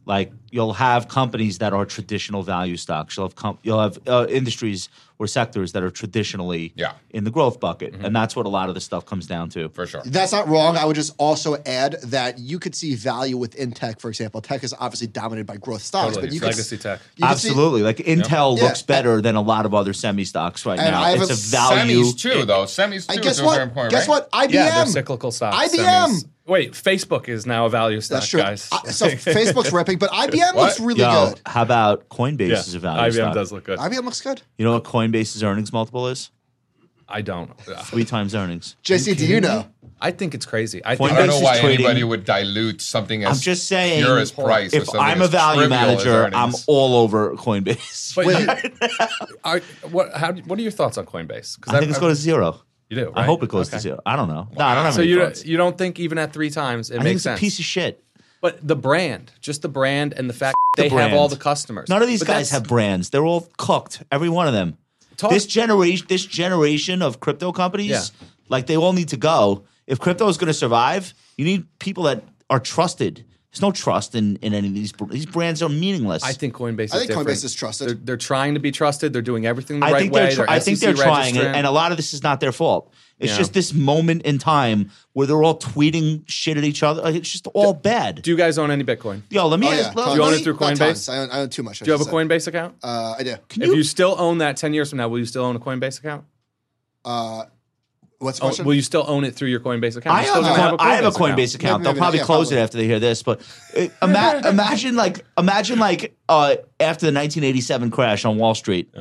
[SPEAKER 3] Like you'll have companies that are traditional value stocks. You'll have com- you'll have uh, industries or sectors that are traditionally
[SPEAKER 1] Yeah.
[SPEAKER 3] in the growth bucket,
[SPEAKER 6] Mm-hmm.
[SPEAKER 3] and that's what a lot of the stuff comes down to.
[SPEAKER 1] For sure.
[SPEAKER 2] That's not wrong. I would just also add that you could see value within tech. For example, tech is obviously dominated by growth stocks,
[SPEAKER 6] Totally.
[SPEAKER 2] but you
[SPEAKER 6] It's
[SPEAKER 2] could
[SPEAKER 6] legacy tech.
[SPEAKER 2] you could see-
[SPEAKER 3] Absolutely, like Intel
[SPEAKER 2] Yeah.
[SPEAKER 3] looks better than a lot of other semi stocks right
[SPEAKER 2] And
[SPEAKER 3] now.
[SPEAKER 2] I have
[SPEAKER 3] it's
[SPEAKER 2] a
[SPEAKER 3] a value.
[SPEAKER 1] Semis too, though. Semis too.
[SPEAKER 2] and guess
[SPEAKER 1] to a certain
[SPEAKER 2] what?
[SPEAKER 1] point,
[SPEAKER 2] guess
[SPEAKER 1] right?
[SPEAKER 2] what? IBM.
[SPEAKER 6] Yeah, they're cyclical stocks.
[SPEAKER 2] IBM.
[SPEAKER 6] semis. Wait, Facebook is now a value stock,
[SPEAKER 2] That's true.
[SPEAKER 6] guys.
[SPEAKER 2] I- so Facebook's ripping, but
[SPEAKER 1] What?
[SPEAKER 2] IBM looks really
[SPEAKER 3] Yo,
[SPEAKER 2] good.
[SPEAKER 3] how about Coinbase
[SPEAKER 6] Yeah,
[SPEAKER 3] is a value
[SPEAKER 6] IBM
[SPEAKER 3] stock?
[SPEAKER 6] does look good.
[SPEAKER 2] IBM looks good.
[SPEAKER 3] You know what Coinbase's earnings multiple is?
[SPEAKER 6] I don't. Ugh.
[SPEAKER 3] Three times earnings.
[SPEAKER 2] JC, do you know?
[SPEAKER 6] I think it's crazy. I
[SPEAKER 1] I
[SPEAKER 6] think
[SPEAKER 3] Coinbase
[SPEAKER 1] don't know
[SPEAKER 3] is
[SPEAKER 1] why
[SPEAKER 3] trading-
[SPEAKER 1] anybody would dilute something as
[SPEAKER 3] I'm just saying,
[SPEAKER 1] pure as price. with
[SPEAKER 3] if
[SPEAKER 1] something
[SPEAKER 3] I'm a
[SPEAKER 1] as
[SPEAKER 3] value
[SPEAKER 1] trivial as
[SPEAKER 3] manager, I'm
[SPEAKER 1] earnings.
[SPEAKER 3] all over Coinbase.
[SPEAKER 6] But you- are, what, how, do- what are your thoughts on Coinbase? Because
[SPEAKER 3] I think it's going to zero.
[SPEAKER 6] You do.
[SPEAKER 3] I
[SPEAKER 6] right?
[SPEAKER 3] hope it goes
[SPEAKER 6] Okay.
[SPEAKER 3] to zero. I don't know. No, I don't have
[SPEAKER 6] So
[SPEAKER 3] any
[SPEAKER 6] you
[SPEAKER 3] thoughts.
[SPEAKER 6] don't, you don't think even at three times it
[SPEAKER 3] I think
[SPEAKER 6] makes
[SPEAKER 3] it's a
[SPEAKER 6] sense?
[SPEAKER 3] piece of shit.
[SPEAKER 6] but the brand, just the brand and the fact
[SPEAKER 3] The
[SPEAKER 6] they have all
[SPEAKER 3] brand.
[SPEAKER 6] the customers.
[SPEAKER 3] None of these
[SPEAKER 6] But
[SPEAKER 3] guys
[SPEAKER 6] that's-
[SPEAKER 3] have brands. They're all cooked. Every one of them.
[SPEAKER 6] Talk-
[SPEAKER 3] this generation, this generation of crypto companies,
[SPEAKER 6] Yeah.
[SPEAKER 3] like they all need to go. If crypto is going to survive, you need people that are trusted. There's no trust in, in any of these. br- These brands are meaningless.
[SPEAKER 6] I think Coinbase.
[SPEAKER 2] I
[SPEAKER 6] is
[SPEAKER 2] think Coinbase
[SPEAKER 6] different.
[SPEAKER 2] is trusted.
[SPEAKER 6] They're, they're trying to be trusted. They're doing everything the
[SPEAKER 3] I
[SPEAKER 6] right
[SPEAKER 3] think
[SPEAKER 6] way. E
[SPEAKER 3] they're. Tr- I think
[SPEAKER 6] SEC
[SPEAKER 3] they're trying,
[SPEAKER 6] registrant.
[SPEAKER 3] and a lot of this is not their fault. It's
[SPEAKER 6] Yeah.
[SPEAKER 3] just this moment in time where they're all tweeting shit at each other. Like, It's just all bad.
[SPEAKER 6] Do you guys own any Bitcoin? Do
[SPEAKER 3] Yo, let me.
[SPEAKER 2] Oh,
[SPEAKER 3] ask,
[SPEAKER 2] yeah.
[SPEAKER 3] let,
[SPEAKER 2] tons.
[SPEAKER 6] you own
[SPEAKER 3] let
[SPEAKER 6] it
[SPEAKER 3] me-
[SPEAKER 6] through
[SPEAKER 2] Not
[SPEAKER 6] Coinbase?
[SPEAKER 2] tons. I own, I own too much. I
[SPEAKER 6] you have a
[SPEAKER 2] should say.
[SPEAKER 6] Coinbase account?
[SPEAKER 2] Uh, I do.
[SPEAKER 6] if you still own that ten years from now, will you still own a Coinbase account?
[SPEAKER 2] What's the
[SPEAKER 6] Oh,
[SPEAKER 2] question?
[SPEAKER 6] will you still own it through your Coinbase account?
[SPEAKER 3] I
[SPEAKER 6] You're still
[SPEAKER 3] have,
[SPEAKER 6] gonna
[SPEAKER 3] a, I have a Coinbase account.
[SPEAKER 2] Maybe,
[SPEAKER 3] They'll
[SPEAKER 2] maybe,
[SPEAKER 3] probably
[SPEAKER 2] yeah,
[SPEAKER 3] close
[SPEAKER 2] probably.
[SPEAKER 3] it after they hear this. But uh, ima- imagine like imagine like uh, after the 1987 crash on Wall Street.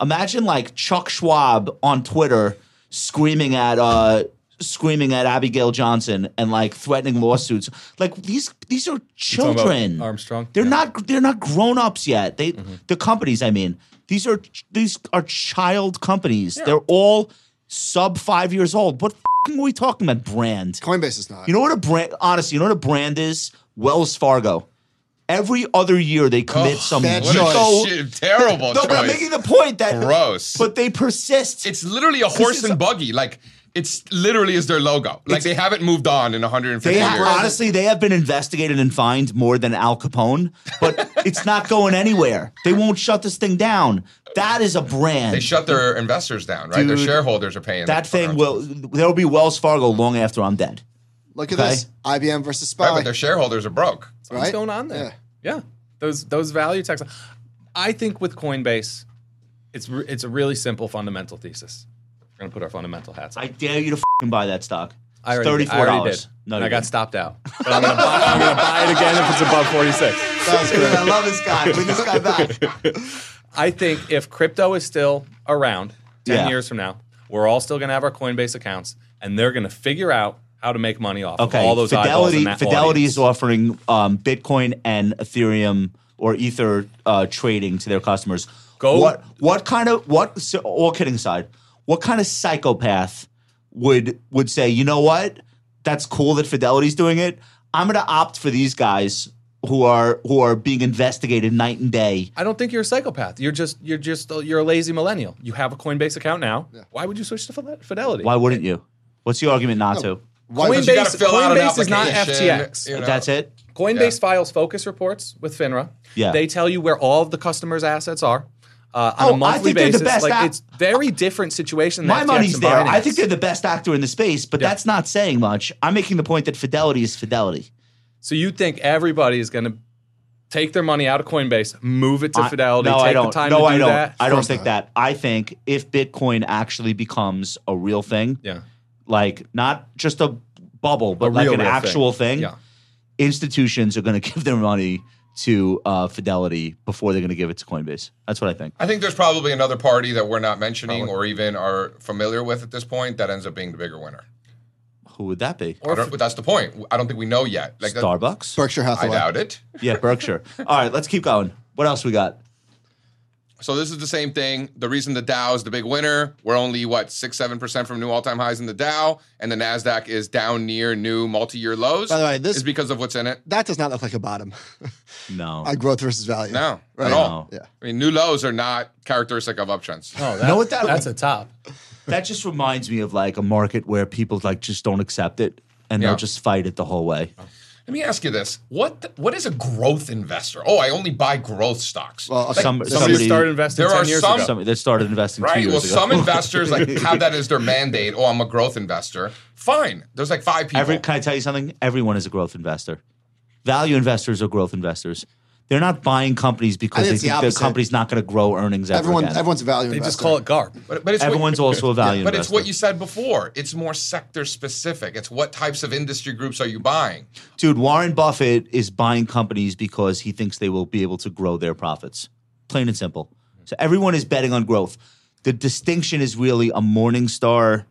[SPEAKER 3] Imagine like Chuck Schwab on Twitter screaming at uh, screaming at Abigail Johnson and like threatening lawsuits. Like these these are
[SPEAKER 6] about
[SPEAKER 3] children.
[SPEAKER 6] Armstrong?
[SPEAKER 3] They're
[SPEAKER 6] Yeah.
[SPEAKER 3] not they're not grown ups yet. They
[SPEAKER 1] Mm-hmm.
[SPEAKER 3] the companies I mean these are ch- these are child companies. They're all sub five years old. What f- are we talking about brand?
[SPEAKER 2] Coinbase is not.
[SPEAKER 3] You know what a brand? Honestly, you know what a brand is? Wells Fargo. Every other year they commit some
[SPEAKER 2] bad
[SPEAKER 1] What
[SPEAKER 2] choice.
[SPEAKER 3] so.
[SPEAKER 1] a shit, terrible
[SPEAKER 3] No, but I'm
[SPEAKER 1] choice.
[SPEAKER 3] making the point that
[SPEAKER 1] Gross.
[SPEAKER 3] But they persist.
[SPEAKER 1] It's literally a horse
[SPEAKER 3] is
[SPEAKER 1] and
[SPEAKER 3] a-
[SPEAKER 1] buggy. Like it's literally is their logo. Like they haven't moved on in 150
[SPEAKER 3] they have,
[SPEAKER 1] years.
[SPEAKER 3] honestly, they have been investigated and fined more than Al Capone, but it's not going anywhere. They won't shut this thing down. That is a brand.
[SPEAKER 1] they shut their investors down, right? their
[SPEAKER 3] Dude,
[SPEAKER 1] shareholders are paying
[SPEAKER 3] that
[SPEAKER 1] for
[SPEAKER 3] thing
[SPEAKER 1] them.
[SPEAKER 3] will. There will be Wells Fargo long after I'm dead.
[SPEAKER 2] Look at
[SPEAKER 3] Okay.
[SPEAKER 2] this. IBM versus
[SPEAKER 1] Right,
[SPEAKER 2] Spy.
[SPEAKER 1] but their shareholders are broke.
[SPEAKER 6] What's going on there? Yeah. Those those value techs. I think with Coinbase, it's re- it's a really simple fundamental thesis. We're gonna put our fundamental hats. on.
[SPEAKER 3] I dare you to fing buy that stock.
[SPEAKER 6] I
[SPEAKER 3] It's
[SPEAKER 6] already,
[SPEAKER 3] thirty
[SPEAKER 6] did. I
[SPEAKER 3] four
[SPEAKER 6] already
[SPEAKER 3] dollars.
[SPEAKER 6] did. and I got stopped out. But I'm gonna, buy, I'm gonna buy it again if it's above 46.
[SPEAKER 3] I love this guy. Bring this guy back.
[SPEAKER 6] I think if crypto is still around 10
[SPEAKER 3] Yeah.
[SPEAKER 6] years from now, we're all still gonna have our Coinbase accounts, and they're gonna figure out how to make money off
[SPEAKER 3] Okay.
[SPEAKER 6] of all those eyeballs
[SPEAKER 3] Fidelity
[SPEAKER 6] in that
[SPEAKER 3] Fidelity is
[SPEAKER 6] audience.
[SPEAKER 3] offering um, Bitcoin and Ethereum or Ether uh, trading to their customers.
[SPEAKER 6] Go-
[SPEAKER 3] What what kind of what? So, all kidding aside, what kind of psychopath would would say, you know what? That's cool that Fidelity's doing it. I'm going to opt for these guys who are who are being investigated night and day.
[SPEAKER 6] I don't think you're a psychopath. You're just you're just you're a lazy millennial. You have a Coinbase account now. Why would you switch to Fide- Fidelity?
[SPEAKER 3] Why wouldn't you? What's your argument not to?
[SPEAKER 2] Why
[SPEAKER 1] But you gotta
[SPEAKER 6] Coinbase-
[SPEAKER 1] fill out an
[SPEAKER 6] Coinbase is not
[SPEAKER 1] application,
[SPEAKER 6] FTX.
[SPEAKER 1] you know.
[SPEAKER 3] That's it.
[SPEAKER 6] Coinbase
[SPEAKER 1] Yeah.
[SPEAKER 6] files focus reports with FINRA.
[SPEAKER 3] Yeah.
[SPEAKER 6] They tell you where all of the customers' assets are uh, on
[SPEAKER 3] Oh,
[SPEAKER 6] a
[SPEAKER 3] I
[SPEAKER 6] monthly
[SPEAKER 3] think they're the
[SPEAKER 6] basis.
[SPEAKER 3] best
[SPEAKER 6] Like
[SPEAKER 3] app-
[SPEAKER 6] it's very different situation.
[SPEAKER 3] My
[SPEAKER 6] than FTX
[SPEAKER 3] money's
[SPEAKER 6] and
[SPEAKER 3] there. I
[SPEAKER 6] Binance.
[SPEAKER 3] think they're the best actor in the space, but
[SPEAKER 6] Yeah.
[SPEAKER 3] that's not saying much. I'm making the point that fidelity is fidelity.
[SPEAKER 6] so you think everybody is going to take their money out of Coinbase, move it to
[SPEAKER 3] I-
[SPEAKER 6] Fidelity,
[SPEAKER 3] no,
[SPEAKER 6] take
[SPEAKER 3] I don't.
[SPEAKER 6] the time
[SPEAKER 3] no,
[SPEAKER 6] to do
[SPEAKER 3] I don't.
[SPEAKER 6] that?
[SPEAKER 3] I don't
[SPEAKER 2] First
[SPEAKER 3] think that. I think if Bitcoin actually becomes a real thing,
[SPEAKER 6] yeah.
[SPEAKER 3] like not just a bubble, but
[SPEAKER 6] A
[SPEAKER 3] like
[SPEAKER 6] real,
[SPEAKER 3] an
[SPEAKER 6] real
[SPEAKER 3] actual thing,
[SPEAKER 6] Yeah.
[SPEAKER 3] institutions are going to give their money to uh, Fidelity before they're going to give it to Coinbase. That's what I think.
[SPEAKER 1] I think there's probably another party that we're not mentioning or even are familiar with at this point that ends up being the bigger winner.
[SPEAKER 3] Who would that be?
[SPEAKER 1] I don't- but that's the point. I don't think we know yet. Like that-
[SPEAKER 3] Starbucks.
[SPEAKER 2] Berkshire
[SPEAKER 1] I
[SPEAKER 2] Hathaway.
[SPEAKER 1] doubt it.
[SPEAKER 3] yeah, Berkshire. All right, let's keep going. What else we got?
[SPEAKER 1] So this is the same thing. The reason the Dow is the big winner, we're only what six, seven percent from new all-time highs in the Dow, and the Nasdaq is down near new multi-year lows.
[SPEAKER 2] By the way, this-
[SPEAKER 1] is because of what's in it.
[SPEAKER 2] That does not look like a bottom.
[SPEAKER 3] No.
[SPEAKER 2] on growth versus value.
[SPEAKER 1] No,
[SPEAKER 2] Right.
[SPEAKER 1] at all.
[SPEAKER 2] Yeah.
[SPEAKER 1] I mean, new lows are not characteristic of uptrends.
[SPEAKER 6] Oh,
[SPEAKER 3] Know what that-
[SPEAKER 6] that's a top.
[SPEAKER 3] That just reminds me of like a market where people like just don't accept it and
[SPEAKER 1] Yeah.
[SPEAKER 3] they'll just fight it the whole way.
[SPEAKER 1] Let me ask you this: what th- what is a growth investor? Oh, I only buy growth stocks.
[SPEAKER 2] Well,
[SPEAKER 1] Like,
[SPEAKER 3] Some-
[SPEAKER 6] Somebody
[SPEAKER 3] Somebody-
[SPEAKER 6] started investing
[SPEAKER 1] There
[SPEAKER 6] 10
[SPEAKER 1] are
[SPEAKER 6] years
[SPEAKER 1] some-
[SPEAKER 6] ago.
[SPEAKER 3] Some, that started investing two
[SPEAKER 1] Right.
[SPEAKER 3] years
[SPEAKER 1] Well,
[SPEAKER 3] ago.
[SPEAKER 1] some investors like have that as their mandate. Oh, I'm a growth investor. Fine. There's like five people.
[SPEAKER 3] Every, can I tell you something? Everyone is a growth investor. Value investors are growth investors. They're not buying companies
[SPEAKER 2] think
[SPEAKER 3] because they
[SPEAKER 2] it's the
[SPEAKER 3] think their
[SPEAKER 2] opposite.
[SPEAKER 3] company's not going to grow earnings ever
[SPEAKER 2] Everyone,
[SPEAKER 3] again.
[SPEAKER 2] everyone's a value.
[SPEAKER 6] They
[SPEAKER 2] investor.
[SPEAKER 6] just call it GARP.
[SPEAKER 1] but, but it's
[SPEAKER 3] Everyone's
[SPEAKER 1] what,
[SPEAKER 3] also a value
[SPEAKER 1] But
[SPEAKER 3] investor.
[SPEAKER 1] it's what you said before. It's more sector specific. It's what types of industry groups are you buying?
[SPEAKER 3] Dude, Warren Buffett is buying companies because he thinks they will be able to grow their profits. Plain and simple. So everyone is betting on growth. The distinction is really a Morningstar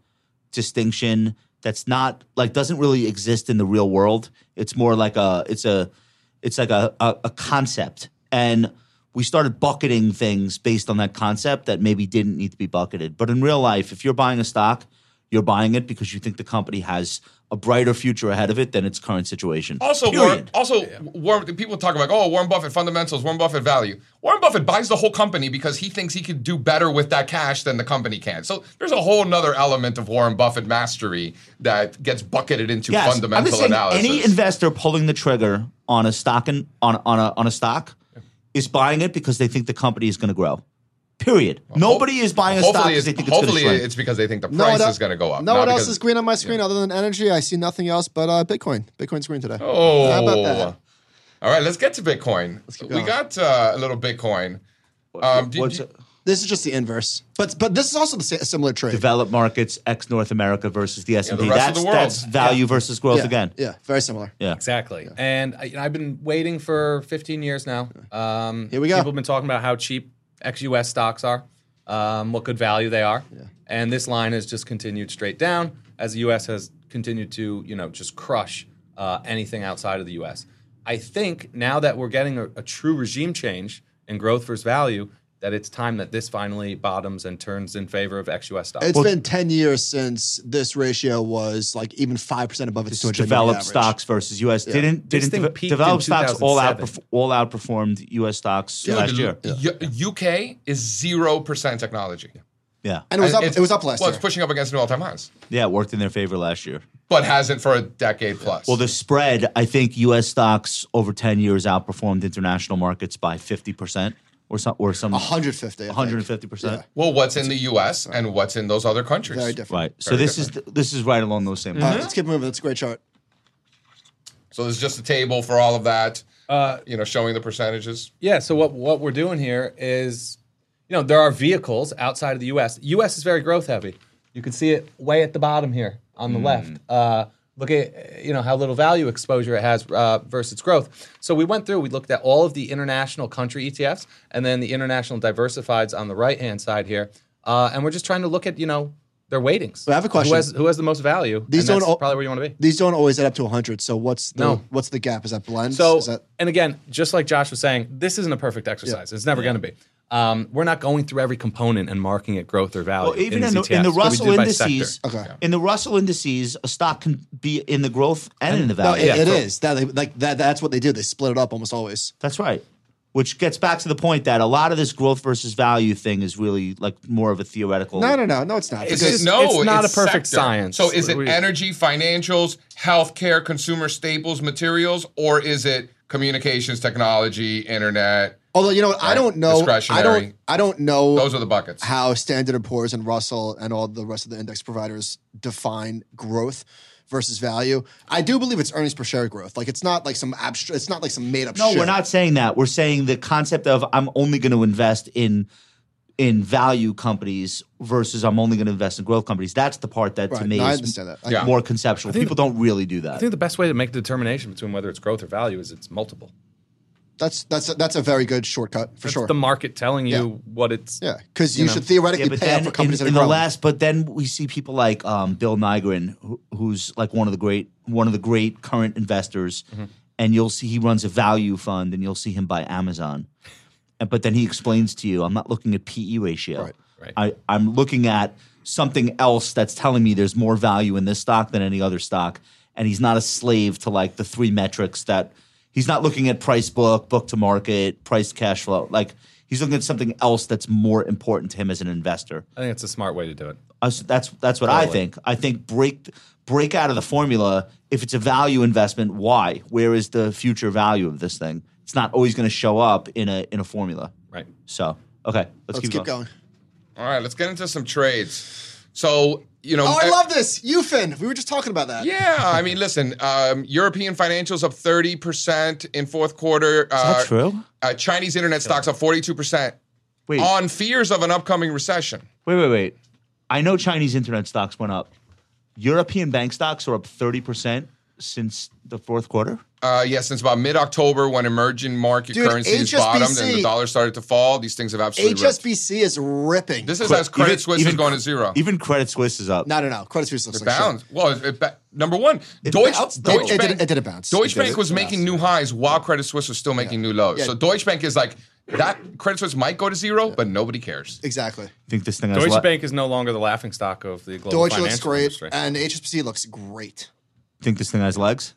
[SPEAKER 3] distinction that's not like doesn't really exist in the real world. It's more like a it's a it's like a, a, a concept. And we started bucketing things based on that concept that maybe didn't need to be bucketed. But in real life, if you're buying a stock, you're buying it because you think the company has a brighter future ahead of it than its current situation.
[SPEAKER 1] Also, Warren,
[SPEAKER 3] Period.
[SPEAKER 1] also Warren, people talk about oh Warren Buffett fundamentals, Warren Buffett value. Warren Buffett buys the whole company because he thinks he could do better with that cash than the company can. So there's a whole nother element of Warren Buffett mastery that gets bucketed into
[SPEAKER 3] Yes, I'm
[SPEAKER 1] fundamental
[SPEAKER 3] just saying
[SPEAKER 1] analysis.
[SPEAKER 3] Any investor pulling the trigger on a stock and on on a on a stock is buying it because they think the company is going to grow. Period. Nobody is buying a stock
[SPEAKER 1] hopefully,
[SPEAKER 3] because
[SPEAKER 1] it's,
[SPEAKER 3] they think it's going to
[SPEAKER 1] hopefully
[SPEAKER 3] shrink.
[SPEAKER 1] it's because they think the
[SPEAKER 2] No
[SPEAKER 1] price
[SPEAKER 2] one el-
[SPEAKER 1] is going to go up.
[SPEAKER 2] No
[SPEAKER 1] not
[SPEAKER 2] one else
[SPEAKER 1] because-
[SPEAKER 2] is green on my screen other than energy. I see nothing else but uh, Bitcoin. Bitcoin's green today.
[SPEAKER 1] Oh,
[SPEAKER 2] How about that?
[SPEAKER 1] all right. Let's get to Bitcoin.
[SPEAKER 2] keep
[SPEAKER 1] We
[SPEAKER 2] going.
[SPEAKER 1] got uh, a little Bitcoin. Um, do-
[SPEAKER 3] What's
[SPEAKER 1] do-
[SPEAKER 3] it?
[SPEAKER 2] This is just the inverse. But but this is also the sa- similar trade.
[SPEAKER 3] developed markets ex North America versus the S and
[SPEAKER 1] the
[SPEAKER 3] P.
[SPEAKER 1] rest of
[SPEAKER 3] That's
[SPEAKER 1] the world.
[SPEAKER 3] that's value versus growth
[SPEAKER 2] yeah,
[SPEAKER 3] again.
[SPEAKER 2] Yeah, very similar.
[SPEAKER 3] Yeah.
[SPEAKER 6] Exactly. And I, you know, I've been waiting for 15 years now. Um,
[SPEAKER 2] Here we go.
[SPEAKER 6] People have been talking about how cheap ex-US stocks are, um, what good value they are, and this line has just continued straight down as the U.S. has continued to, you know, just crush uh, anything outside of the U.S. I think now that we're getting a, a true regime change in growth versus value, that it's time that this finally bottoms and turns in favor of ex-US stocks.
[SPEAKER 2] It's been 10 years since this ratio was like even 5% above its 200 year
[SPEAKER 3] Developed
[SPEAKER 2] average.
[SPEAKER 3] stocks versus U.S. didn't
[SPEAKER 6] This
[SPEAKER 3] didn't
[SPEAKER 6] thing
[SPEAKER 3] de-
[SPEAKER 6] peaked
[SPEAKER 3] developed
[SPEAKER 6] in
[SPEAKER 3] stocks all
[SPEAKER 6] 2007.
[SPEAKER 3] outperf- all outperformed U.S. stocks
[SPEAKER 1] Dude,
[SPEAKER 3] last year.
[SPEAKER 1] U- UK is zero percent technology.
[SPEAKER 3] Yeah,
[SPEAKER 2] And it was up
[SPEAKER 1] It's-
[SPEAKER 2] it was up last
[SPEAKER 1] Well,
[SPEAKER 2] year.
[SPEAKER 1] it's pushing up against new all-time highs,
[SPEAKER 3] yeah, it worked in their favor last year.
[SPEAKER 1] but hasn't for a decade plus.
[SPEAKER 3] Well, the spread, I think U.S. stocks over 10 years outperformed international markets by 50% or some, or some
[SPEAKER 2] 150. I think.
[SPEAKER 3] 150%.
[SPEAKER 1] Well, what's in the U.S. and what's in those other countries?
[SPEAKER 2] Very different.
[SPEAKER 3] Right. So this is th- this is right along those same lines.
[SPEAKER 2] All right, let's keep moving. That's a great chart.
[SPEAKER 1] So there's just a table for all of that. you know, showing the percentages.
[SPEAKER 6] Yeah. So what what we're doing here is, you know, there are vehicles outside of the U.S. U.S. is very growth heavy. You can see it way at the bottom here on the
[SPEAKER 2] Hmm.
[SPEAKER 6] left. Uh, look at uh, you know how little value exposure it has uh, versus its growth. So we went through. We looked at all of the international country ETFs and then the international diversifieds on the right hand side here, uh, and we're just trying to look at you know their weightings.
[SPEAKER 2] I have a question.
[SPEAKER 6] Who has, who has the most value?
[SPEAKER 2] These
[SPEAKER 6] and
[SPEAKER 2] don't
[SPEAKER 6] that's
[SPEAKER 2] all-
[SPEAKER 6] probably where you want to be.
[SPEAKER 2] These don't always add up to 100. So what's the
[SPEAKER 6] No.
[SPEAKER 2] what's the gap? Is that blend?
[SPEAKER 6] So,
[SPEAKER 2] is that,
[SPEAKER 6] and again, just like Josh was saying, this isn't a perfect exercise. It's never going to be. Um, we're not going through every component and marking it growth or value.
[SPEAKER 3] Well, even
[SPEAKER 6] these
[SPEAKER 3] in, the, in
[SPEAKER 6] ETFs,
[SPEAKER 3] the
[SPEAKER 6] but we
[SPEAKER 3] Russell
[SPEAKER 6] do by
[SPEAKER 3] indices,
[SPEAKER 6] sector.
[SPEAKER 2] Okay.
[SPEAKER 3] in the Russell indices, a stock can be in the growth and in the
[SPEAKER 1] uh,
[SPEAKER 2] no,
[SPEAKER 3] value.
[SPEAKER 2] it, it
[SPEAKER 6] for-
[SPEAKER 2] is. That they- like that. That's what they do. They split it up almost always.
[SPEAKER 3] That's right. Which gets back to the point that a lot of this growth versus value thing is really like more of a theoretical.
[SPEAKER 2] No, no, no, no. It's not.
[SPEAKER 1] It's
[SPEAKER 2] Because-
[SPEAKER 1] just, no,
[SPEAKER 6] it's not a perfect
[SPEAKER 1] sector.
[SPEAKER 6] science.
[SPEAKER 1] So is it
[SPEAKER 6] We-
[SPEAKER 1] energy, financials, healthcare, consumer staples, materials, or is it communications, technology, internet?
[SPEAKER 2] although you know, what, I
[SPEAKER 1] Right.
[SPEAKER 2] don't know. I don't.
[SPEAKER 1] Discretionary.
[SPEAKER 2] I don't know.
[SPEAKER 1] Those are the buckets.
[SPEAKER 2] how Standard and Poor's and Russell and all the rest of the index providers define growth versus value. I do believe it's earnings per share growth. Like it's not like some abstract. It's not like some made up.
[SPEAKER 3] No, we're not saying that. We're saying the concept of I'm only going to invest in in value companies versus I'm only going to invest in growth companies. That's the part that to
[SPEAKER 2] Right.
[SPEAKER 3] me
[SPEAKER 2] No, I
[SPEAKER 3] is
[SPEAKER 2] understand that. I-
[SPEAKER 1] Yeah.
[SPEAKER 3] more conceptual. People don't really do
[SPEAKER 6] I
[SPEAKER 3] that.
[SPEAKER 6] think the best way to make the determination between whether it's growth or value is it's multiple.
[SPEAKER 2] That's that's a, that's a very good shortcut for
[SPEAKER 6] That's
[SPEAKER 2] sure.
[SPEAKER 6] the market telling you
[SPEAKER 2] Yeah.
[SPEAKER 6] what it's.
[SPEAKER 2] yeah, because you,
[SPEAKER 6] know.
[SPEAKER 2] should theoretically
[SPEAKER 3] Yeah, but
[SPEAKER 2] pay
[SPEAKER 3] then
[SPEAKER 2] up for
[SPEAKER 3] in,
[SPEAKER 2] companies that are
[SPEAKER 3] in the
[SPEAKER 2] growing.
[SPEAKER 3] last, but then we see people like um, Bill Nigrin, who, who's like one of the great one of the great current investors, and you'll see he runs a value fund, and you'll see him buy Amazon, and, but then he explains to you, I'm not looking at PE ratio,
[SPEAKER 2] Right,
[SPEAKER 6] right.
[SPEAKER 3] I, I'm looking at something else that's telling me there's more value in this stock than any other stock, and he's not a slave to like the three metrics that he's not looking at price book, book to market, price cash flow, like. He's looking at something else that's more important to him as an investor.
[SPEAKER 6] I think it's a smart way to do it.
[SPEAKER 3] I s- that's that's what I
[SPEAKER 6] Totally.
[SPEAKER 3] think. I think break break out of the formula. If it's a value investment, why? Where is the future value of this thing? It's not always going to show up in a in a formula.
[SPEAKER 6] Right.
[SPEAKER 3] So okay, let's,
[SPEAKER 2] Let's keep, going.
[SPEAKER 1] All right, let's get into some trades. So, you know,
[SPEAKER 2] Oh, I
[SPEAKER 1] eh,
[SPEAKER 2] love this. UFIN. We were just talking about that.
[SPEAKER 1] Yeah, I mean, listen, um, European financials up 30% in fourth quarter. Uh,
[SPEAKER 3] that true?
[SPEAKER 1] Uh, Chinese internet stocks up 42%
[SPEAKER 3] Wait,
[SPEAKER 1] on fears of an upcoming recession.
[SPEAKER 3] wait, wait, wait. I know Chinese internet stocks went up. European bank stocks are up thirty percent since the fourth quarter.
[SPEAKER 1] Uh, yeah, since about mid October when emerging market
[SPEAKER 2] Dude,
[SPEAKER 1] currencies
[SPEAKER 2] HSBC
[SPEAKER 1] bottomed and the dollar started to fall, these things have absolutely ripped.
[SPEAKER 2] HSBC is ripping.
[SPEAKER 1] This is as Credit
[SPEAKER 3] Even-
[SPEAKER 1] Suisse is
[SPEAKER 3] even-
[SPEAKER 1] going to zero.
[SPEAKER 3] Even Credit Suisse is up.
[SPEAKER 2] no, no, no. Credit Suisse looks like shit.
[SPEAKER 1] bounds. Well, it, it, ba- number one, Deutsche,
[SPEAKER 2] bounced, though.
[SPEAKER 1] Deutsche
[SPEAKER 2] It- it
[SPEAKER 1] Bank,
[SPEAKER 2] did- it didn't bounce.
[SPEAKER 1] Deutsche
[SPEAKER 2] It did-
[SPEAKER 1] Bank was making new highs while Credit Suisse was still making new lows.
[SPEAKER 2] Yeah.
[SPEAKER 1] So Deutsche Bank is like that. Credit Suisse might go to zero, but nobody cares.
[SPEAKER 2] Exactly.
[SPEAKER 3] I think this thing has
[SPEAKER 6] Deutsche
[SPEAKER 3] le-
[SPEAKER 6] Bank is no longer the laughing stock of the global
[SPEAKER 2] Deutsche
[SPEAKER 6] financial
[SPEAKER 2] looks great,
[SPEAKER 6] industry.
[SPEAKER 2] and HSBC looks great.
[SPEAKER 3] think this thing has legs.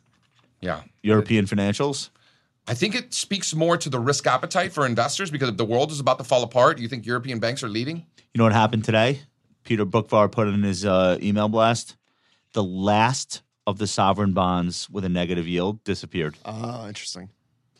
[SPEAKER 1] Yeah.
[SPEAKER 3] European financials.
[SPEAKER 1] I think it speaks more to the risk appetite for investors because if the world is about to fall apart, you think European banks are leading?
[SPEAKER 3] You know what happened today? Peter Bookvar put in his uh, email blast. The last of the sovereign bonds with a negative yield disappeared.
[SPEAKER 2] Oh, interesting.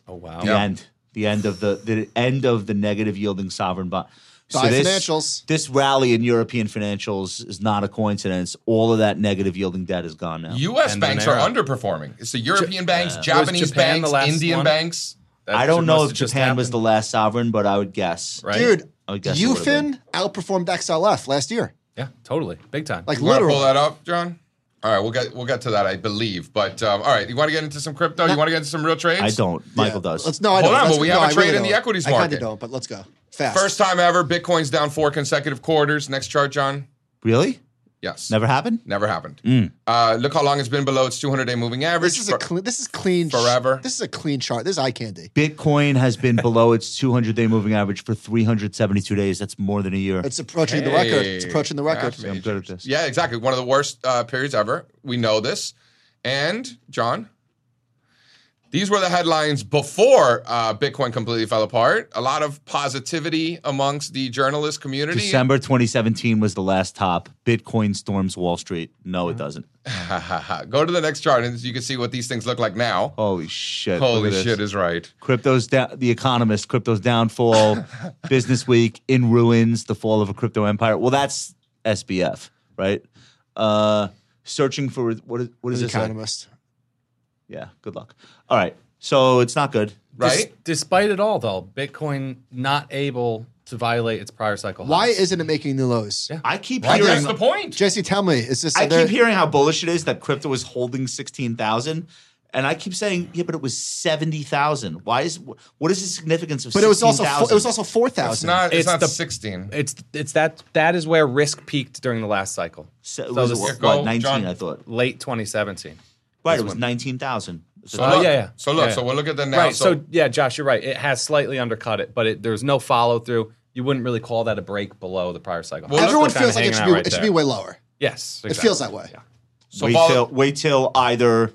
[SPEAKER 6] oh wow.
[SPEAKER 3] The end. The end of the the end of the negative yielding sovereign bond.
[SPEAKER 2] Buy financials.
[SPEAKER 3] This rally in European financials is not a coincidence. All of that negative yielding debt is gone now.
[SPEAKER 1] U.S.
[SPEAKER 6] And
[SPEAKER 1] banks are
[SPEAKER 6] Monero.
[SPEAKER 1] underperforming. It's the European banks,
[SPEAKER 6] Was
[SPEAKER 1] Japanese
[SPEAKER 6] Japan the
[SPEAKER 1] banks,
[SPEAKER 6] last
[SPEAKER 1] Indian
[SPEAKER 6] one?
[SPEAKER 1] banks.
[SPEAKER 6] That
[SPEAKER 3] I don't
[SPEAKER 6] ju-
[SPEAKER 3] know
[SPEAKER 6] must
[SPEAKER 3] if
[SPEAKER 6] have just
[SPEAKER 3] Japan was the
[SPEAKER 6] happened,
[SPEAKER 3] last sovereign, but I would guess.
[SPEAKER 6] right?
[SPEAKER 2] Dude,
[SPEAKER 3] I guess it would've
[SPEAKER 2] UFIN outperformed XLF last year.
[SPEAKER 6] Yeah, totally, big time.
[SPEAKER 2] Like
[SPEAKER 1] You want to pull
[SPEAKER 2] literally.
[SPEAKER 1] that up, John? All right, we'll get we'll get to that, I believe. But um, all right, you want to get into some crypto? You want to get into some real trades?
[SPEAKER 3] I don't. Michael
[SPEAKER 2] Yeah.
[SPEAKER 3] does.
[SPEAKER 2] Let's, no, I
[SPEAKER 1] Hold
[SPEAKER 2] don't.
[SPEAKER 1] on,
[SPEAKER 2] Let's-
[SPEAKER 1] but we
[SPEAKER 2] no,
[SPEAKER 1] have a
[SPEAKER 2] I
[SPEAKER 1] trade
[SPEAKER 2] really
[SPEAKER 1] in the
[SPEAKER 2] don't.
[SPEAKER 1] equities
[SPEAKER 2] I kind
[SPEAKER 1] market.
[SPEAKER 2] of don't, but let's go fast.
[SPEAKER 1] First time ever, Bitcoin's down four consecutive quarters. Next chart, John.
[SPEAKER 3] really?
[SPEAKER 1] Yes.
[SPEAKER 3] Never Mm. happened?
[SPEAKER 1] Never happened. Uh, look how long it's been below its 200 day moving average.
[SPEAKER 2] this is a
[SPEAKER 1] For-
[SPEAKER 2] clean. This is clean. sh-
[SPEAKER 1] Forever.
[SPEAKER 2] This is a clean chart. This is eye candy.
[SPEAKER 3] Bitcoin has been below its 200 day moving average for 372 days. That's more than a year.
[SPEAKER 2] It's approaching the
[SPEAKER 1] Hey,
[SPEAKER 2] record. It's approaching the record.
[SPEAKER 1] that's me.
[SPEAKER 3] I'm good at this.
[SPEAKER 1] yeah, exactly. One of the worst uh, periods ever. We know this. And, John, these were the headlines before uh, Bitcoin completely fell apart. A lot of positivity amongst the journalist community.
[SPEAKER 3] December 2017 was the last top. Bitcoin storms Wall Street. No, it
[SPEAKER 6] Uh-huh.
[SPEAKER 3] doesn't.
[SPEAKER 1] Go to the next chart and you can see what these things look like now.
[SPEAKER 6] Oh,
[SPEAKER 3] Holy shit. Look
[SPEAKER 1] Holy
[SPEAKER 3] at this.
[SPEAKER 1] shit is right.
[SPEAKER 3] Crypto's down. The Economist, crypto's downfall. Business Week in ruins. The fall of a crypto empire. Well, that's SBF, right? Uh, searching for what is, what is
[SPEAKER 2] The
[SPEAKER 3] this? say?
[SPEAKER 2] Economist.
[SPEAKER 3] Yeah, good luck. All right. So it's not good.
[SPEAKER 1] right?
[SPEAKER 6] Des- despite it all, though, Bitcoin not able to violate its prior cycle.
[SPEAKER 2] Why
[SPEAKER 6] highs.
[SPEAKER 2] isn't it making new lows?
[SPEAKER 6] Yeah.
[SPEAKER 3] I keep
[SPEAKER 1] Right,
[SPEAKER 3] hearing
[SPEAKER 1] that's the point.
[SPEAKER 2] Jesse, tell me, is this?
[SPEAKER 3] I
[SPEAKER 2] are there-
[SPEAKER 3] keep hearing how bullish it is that crypto is holding sixteen thousand, and I keep saying, yeah, but it was seventy thousand. Why is what is the significance of?
[SPEAKER 2] but it was also fo-
[SPEAKER 3] 16,000?
[SPEAKER 2] it was also four
[SPEAKER 1] It's
[SPEAKER 2] thousand.
[SPEAKER 1] not. It's,
[SPEAKER 6] It's
[SPEAKER 1] not
[SPEAKER 6] the-
[SPEAKER 1] sixteen.
[SPEAKER 6] It's it's that that is where risk peaked during the last cycle,
[SPEAKER 3] So it
[SPEAKER 6] So
[SPEAKER 3] was
[SPEAKER 6] this-
[SPEAKER 3] what,
[SPEAKER 1] Here go,
[SPEAKER 3] what, nineteen.
[SPEAKER 1] John.
[SPEAKER 3] I thought
[SPEAKER 6] late 2017.
[SPEAKER 3] right. It was nineteen thousand.
[SPEAKER 1] So
[SPEAKER 6] Oh,
[SPEAKER 1] look,
[SPEAKER 6] yeah, yeah.
[SPEAKER 1] So look.
[SPEAKER 6] Yeah,
[SPEAKER 1] So
[SPEAKER 6] yeah.
[SPEAKER 1] we'll look at the now.
[SPEAKER 6] right.
[SPEAKER 1] So,
[SPEAKER 6] So, yeah, Josh, you're right. It has slightly undercut it, but it, there's no follow through. You wouldn't really call that a break below the prior cycle.
[SPEAKER 1] Well,
[SPEAKER 6] high.
[SPEAKER 2] Everyone
[SPEAKER 1] look,
[SPEAKER 6] Kinda
[SPEAKER 2] feels like it
[SPEAKER 6] hanging
[SPEAKER 2] should
[SPEAKER 6] out
[SPEAKER 2] be
[SPEAKER 6] right
[SPEAKER 2] it should be
[SPEAKER 6] there.
[SPEAKER 2] way lower.
[SPEAKER 6] Yes,
[SPEAKER 2] It
[SPEAKER 6] exactly.
[SPEAKER 2] feels that way.
[SPEAKER 6] Yeah.
[SPEAKER 1] so
[SPEAKER 3] wait
[SPEAKER 1] vol-
[SPEAKER 3] till wait till either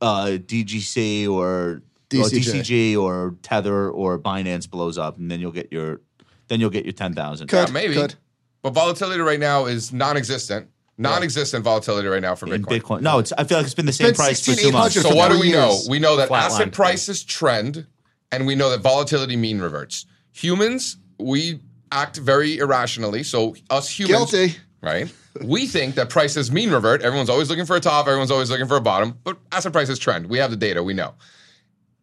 [SPEAKER 3] uh, DGC or DCG.
[SPEAKER 2] DCJ.
[SPEAKER 3] DCG or Tether or Binance blows up, and then you'll get your then you'll get your ten thousand.
[SPEAKER 2] Could,
[SPEAKER 1] maybe.
[SPEAKER 2] Could.
[SPEAKER 1] but volatility right now is non-existent. Non-existent volatility right now for
[SPEAKER 3] In
[SPEAKER 1] Bitcoin.
[SPEAKER 3] Bitcoin, no, it's. I feel like it's been the same
[SPEAKER 2] been
[SPEAKER 3] price for two
[SPEAKER 2] 16,800
[SPEAKER 3] months.
[SPEAKER 1] So
[SPEAKER 2] for
[SPEAKER 1] what do
[SPEAKER 2] four
[SPEAKER 1] we
[SPEAKER 2] years.
[SPEAKER 1] know? We know that
[SPEAKER 6] Flat
[SPEAKER 1] asset
[SPEAKER 6] line.
[SPEAKER 1] prices trend, and we know that volatility mean reverts. Humans, we act very irrationally. So us humans,
[SPEAKER 2] Guilty.
[SPEAKER 1] right? We think that prices mean revert. Everyone's always looking for a top. Everyone's always looking for a bottom. But asset prices trend. We have the data. We know.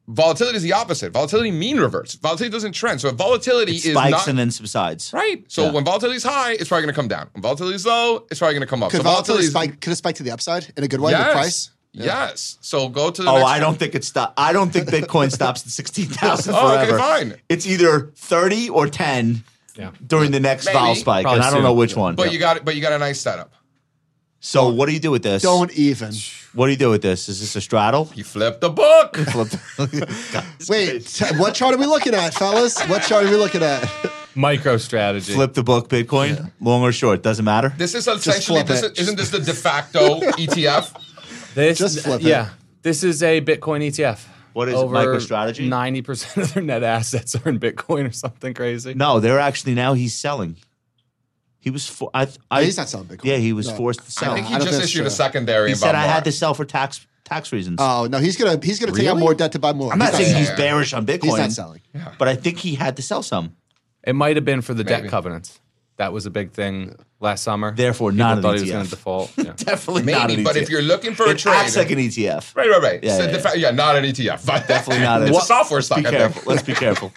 [SPEAKER 1] Volatility is the opposite. Volatility mean reverts. Volatility doesn't trend. So if volatility
[SPEAKER 3] It
[SPEAKER 1] is
[SPEAKER 3] spikes
[SPEAKER 1] not
[SPEAKER 3] and then subsides.
[SPEAKER 1] right. So when volatility is high, it's probably going to come down. When volatility is low, it's probably going to come up.
[SPEAKER 2] Could
[SPEAKER 1] so
[SPEAKER 2] volatility
[SPEAKER 1] volatility
[SPEAKER 2] spike? Could it spike to the upside in a good
[SPEAKER 1] Is,
[SPEAKER 2] way?
[SPEAKER 1] yes,
[SPEAKER 2] The price.
[SPEAKER 1] Yes. So go to the.
[SPEAKER 3] Oh,
[SPEAKER 1] next
[SPEAKER 3] I
[SPEAKER 1] one.
[SPEAKER 3] don't think it stop. I don't think Bitcoin stops at sixteen thousand
[SPEAKER 1] Oh,
[SPEAKER 3] forever.
[SPEAKER 1] okay, fine.
[SPEAKER 3] It's either thirty or ten
[SPEAKER 6] Yeah.
[SPEAKER 3] during the next
[SPEAKER 1] Maybe.
[SPEAKER 3] vol spike,
[SPEAKER 6] Probably
[SPEAKER 3] and I don't
[SPEAKER 6] soon.
[SPEAKER 3] know which one.
[SPEAKER 1] But you got it. But you got a nice setup.
[SPEAKER 3] so what do you do with this?
[SPEAKER 2] Don't even.
[SPEAKER 3] What do you do with this? Is this a straddle?
[SPEAKER 1] You flipped the book.
[SPEAKER 3] Flip.
[SPEAKER 2] Wait, t- what chart are we looking at, fellas? What chart are we looking at?
[SPEAKER 6] Micro strategy.
[SPEAKER 3] flip the book, Bitcoin, long or short, doesn't matter.
[SPEAKER 1] This is essentially.
[SPEAKER 2] flip
[SPEAKER 1] This
[SPEAKER 2] it.
[SPEAKER 1] is, isn't this the de facto E ETF?
[SPEAKER 6] This,
[SPEAKER 2] Just flip it.
[SPEAKER 6] Yeah. This is a Bitcoin ETF.
[SPEAKER 3] What is it,
[SPEAKER 6] Over
[SPEAKER 3] MicroStrategy?
[SPEAKER 6] 90% of their net assets are in Bitcoin or something crazy.
[SPEAKER 3] no, they're actually now he's selling. He was. For, I, I,
[SPEAKER 2] he's not selling Bitcoin.
[SPEAKER 3] Yeah, he was
[SPEAKER 2] No.
[SPEAKER 3] forced to sell.
[SPEAKER 1] I think he
[SPEAKER 2] I don't
[SPEAKER 1] just
[SPEAKER 2] think it's
[SPEAKER 1] issued a
[SPEAKER 2] true.
[SPEAKER 1] secondary.
[SPEAKER 3] he
[SPEAKER 1] about
[SPEAKER 3] said I
[SPEAKER 1] Mark. Uh,
[SPEAKER 3] had to sell for tax tax reasons.
[SPEAKER 2] Oh no, he's gonna he's gonna take out
[SPEAKER 3] Really?
[SPEAKER 2] more debt to buy more.
[SPEAKER 3] I'm not
[SPEAKER 2] he's
[SPEAKER 3] saying
[SPEAKER 1] selling.
[SPEAKER 3] he's
[SPEAKER 1] Yeah.
[SPEAKER 3] bearish on Bitcoin.
[SPEAKER 2] he's not selling.
[SPEAKER 3] but I think he had to sell some.
[SPEAKER 6] It might have been for the
[SPEAKER 1] Maybe.
[SPEAKER 6] debt covenants. That was a big thing last summer.
[SPEAKER 3] Therefore,
[SPEAKER 6] People
[SPEAKER 3] not an E
[SPEAKER 6] thought he was
[SPEAKER 3] ETF.
[SPEAKER 6] going to default. Yeah.
[SPEAKER 3] Definitely not
[SPEAKER 1] Maybe,
[SPEAKER 3] an
[SPEAKER 1] but
[SPEAKER 3] ETF.
[SPEAKER 1] if you're looking for a
[SPEAKER 3] it
[SPEAKER 1] trade, uh,
[SPEAKER 3] acts like an E ETF.
[SPEAKER 1] right, right, right.
[SPEAKER 3] Yeah,
[SPEAKER 1] So
[SPEAKER 3] yeah,
[SPEAKER 1] de
[SPEAKER 3] yeah.
[SPEAKER 1] fact- yeah, not an ETF. But
[SPEAKER 3] Definitely not.
[SPEAKER 1] It's
[SPEAKER 3] What-
[SPEAKER 1] a software
[SPEAKER 3] Let's
[SPEAKER 1] stock.
[SPEAKER 3] Be
[SPEAKER 1] I
[SPEAKER 3] careful.
[SPEAKER 1] think.
[SPEAKER 3] Let's be careful.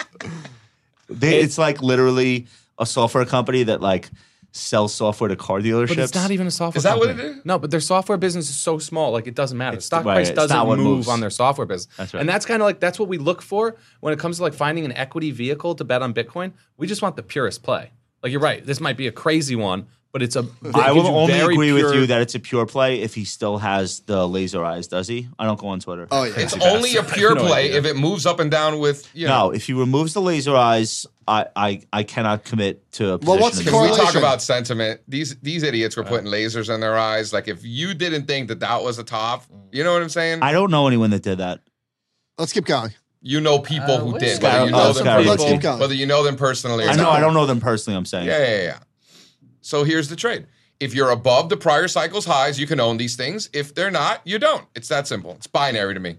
[SPEAKER 3] They, it's like literally a software company that like sells software to car dealerships.
[SPEAKER 6] But it's not even a software.
[SPEAKER 1] Is that what
[SPEAKER 6] company.
[SPEAKER 1] it is?
[SPEAKER 6] No, but their software business is so small, like it doesn't matter.
[SPEAKER 3] It's-
[SPEAKER 6] stock
[SPEAKER 3] right,
[SPEAKER 6] price
[SPEAKER 3] it's
[SPEAKER 6] doesn't
[SPEAKER 3] not what
[SPEAKER 6] move
[SPEAKER 3] moves.
[SPEAKER 6] on their software business.
[SPEAKER 3] That's right.
[SPEAKER 6] And that's kind of like that's what we look for when it comes to like finding an equity vehicle to bet on Bitcoin. We just want the purest play. Like you're right, this might be a crazy one, but it's a.
[SPEAKER 3] I
[SPEAKER 6] it
[SPEAKER 3] will
[SPEAKER 6] gives you
[SPEAKER 3] only
[SPEAKER 6] very
[SPEAKER 3] agree with
[SPEAKER 6] pure-
[SPEAKER 3] you that it's a pure play if he still has the laser eyes. Does he? I don't go on Twitter.
[SPEAKER 2] Oh yeah,
[SPEAKER 1] It's only a pure play if it moves up and down with you know.
[SPEAKER 3] No, if he removes the laser eyes, I I, I cannot commit to a position.
[SPEAKER 2] what's the
[SPEAKER 3] in
[SPEAKER 1] Can we
[SPEAKER 2] Correlation.
[SPEAKER 1] talk about sentiment? These these idiots were putting lasers in their eyes. Like if you didn't think that that was the top, you know what I'm saying?
[SPEAKER 3] I don't know anyone that did that.
[SPEAKER 2] Let's keep going.
[SPEAKER 1] you know people
[SPEAKER 6] Uh,
[SPEAKER 1] who
[SPEAKER 6] what
[SPEAKER 1] did,
[SPEAKER 6] is
[SPEAKER 1] whether
[SPEAKER 3] Skyro-
[SPEAKER 1] you
[SPEAKER 3] oh,
[SPEAKER 1] know them,
[SPEAKER 3] Skyro-
[SPEAKER 2] Let's
[SPEAKER 3] people.
[SPEAKER 2] keep going.
[SPEAKER 1] whether you know them personally. Or
[SPEAKER 3] I know
[SPEAKER 1] not.
[SPEAKER 3] I don't know them personally. I'm saying.
[SPEAKER 1] Yeah, yeah, yeah. So here's the trade. If you're above the prior cycle's highs, you can own these things. If they're not, you don't. It's that simple. It's binary to me.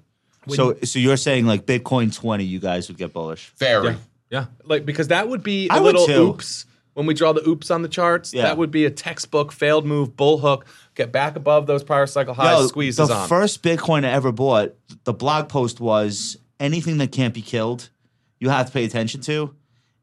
[SPEAKER 3] So so you're saying like Bitcoin 20, you guys would get bullish.
[SPEAKER 1] Very.
[SPEAKER 6] Yeah, yeah. Like because that would be a
[SPEAKER 3] I would
[SPEAKER 6] little
[SPEAKER 3] too.
[SPEAKER 6] oops when we draw the oops on the charts.
[SPEAKER 3] Yeah.
[SPEAKER 6] That would be a textbook failed move, bull hook. Get back above those prior cycle highs,
[SPEAKER 3] No,
[SPEAKER 6] squeezes
[SPEAKER 3] the
[SPEAKER 6] on.
[SPEAKER 3] first Bitcoin I ever bought, the blog post was anything that can't be killed, you have to pay attention to.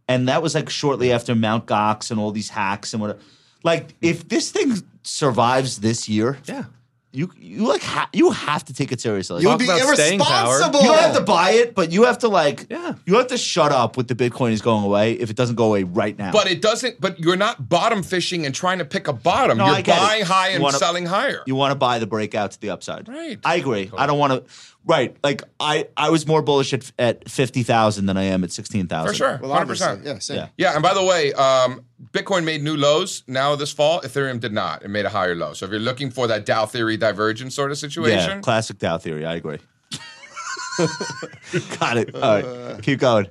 [SPEAKER 3] And that was like shortly after Mount Gox and all these hacks and whatever. Like if this thing survives this year,
[SPEAKER 6] yeah.
[SPEAKER 3] you you like ha- you have to take it seriously.
[SPEAKER 2] You
[SPEAKER 3] You,
[SPEAKER 2] would
[SPEAKER 6] Talk
[SPEAKER 2] be
[SPEAKER 6] about staying power.
[SPEAKER 2] irresponsible.
[SPEAKER 3] have to buy it, but you have to like
[SPEAKER 6] Yeah.
[SPEAKER 3] you have to shut up with the Bitcoin is going away if it doesn't go away right now.
[SPEAKER 1] But it doesn't, but you're not bottom fishing and trying to pick a bottom.
[SPEAKER 3] No, I
[SPEAKER 1] you're
[SPEAKER 3] get it.
[SPEAKER 1] buying high
[SPEAKER 3] You
[SPEAKER 1] and
[SPEAKER 3] wanna-
[SPEAKER 1] selling higher.
[SPEAKER 3] You want to buy the breakout to the upside.
[SPEAKER 1] Right.
[SPEAKER 3] I agree. I don't want to. Right. Like I, I was more bullish at, at fifty thousand than I am at sixteen thousand.
[SPEAKER 1] For sure.
[SPEAKER 2] Well,
[SPEAKER 1] 100%.
[SPEAKER 2] obviously, yeah, same.
[SPEAKER 3] Yeah.
[SPEAKER 1] Yeah, and by the way, um, Bitcoin made new lows now this fall. Ethereum did not. It made a higher low. So if you're looking for that Dow theory divergence sort of
[SPEAKER 3] Yeah.
[SPEAKER 1] situation,
[SPEAKER 3] Classic Dow theory. I agree. Got it. All
[SPEAKER 1] Uh,
[SPEAKER 3] right. Keep going.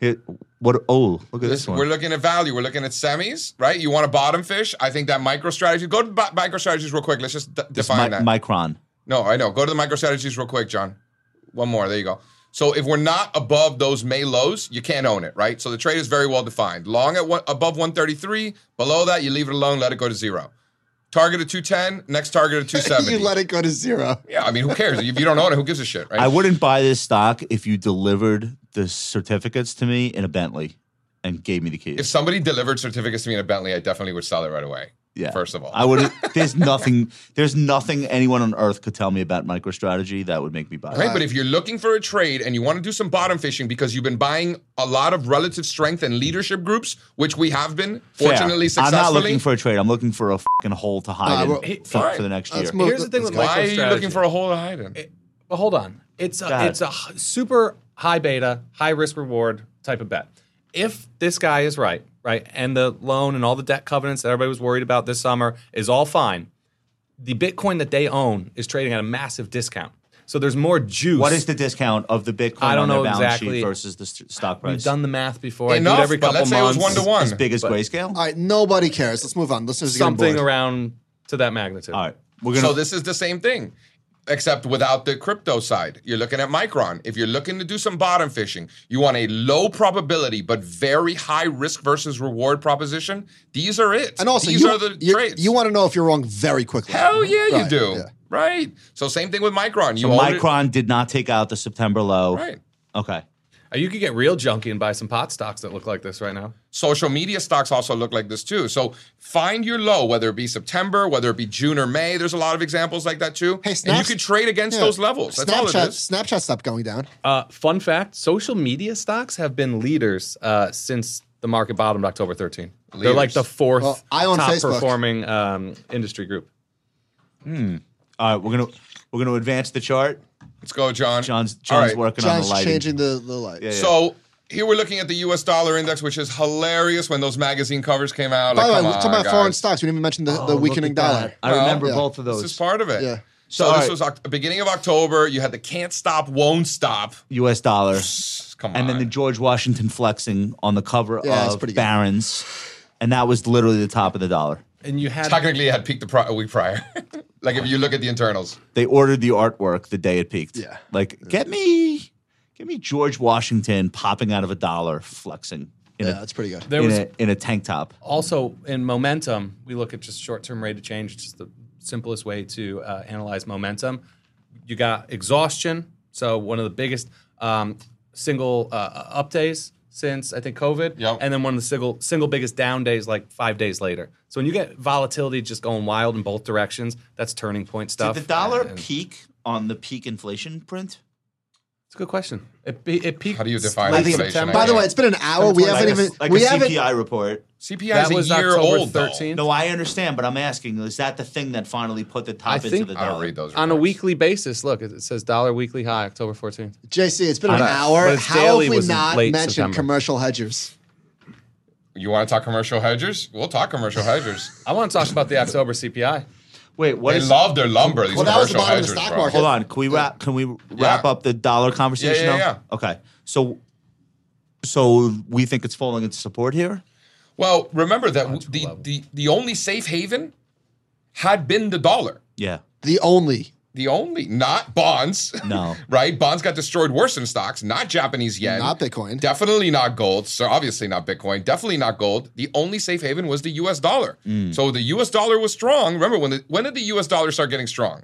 [SPEAKER 3] Here, what? Oh, look at this,
[SPEAKER 1] this-
[SPEAKER 3] one.
[SPEAKER 1] we're looking at value. We're looking at semis, right? You want to bottom fish? I think that micro strategy. Go to bi- micro strategies real quick. Let's just d-
[SPEAKER 3] It's
[SPEAKER 1] define
[SPEAKER 3] Mi-
[SPEAKER 1] that.
[SPEAKER 3] Micron.
[SPEAKER 1] No, I know. Go to the micro strategies real quick, John. One more. There you go. So if we're not above those May lows, you can't own it, right? So the trade is very well defined. Long at one, above 133, below that you leave it alone, let it go to zero. Target at 210, next target at 270.
[SPEAKER 2] you let it go to zero.
[SPEAKER 1] yeah, I mean, who cares? If you don't own it, who gives a shit, right?
[SPEAKER 3] I wouldn't buy this stock if you delivered the certificates to me in a Bentley and gave me the keys.
[SPEAKER 1] if somebody delivered certificates to me in a Bentley, I definitely would sell it right away. First of all.
[SPEAKER 3] I would. There's nothing. There's nothing anyone on earth could tell me about MicroStrategy that would make me buy.
[SPEAKER 1] Right,
[SPEAKER 3] it.
[SPEAKER 1] but if you're looking for a trade and you want to do some bottom fishing because you've been buying a lot of relative strength and leadership groups, which we have been
[SPEAKER 3] Fair.
[SPEAKER 1] fortunately
[SPEAKER 3] I'm
[SPEAKER 1] successfully,
[SPEAKER 3] not looking for a trade. I'm looking for a fucking hole to
[SPEAKER 2] Uh,
[SPEAKER 3] hide
[SPEAKER 2] well,
[SPEAKER 3] in
[SPEAKER 2] hey,
[SPEAKER 3] for,
[SPEAKER 1] alright,
[SPEAKER 3] for the next year.
[SPEAKER 2] Let's move.
[SPEAKER 6] Here's the thing
[SPEAKER 2] Let's
[SPEAKER 6] with
[SPEAKER 2] go.
[SPEAKER 1] why are you
[SPEAKER 6] MicroStrategy?
[SPEAKER 1] looking for a hole to hide in?
[SPEAKER 6] But hold on. It's
[SPEAKER 3] Go
[SPEAKER 6] a,
[SPEAKER 3] ahead.
[SPEAKER 6] it's a h- super high beta, high risk reward type of bet. If this guy is right, right, and the loan and all the debt covenants that everybody was worried about this summer is all fine, the Bitcoin that they own is trading at a massive discount. So there's more juice.
[SPEAKER 3] What is the discount of the Bitcoin
[SPEAKER 6] I don't
[SPEAKER 3] on their
[SPEAKER 6] know
[SPEAKER 3] balance
[SPEAKER 6] exactly.
[SPEAKER 3] sheet versus the st- stock
[SPEAKER 6] We've
[SPEAKER 3] price?
[SPEAKER 6] done the math before. I do it
[SPEAKER 1] Enough,
[SPEAKER 6] every
[SPEAKER 1] but
[SPEAKER 6] couple
[SPEAKER 1] let's say it was
[SPEAKER 6] months.
[SPEAKER 1] one to one.
[SPEAKER 3] as big as grayscale.
[SPEAKER 2] All right, nobody cares. Let's move on. Listeners are getting
[SPEAKER 6] Something
[SPEAKER 2] bored.
[SPEAKER 6] around to that magnitude.
[SPEAKER 3] All right, we're gonna.
[SPEAKER 1] So this is the same thing, except without the crypto side. You're looking at Micron. If you're looking to do some bottom fishing, you want a low probability but very high risk versus reward proposition. These are it.
[SPEAKER 2] And also,
[SPEAKER 1] these
[SPEAKER 2] you,
[SPEAKER 1] are the
[SPEAKER 2] you,
[SPEAKER 1] trades.
[SPEAKER 2] you want to know if you're wrong very quickly.
[SPEAKER 1] Hell yeah, you
[SPEAKER 2] Right,
[SPEAKER 1] do.
[SPEAKER 2] yeah.
[SPEAKER 1] Right. So same thing with Micron. You
[SPEAKER 3] so
[SPEAKER 1] own it-
[SPEAKER 3] Micron did not take out the September low.
[SPEAKER 1] Right.
[SPEAKER 3] Okay.
[SPEAKER 6] Uh, You could get real junky and buy some pot stocks that look like this right now.
[SPEAKER 1] social media stocks also look like this too. So find your low, whether it be September, whether it be June or May. There's a lot of examples like that too. and
[SPEAKER 2] Hey,
[SPEAKER 1] you
[SPEAKER 2] Snaps-
[SPEAKER 1] can trade against
[SPEAKER 2] Yeah.
[SPEAKER 1] those levels. That's all
[SPEAKER 2] Snapchat,
[SPEAKER 1] it is.
[SPEAKER 2] Snapchat stopped going down.
[SPEAKER 6] Uh, fun fact: social media stocks have been leaders uh, since the market bottomed October 13. They're
[SPEAKER 1] Leaders.
[SPEAKER 6] like the fourth
[SPEAKER 2] Well, I own
[SPEAKER 6] top
[SPEAKER 2] Facebook.
[SPEAKER 6] performing um, industry group.
[SPEAKER 3] All right, we're gonna we're gonna advance the chart.
[SPEAKER 1] Let's go, John.
[SPEAKER 3] John's
[SPEAKER 1] All
[SPEAKER 3] John's
[SPEAKER 1] right.
[SPEAKER 3] working on
[SPEAKER 2] John's
[SPEAKER 3] the lighting.
[SPEAKER 2] changing the, the light.
[SPEAKER 3] Yeah, yeah.
[SPEAKER 1] So here we're looking at the U.S. dollar index, which is hilarious. When those magazine covers came out,
[SPEAKER 2] By
[SPEAKER 1] like,
[SPEAKER 2] the way,
[SPEAKER 1] come
[SPEAKER 2] we're talking
[SPEAKER 1] on,
[SPEAKER 2] about foreign
[SPEAKER 1] guys.
[SPEAKER 2] stocks. We didn't even mention the,
[SPEAKER 3] Oh,
[SPEAKER 2] the
[SPEAKER 3] look
[SPEAKER 2] weakening
[SPEAKER 3] at that.
[SPEAKER 2] dollar.
[SPEAKER 3] I
[SPEAKER 1] Well,
[SPEAKER 3] remember
[SPEAKER 2] yeah.
[SPEAKER 3] both of those.
[SPEAKER 1] This is part of it.
[SPEAKER 2] Yeah.
[SPEAKER 1] So
[SPEAKER 3] All
[SPEAKER 1] this
[SPEAKER 3] right.
[SPEAKER 1] was Oct- beginning of October. You had the can't stop, won't stop.
[SPEAKER 3] U.S. dollar.
[SPEAKER 1] Come on.
[SPEAKER 3] and then the George Washington flexing on the cover
[SPEAKER 2] Yeah, that's
[SPEAKER 3] of
[SPEAKER 2] pretty good.
[SPEAKER 3] Barron's, and that was literally the top of the dollar.
[SPEAKER 6] And you had
[SPEAKER 1] technically it had peaked the pri- a week prior. like if you look at the internals.
[SPEAKER 3] They ordered the artwork the day it peaked.
[SPEAKER 2] Yeah.
[SPEAKER 3] like get me, get me George Washington popping out of a dollar flexing in
[SPEAKER 2] Yeah,
[SPEAKER 3] a
[SPEAKER 2] that's pretty good.
[SPEAKER 6] there
[SPEAKER 3] in,
[SPEAKER 6] was
[SPEAKER 3] a in a tank top.
[SPEAKER 6] also in momentum. We look at just short-term rate of change, it's just the simplest way to uh, analyze momentum. You got exhaustion, so one of the biggest um, single uh, up days since I think COVID,
[SPEAKER 1] Yep.
[SPEAKER 6] and then one of the single single biggest down days like five days later. So when you get volatility just going wild in both directions, that's turning point stuff.
[SPEAKER 3] Did the dollar
[SPEAKER 6] And-
[SPEAKER 3] peak on the peak inflation print?
[SPEAKER 6] It's a good question. It, pe- it peaked.
[SPEAKER 1] How do you define
[SPEAKER 6] late
[SPEAKER 1] inflation,
[SPEAKER 6] September.
[SPEAKER 1] I
[SPEAKER 2] By the
[SPEAKER 1] Yeah.
[SPEAKER 2] way, it's been an hour. We haven't
[SPEAKER 3] like
[SPEAKER 2] even.
[SPEAKER 3] a, like
[SPEAKER 2] we
[SPEAKER 3] a
[SPEAKER 2] haven't.
[SPEAKER 3] CPI report.
[SPEAKER 1] CPI
[SPEAKER 6] that
[SPEAKER 1] is a
[SPEAKER 6] was
[SPEAKER 1] year
[SPEAKER 6] October
[SPEAKER 1] old. though.
[SPEAKER 6] 13th.
[SPEAKER 3] No, I understand, but I'm asking: Is that the thing that finally put the top
[SPEAKER 6] I
[SPEAKER 3] into
[SPEAKER 6] think-
[SPEAKER 3] the
[SPEAKER 1] I
[SPEAKER 3] dollar?
[SPEAKER 1] don't read those.
[SPEAKER 6] on a
[SPEAKER 1] reports.
[SPEAKER 6] weekly basis, look, it it says dollar weekly high, October 14th.
[SPEAKER 2] JC, it's been
[SPEAKER 6] I
[SPEAKER 2] an
[SPEAKER 6] know, but
[SPEAKER 2] hour.
[SPEAKER 6] it's
[SPEAKER 2] How
[SPEAKER 6] daily
[SPEAKER 2] have we
[SPEAKER 6] was in
[SPEAKER 2] not
[SPEAKER 6] late
[SPEAKER 2] mentioned
[SPEAKER 6] September.
[SPEAKER 2] commercial hedgers?
[SPEAKER 1] You want to talk commercial hedgers? We'll talk commercial hedgers.
[SPEAKER 6] I want to talk about the October CPI.
[SPEAKER 3] Wait, what
[SPEAKER 1] They
[SPEAKER 3] is-
[SPEAKER 1] love their lumber. These
[SPEAKER 2] Well, that was the
[SPEAKER 1] commercial
[SPEAKER 2] bottom of
[SPEAKER 1] hedgers,
[SPEAKER 2] the stock
[SPEAKER 1] bro.
[SPEAKER 2] market.
[SPEAKER 3] Hold on. Can we wrap? Can we wrap
[SPEAKER 1] Yeah.
[SPEAKER 3] up the dollar conversation?
[SPEAKER 1] Yeah, yeah,
[SPEAKER 3] now?
[SPEAKER 1] yeah.
[SPEAKER 3] Okay. So, so we think it's falling into support here.
[SPEAKER 1] Well, remember that w- the, the the only safe haven had been the dollar.
[SPEAKER 3] Yeah.
[SPEAKER 2] The only.
[SPEAKER 1] The only, not bonds.
[SPEAKER 3] No.
[SPEAKER 1] right? Bonds got destroyed worse than stocks. Not Japanese yen.
[SPEAKER 2] Not Bitcoin.
[SPEAKER 1] Definitely not gold. So obviously not Bitcoin. Definitely not gold. The only safe haven was the U.S. dollar. So the U.S. dollar was strong. Remember when? The, when did the U.S. dollar start getting strong?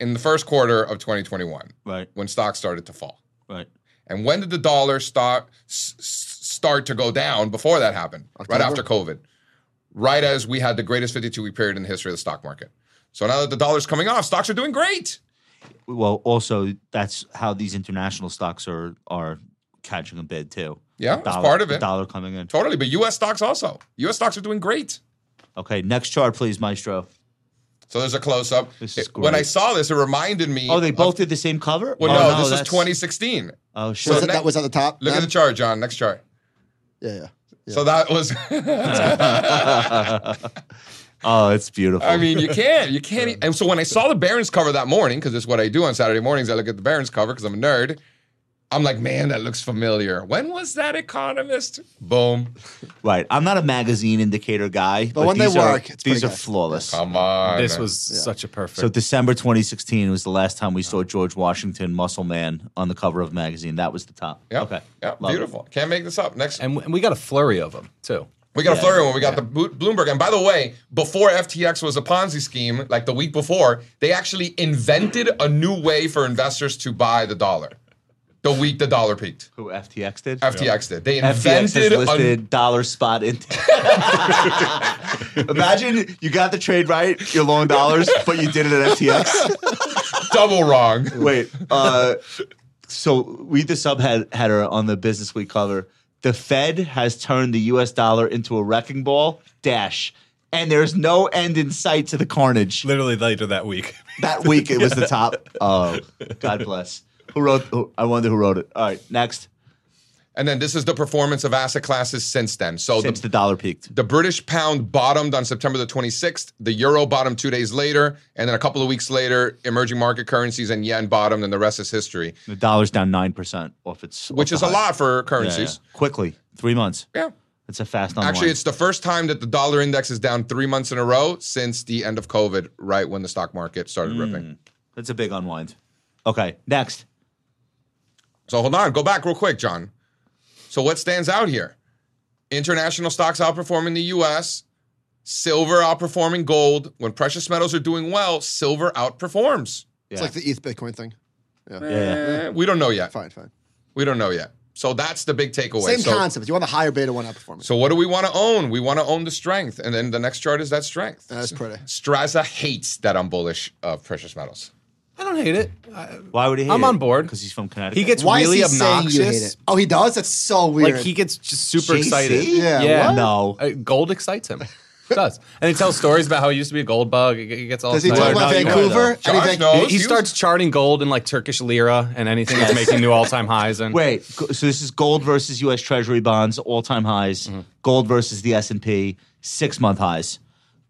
[SPEAKER 1] In the first quarter of 2021,
[SPEAKER 3] Right.
[SPEAKER 1] when stocks started to fall.
[SPEAKER 3] Right.
[SPEAKER 1] And when did the dollar start s- s- start to go down? Before that happened, right after COVID, right as we had the greatest 52 week period in the history of the stock market. So now that the dollar's coming off, stocks are doing great.
[SPEAKER 3] Well, also that's how these international stocks are are catching a bid too.
[SPEAKER 1] Yeah,
[SPEAKER 3] The
[SPEAKER 1] it's part of
[SPEAKER 3] the
[SPEAKER 1] it.
[SPEAKER 3] Dollar coming in.
[SPEAKER 1] Totally, but U.S. stocks also. U.S. stocks are doing great.
[SPEAKER 3] Okay. Next chart, please, Maestro.
[SPEAKER 1] So there's a close up.
[SPEAKER 3] This is
[SPEAKER 1] When
[SPEAKER 3] great.
[SPEAKER 1] I saw this, it reminded me.
[SPEAKER 3] Oh, they
[SPEAKER 1] of-
[SPEAKER 3] both did the same cover.
[SPEAKER 1] well,
[SPEAKER 3] oh,
[SPEAKER 1] no, this is
[SPEAKER 3] that's-
[SPEAKER 1] 2016.
[SPEAKER 3] Oh
[SPEAKER 2] Was
[SPEAKER 3] shit.
[SPEAKER 1] So-
[SPEAKER 2] that,
[SPEAKER 1] ne-
[SPEAKER 2] that was at the top.
[SPEAKER 1] Look at
[SPEAKER 2] man?
[SPEAKER 1] the chart, John. Next chart.
[SPEAKER 2] Yeah, yeah.
[SPEAKER 1] So that was.
[SPEAKER 3] oh, it's beautiful.
[SPEAKER 1] I mean, you can't. You can't. e- And so when I saw the Barons cover that morning, because it's what I do on Saturday mornings, I look at the Barons cover because I'm a nerd. I'm like, man, that looks familiar. When was that Economist? Boom.
[SPEAKER 3] right. I'm not a magazine indicator guy, but,
[SPEAKER 2] when they
[SPEAKER 3] these are-
[SPEAKER 2] work, it's
[SPEAKER 3] these
[SPEAKER 2] pretty
[SPEAKER 3] are
[SPEAKER 2] good.
[SPEAKER 3] flawless.
[SPEAKER 1] Come on.
[SPEAKER 6] This was such a perfect.
[SPEAKER 3] So December 2016 was the last time we saw George Washington Muscle Man on the cover of a magazine. That was the top.
[SPEAKER 1] Yep.
[SPEAKER 3] Okay.
[SPEAKER 1] Yep.
[SPEAKER 3] Love it.
[SPEAKER 1] Beautiful. Can't make this up. Next.
[SPEAKER 6] and, we- and we got a flurry of them too.
[SPEAKER 1] We got a
[SPEAKER 9] Yeah.
[SPEAKER 1] flurry one. We got the Bo- Bloomberg. And by the way, before FTX was a Ponzi scheme, like the week before, they actually invented a new way for investors to buy the dollar. The week the dollar peaked,
[SPEAKER 3] Who FTX did?
[SPEAKER 1] FTX did. They
[SPEAKER 3] FTX
[SPEAKER 1] invented
[SPEAKER 3] is
[SPEAKER 1] a-
[SPEAKER 3] listed dollar spot index. Imagine you got the trade right, you're long dollars, but you did it at FTX.
[SPEAKER 1] double wrong.
[SPEAKER 3] Wait, uh, so we the subhead header on the Business Week cover. The Fed has turned the U.S. dollar into a wrecking ball. Dash, and there's no end in sight to the carnage.
[SPEAKER 5] Literally later that week.
[SPEAKER 3] That week it was the top. Oh, God bless. Who wrote? Who, I wonder who wrote it. All right, next.
[SPEAKER 1] And then this is the performance of asset classes since then. So
[SPEAKER 3] Since
[SPEAKER 1] the,
[SPEAKER 3] the dollar peaked.
[SPEAKER 1] the British pound bottomed on September the 26th, the euro bottomed two days later, and then a couple of weeks later, emerging market currencies and yen bottomed, and the rest is history,
[SPEAKER 3] The dollar's down nine percent off its,
[SPEAKER 1] which
[SPEAKER 3] off
[SPEAKER 1] is
[SPEAKER 3] the
[SPEAKER 1] a
[SPEAKER 3] high.
[SPEAKER 1] lot for
[SPEAKER 3] Yeah,
[SPEAKER 1] currencies.
[SPEAKER 3] yeah. Quickly, three months.
[SPEAKER 1] Yeah.
[SPEAKER 3] It's a fast online.
[SPEAKER 1] Actually, it's the first time that the dollar index is down three months in a row since the end of COVID, right when the stock market started
[SPEAKER 2] Hmm.
[SPEAKER 1] ripping.
[SPEAKER 3] that's a big unwind. Okay, next.
[SPEAKER 1] So hold on, go back real quick, John. So what stands out here? International stocks outperforming the US, silver outperforming gold. When precious metals are doing well, silver outperforms.
[SPEAKER 2] It's like the ETH Bitcoin thing.
[SPEAKER 3] Yeah.
[SPEAKER 1] Eh, we don't know yet.
[SPEAKER 2] Fine, fine.
[SPEAKER 1] We don't know yet. So that's the big takeaway.
[SPEAKER 2] Same
[SPEAKER 1] so,
[SPEAKER 2] concept. You want the higher beta one outperformance.
[SPEAKER 1] so what do we want to own? We want to own the strength. And then the next chart is that strength.
[SPEAKER 2] That's pretty.
[SPEAKER 1] Straza hates that I'm bullish of precious metals.
[SPEAKER 6] I don't hate it. I,
[SPEAKER 3] Why would he? Hate
[SPEAKER 6] I'm on board.
[SPEAKER 3] because he's from Connecticut.
[SPEAKER 6] he gets
[SPEAKER 2] Why
[SPEAKER 6] really
[SPEAKER 2] is he
[SPEAKER 6] obnoxious.
[SPEAKER 2] saying you hate it? Oh, he does. That's so weird.
[SPEAKER 6] Like he gets just super
[SPEAKER 3] JC?
[SPEAKER 6] excited.
[SPEAKER 2] Yeah,
[SPEAKER 6] yeah.
[SPEAKER 3] what? No.
[SPEAKER 6] Uh, gold excites him. It does. And he tells stories about how he used to be a gold bug. He he gets all
[SPEAKER 2] does he
[SPEAKER 6] excited.
[SPEAKER 2] talk about
[SPEAKER 3] no, you are,
[SPEAKER 2] Vancouver?
[SPEAKER 1] though.
[SPEAKER 2] Any
[SPEAKER 1] Josh,
[SPEAKER 2] Van-
[SPEAKER 1] no.
[SPEAKER 6] He-
[SPEAKER 1] Oh,
[SPEAKER 6] he,
[SPEAKER 1] you-
[SPEAKER 6] starts charting gold in like Turkish lira and anything that's making new all-time highs. And
[SPEAKER 3] Wait, go- so this is gold versus U.S. Treasury bonds, all-time highs. Gold versus the S and P, six-month highs.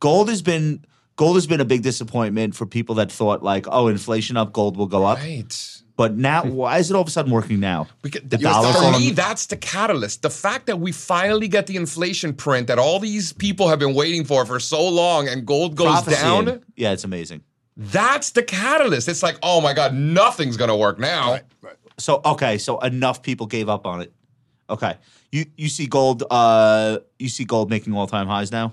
[SPEAKER 3] Gold has been gold has been a big disappointment for people that thought like, oh, inflation up, gold will go up.
[SPEAKER 1] Right.
[SPEAKER 3] But now,
[SPEAKER 1] Hmm.
[SPEAKER 3] why is it all of a sudden working now?
[SPEAKER 1] Because
[SPEAKER 3] The
[SPEAKER 1] for
[SPEAKER 3] dollar's on-
[SPEAKER 1] me, that's the catalyst. The fact that we finally get the inflation print that all these people have been waiting for for so long and gold goes
[SPEAKER 3] Prophecying.
[SPEAKER 1] down,
[SPEAKER 3] Yeah, it's amazing.
[SPEAKER 1] that's the catalyst. It's like, oh my God, nothing's going to work now.
[SPEAKER 3] So okay, so enough people gave up on it. Okay, you you see gold, uh, you see gold making all-time highs now,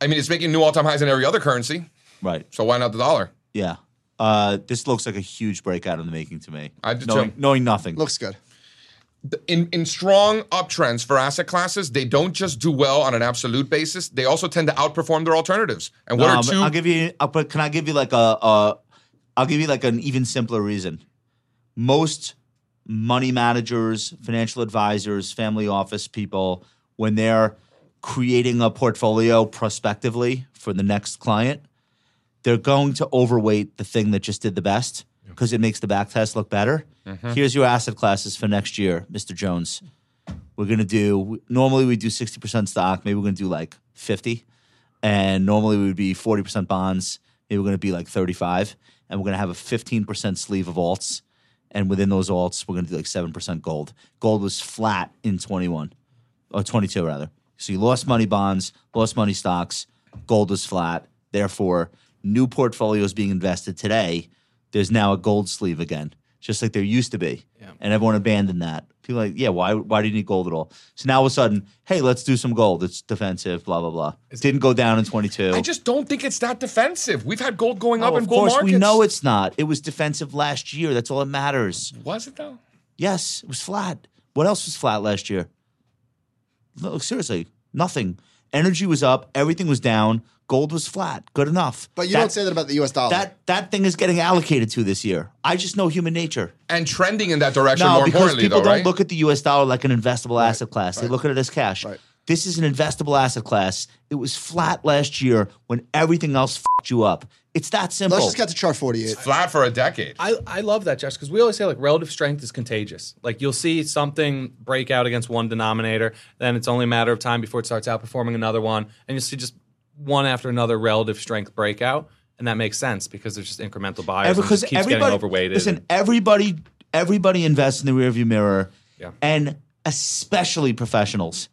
[SPEAKER 1] I mean, it's making new all time highs in every other currency.
[SPEAKER 3] right?
[SPEAKER 1] So why not the dollar?
[SPEAKER 3] Yeah. Uh, this looks like a huge breakout in the making to me.
[SPEAKER 1] I did
[SPEAKER 3] knowing,
[SPEAKER 1] too.
[SPEAKER 3] knowing nothing.
[SPEAKER 2] Looks good.
[SPEAKER 1] in, in strong uptrends for asset classes, they don't just do well on an absolute basis. They also tend to outperform their alternatives. And what
[SPEAKER 3] No,
[SPEAKER 1] are
[SPEAKER 3] but
[SPEAKER 1] two?
[SPEAKER 3] I'll give you. I'll put, can I give you like a, a? I'll give you like an even simpler reason. Most money managers, financial advisors, family office people, when they're creating a portfolio prospectively for the next client, they're going to overweight the thing that just did the best because it makes the back test look better.
[SPEAKER 1] Mm-hmm.
[SPEAKER 3] Here's your asset classes for next year, Mr. Jones. We're going to do, normally we do 60% stock, maybe we're going to do like 50. And normally we would be 40% bonds, maybe we're going to be like 35. And we're going to have a 15% sleeve of alts. And within those alts, we're going to do like 7% gold. Gold was flat in 21 or 22 rather. So you lost money bonds, lost money stocks, gold was flat. Therefore, new portfolios being invested today, there's now a gold sleeve again, just like there used to be. And everyone abandoned that. People are like, yeah, why why do you need gold at all? So now all of a sudden, hey, let's do some gold. It's defensive, blah blah blah. It didn't go down in 22.
[SPEAKER 1] I just don't think it's that defensive. We've had gold going
[SPEAKER 3] Oh,
[SPEAKER 1] up in
[SPEAKER 3] of
[SPEAKER 1] bull
[SPEAKER 3] course,
[SPEAKER 1] markets.
[SPEAKER 3] we know it's not. It was defensive last year. That's all that matters.
[SPEAKER 1] Was it though?
[SPEAKER 3] Yes, it was flat. What else was flat last year? Look, seriously, nothing. Energy was up, everything was down, gold was flat. Good enough.
[SPEAKER 2] But you
[SPEAKER 3] That-
[SPEAKER 2] don't say that about the U.S. dollar.
[SPEAKER 3] that that thing is getting allocated to this year. I just know human nature.
[SPEAKER 1] And trending in that direction.
[SPEAKER 3] no,
[SPEAKER 1] more
[SPEAKER 3] because
[SPEAKER 1] importantly,
[SPEAKER 3] people
[SPEAKER 1] though,
[SPEAKER 3] don't
[SPEAKER 1] right?
[SPEAKER 3] look at the U.S. dollar like an investable asset class. They look at it as cash.
[SPEAKER 2] Right.
[SPEAKER 3] This is an investable asset class. It was flat last year when everything else fucked you up. It's that simple.
[SPEAKER 2] Let's just get to chart 48.
[SPEAKER 1] Flat for a decade.
[SPEAKER 6] I, I love that, Josh, because we always say like relative strength is contagious. Like you'll see something break out against one denominator, then it's only a matter of time before it starts outperforming another one, and you'll see just one after another relative strength breakout, and that makes sense because there's just incremental buyers
[SPEAKER 3] Every-
[SPEAKER 6] and it just keeps getting overweighted.
[SPEAKER 3] Listen, everybody, everybody invests in the rearview mirror,
[SPEAKER 6] Yeah.
[SPEAKER 3] and especially professionals,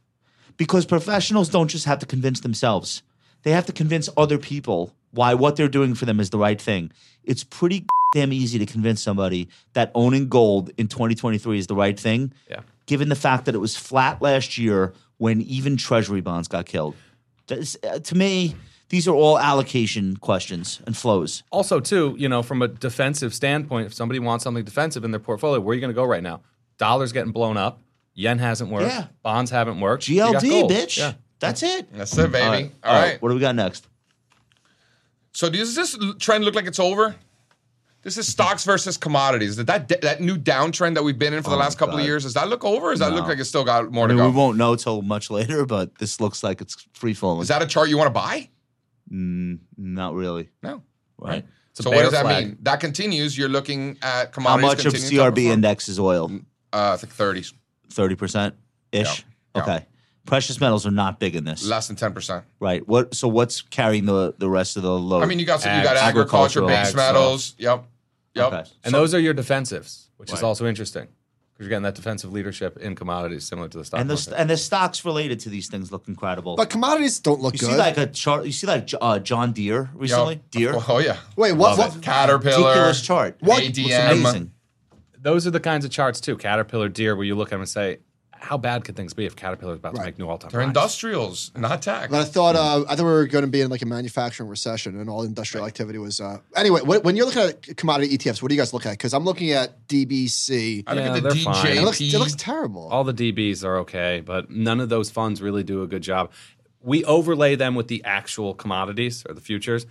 [SPEAKER 3] because professionals don't just have to convince themselves; they have to convince other people why what they're doing for them is the right thing. It's pretty damn easy to convince somebody that owning gold in 2023 is the right thing,
[SPEAKER 6] Yeah.
[SPEAKER 3] given the fact that it was flat last year when even treasury bonds got killed? Does- uh, to me, these are all allocation questions and flows.
[SPEAKER 6] Also, too, you know, from a defensive standpoint, if somebody wants something defensive in their portfolio, where are you going to go right now? Dollars getting blown up. Yen hasn't worked.
[SPEAKER 3] Yeah.
[SPEAKER 6] Bonds haven't worked. You got
[SPEAKER 3] GLD,
[SPEAKER 6] gold.
[SPEAKER 3] bitch.
[SPEAKER 6] Yeah.
[SPEAKER 3] That's it.
[SPEAKER 1] That's it, baby. All right.
[SPEAKER 3] What do we got next?
[SPEAKER 1] So does this l- trend look like it's over? This is stocks versus commodities. Did that that new downtrend that we've been in
[SPEAKER 3] Oh
[SPEAKER 1] for the last couple of years? Does that look over? Or does that look like it's still got more
[SPEAKER 3] I mean,
[SPEAKER 1] to
[SPEAKER 3] we
[SPEAKER 1] go?
[SPEAKER 3] won't know till much later, but this looks like it's free falling.
[SPEAKER 1] Is that a chart you want to buy?
[SPEAKER 3] Not really.
[SPEAKER 1] No.
[SPEAKER 3] Right.
[SPEAKER 6] It's a
[SPEAKER 1] so what
[SPEAKER 6] bear
[SPEAKER 1] does that
[SPEAKER 6] flag.
[SPEAKER 1] mean? That continues. You're looking at
[SPEAKER 3] How
[SPEAKER 1] commodities.
[SPEAKER 3] much of
[SPEAKER 1] continuing to
[SPEAKER 3] CRB
[SPEAKER 1] outperform.
[SPEAKER 3] index is oil?
[SPEAKER 1] Uh, I think thirties,
[SPEAKER 3] Thirty percent ish.
[SPEAKER 1] Yeah. Yeah.
[SPEAKER 3] Okay. Precious metals are not big in this,
[SPEAKER 1] less than ten percent.
[SPEAKER 3] right? What? So what's carrying the the rest of the load?
[SPEAKER 1] I mean, you got some, you
[SPEAKER 6] Ag-
[SPEAKER 1] got agriculture,
[SPEAKER 3] agricultural
[SPEAKER 1] base
[SPEAKER 3] ag
[SPEAKER 1] metals. Yep. Yep.
[SPEAKER 3] Okay.
[SPEAKER 6] And those are your defensives, which is also interesting because you're getting that defensive leadership in commodities similar to the stock
[SPEAKER 3] and the
[SPEAKER 6] market.
[SPEAKER 3] st- and the stocks related to these things look incredible.
[SPEAKER 2] But commodities don't look
[SPEAKER 3] you
[SPEAKER 2] good.
[SPEAKER 3] see like a chart. You see like J- uh, John Deere
[SPEAKER 1] Yep.
[SPEAKER 3] recently. Deere.
[SPEAKER 1] Oh yeah.
[SPEAKER 2] Wait, what?
[SPEAKER 3] Love
[SPEAKER 2] what?
[SPEAKER 3] it.
[SPEAKER 1] Caterpillar.
[SPEAKER 3] Ridiculous chart.
[SPEAKER 1] What?
[SPEAKER 3] Looks
[SPEAKER 1] ADM.
[SPEAKER 3] amazing.
[SPEAKER 6] those are the kinds of charts too, Caterpillar, Deer, where you look at them and say, how bad could things be if Caterpillar's about to make new all-time
[SPEAKER 1] They're
[SPEAKER 6] highs?
[SPEAKER 1] industrials, not tech.
[SPEAKER 2] But I thought uh, I thought we were going to be in like a manufacturing recession, and all industrial activity was. Uh, anyway, wh- when you're looking at commodity ETFs, what do you guys look at? Because I'm looking at DBC.
[SPEAKER 1] I look
[SPEAKER 2] And
[SPEAKER 6] Yeah,
[SPEAKER 1] at the
[SPEAKER 6] they're fine.
[SPEAKER 1] DJP.
[SPEAKER 2] it looks it looks terrible.
[SPEAKER 6] All the DBs are okay, but none of those funds really do a good job. We overlay them with the actual commodities or the futures.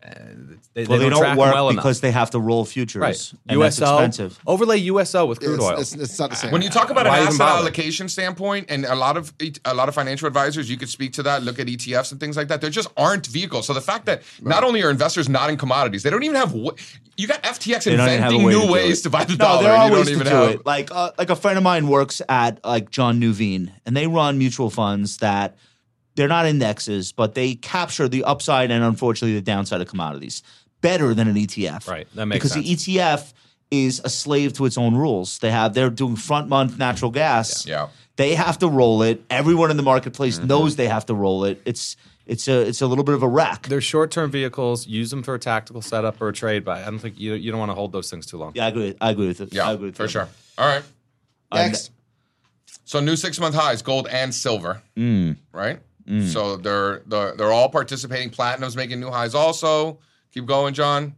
[SPEAKER 6] Uh, they,
[SPEAKER 3] Well, they,
[SPEAKER 6] they, don't,
[SPEAKER 3] don't,
[SPEAKER 6] track
[SPEAKER 3] work
[SPEAKER 6] well
[SPEAKER 3] because they have to roll futures.
[SPEAKER 6] enough. right?
[SPEAKER 3] And that's
[SPEAKER 6] USO
[SPEAKER 3] expensive.
[SPEAKER 6] overlay USO with crude
[SPEAKER 2] it's,
[SPEAKER 6] oil.
[SPEAKER 2] it's, it's not the same.
[SPEAKER 1] When you talk about an
[SPEAKER 6] Why even
[SPEAKER 1] asset
[SPEAKER 6] bother?
[SPEAKER 1] allocation standpoint, and a lot of a lot of financial advisors, you could speak to that. Look at ETFs and things like that. There just aren't vehicles. So the fact that not only are investors not in commodities, they don't even have. wa- You got FTX
[SPEAKER 3] They don't even have a
[SPEAKER 1] inventing
[SPEAKER 3] way
[SPEAKER 1] new
[SPEAKER 3] to do
[SPEAKER 1] ways
[SPEAKER 3] it.
[SPEAKER 1] to buy the
[SPEAKER 3] No,
[SPEAKER 1] dollar.
[SPEAKER 3] there are
[SPEAKER 1] and you
[SPEAKER 3] ways
[SPEAKER 1] don't
[SPEAKER 3] to
[SPEAKER 1] even
[SPEAKER 3] do
[SPEAKER 1] have.
[SPEAKER 3] it. Like uh, like a friend of mine works at like John Nuveen, and they run mutual funds that they're not indexes, but they capture the upside and unfortunately the downside of commodities better than an ETF.
[SPEAKER 6] Right, that makes
[SPEAKER 3] because
[SPEAKER 6] sense.
[SPEAKER 3] the ETF is a slave to its own rules. They have they're doing front month natural gas.
[SPEAKER 1] Yeah. Mm-hmm. Yeah.
[SPEAKER 3] They have to roll it. Everyone in the marketplace knows they have to roll it. It's it's a it's a little bit of a wreck.
[SPEAKER 6] They're short-term vehicles. Use them for a tactical setup or a trade. But I don't think you you don't want to hold those things too long.
[SPEAKER 3] yeah, I agree. I agree with it. I
[SPEAKER 1] Yeah,
[SPEAKER 3] agree with
[SPEAKER 1] for
[SPEAKER 3] you.
[SPEAKER 1] sure. All right.
[SPEAKER 2] next,
[SPEAKER 1] So new six month highs, gold and silver.
[SPEAKER 3] Mm.
[SPEAKER 1] Right. So they're they're they're all participating. Platinum's making new highs. Also, keep going, John.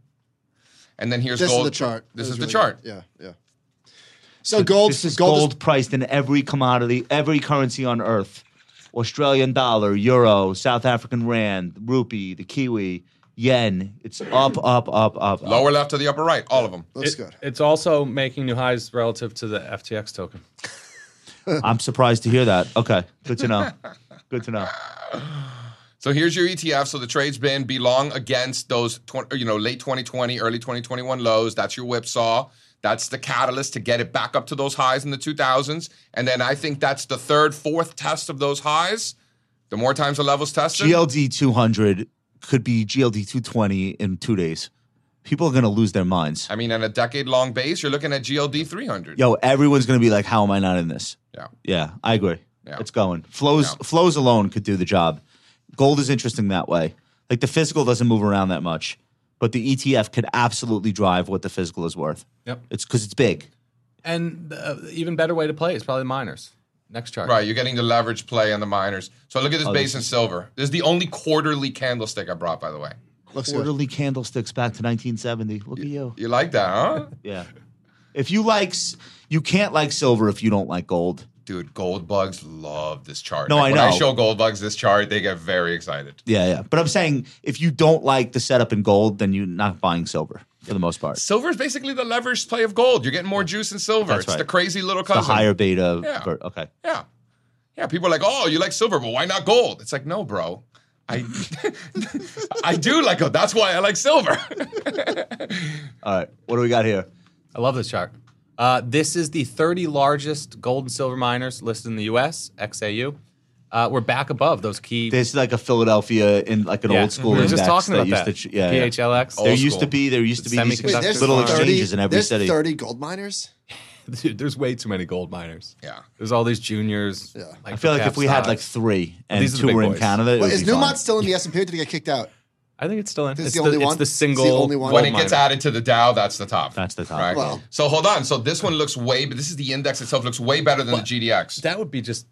[SPEAKER 1] And then here's
[SPEAKER 2] this
[SPEAKER 1] gold.
[SPEAKER 2] is the chart.
[SPEAKER 1] This, is,
[SPEAKER 2] really
[SPEAKER 1] the chart.
[SPEAKER 2] good. Yeah, yeah. So gold,
[SPEAKER 3] This is
[SPEAKER 2] gold,
[SPEAKER 3] gold,
[SPEAKER 2] is
[SPEAKER 3] priced in every commodity, every currency on earth. Australian dollar, euro, South African rand, rupee, the kiwi, yen. It's up, up, up, up. up.
[SPEAKER 1] Lower left to the upper right, all of them.
[SPEAKER 2] looks
[SPEAKER 6] It-
[SPEAKER 2] good.
[SPEAKER 6] It's also making new highs relative to the FTX token.
[SPEAKER 3] I'm surprised to hear that. Okay, good to know. Good to know.
[SPEAKER 1] So here's your ETF. So the trade's been belong against those, 20, you know, late 2020, early 2021 lows. That's your whipsaw. That's the catalyst to get it back up to those highs in the 2000s. And then I think that's the third, fourth test of those highs. The more times the levels tested,
[SPEAKER 3] GLD 200 could be GLD 220 in two days. People are gonna lose their minds.
[SPEAKER 1] I mean, on a decade long base, you're looking at GLD 300.
[SPEAKER 3] Yo, everyone's gonna be like, "How am I not in this?"
[SPEAKER 1] Yeah.
[SPEAKER 3] Yeah, I agree.
[SPEAKER 1] Yeah.
[SPEAKER 3] It's going. Flows flows alone could do the job. Gold is interesting that way. Like the physical doesn't move around that much, but the ETF could absolutely drive what the physical is worth.
[SPEAKER 6] Yep.
[SPEAKER 3] It's because it's big.
[SPEAKER 6] And uh, even better way to play is probably miners. Next chart.
[SPEAKER 1] Right, you're getting the leverage play on the miners. So look at this base in silver. This is the only quarterly candlestick I brought, by the way.
[SPEAKER 2] Looks good.
[SPEAKER 3] Quarterly candlesticks back to 1970. Look at you.
[SPEAKER 1] You like that, huh?
[SPEAKER 3] Yeah. If you like, s- you can't like silver if you don't like gold.
[SPEAKER 1] Dude, gold bugs love this chart.
[SPEAKER 3] No, I
[SPEAKER 1] When I
[SPEAKER 3] know.
[SPEAKER 1] show gold bugs this chart, they get very excited.
[SPEAKER 3] Yeah, yeah. But I'm saying if you don't like the setup in gold, then you're not buying silver for the most part.
[SPEAKER 1] Silver is basically the leverage play of gold. You're getting more juice in silver.
[SPEAKER 3] That's
[SPEAKER 1] it's
[SPEAKER 3] right.
[SPEAKER 1] the crazy little
[SPEAKER 3] The
[SPEAKER 1] cousin.
[SPEAKER 3] higher beta.
[SPEAKER 1] Yeah.
[SPEAKER 3] ver- okay.
[SPEAKER 1] Yeah. Yeah. People are like, oh, you like silver, but why not gold? It's like, no, bro. I I do like gold. That's why I like silver.
[SPEAKER 3] All right. What do we got here?
[SPEAKER 6] I love this chart. Uh, this is the 30 largest gold and silver miners listed in the U.S. XAU. Uh, we're back above those key.
[SPEAKER 3] There's like a Philadelphia in like an
[SPEAKER 6] Yeah.
[SPEAKER 3] old school
[SPEAKER 6] We were
[SPEAKER 3] index
[SPEAKER 6] just talking
[SPEAKER 3] that
[SPEAKER 6] about
[SPEAKER 3] used
[SPEAKER 6] that.
[SPEAKER 3] to yeah, yeah.
[SPEAKER 6] PHLX.
[SPEAKER 1] Oh,
[SPEAKER 3] There
[SPEAKER 1] Old
[SPEAKER 3] used
[SPEAKER 1] school.
[SPEAKER 3] to be there used to be these
[SPEAKER 2] Wait, there's
[SPEAKER 3] little
[SPEAKER 2] 30
[SPEAKER 3] exchanges in every
[SPEAKER 2] there's
[SPEAKER 3] city.
[SPEAKER 2] 30 gold miners.
[SPEAKER 6] Dude, there's way too many gold miners.
[SPEAKER 1] Yeah.
[SPEAKER 6] There's all these juniors.
[SPEAKER 2] Yeah.
[SPEAKER 3] I feel like if we had like three and
[SPEAKER 6] These are the
[SPEAKER 3] two
[SPEAKER 6] big
[SPEAKER 3] were in
[SPEAKER 6] boys.
[SPEAKER 3] Canada, it
[SPEAKER 2] Wait,
[SPEAKER 3] would
[SPEAKER 2] is
[SPEAKER 3] be fine.
[SPEAKER 2] Newmont still in the S and P? Did he get kicked out?
[SPEAKER 6] I think it's still in.
[SPEAKER 2] This is
[SPEAKER 6] it's
[SPEAKER 2] the only one?
[SPEAKER 6] It's the
[SPEAKER 2] This is the
[SPEAKER 6] single.
[SPEAKER 2] only one?
[SPEAKER 6] gold
[SPEAKER 1] when it gets
[SPEAKER 6] miner.
[SPEAKER 1] added to the Dow, that's the top.
[SPEAKER 3] That's the top.
[SPEAKER 1] Right?
[SPEAKER 2] Well-
[SPEAKER 1] so hold on. So this one looks way, but this is the index itself looks way better than the GDX.
[SPEAKER 6] that would be just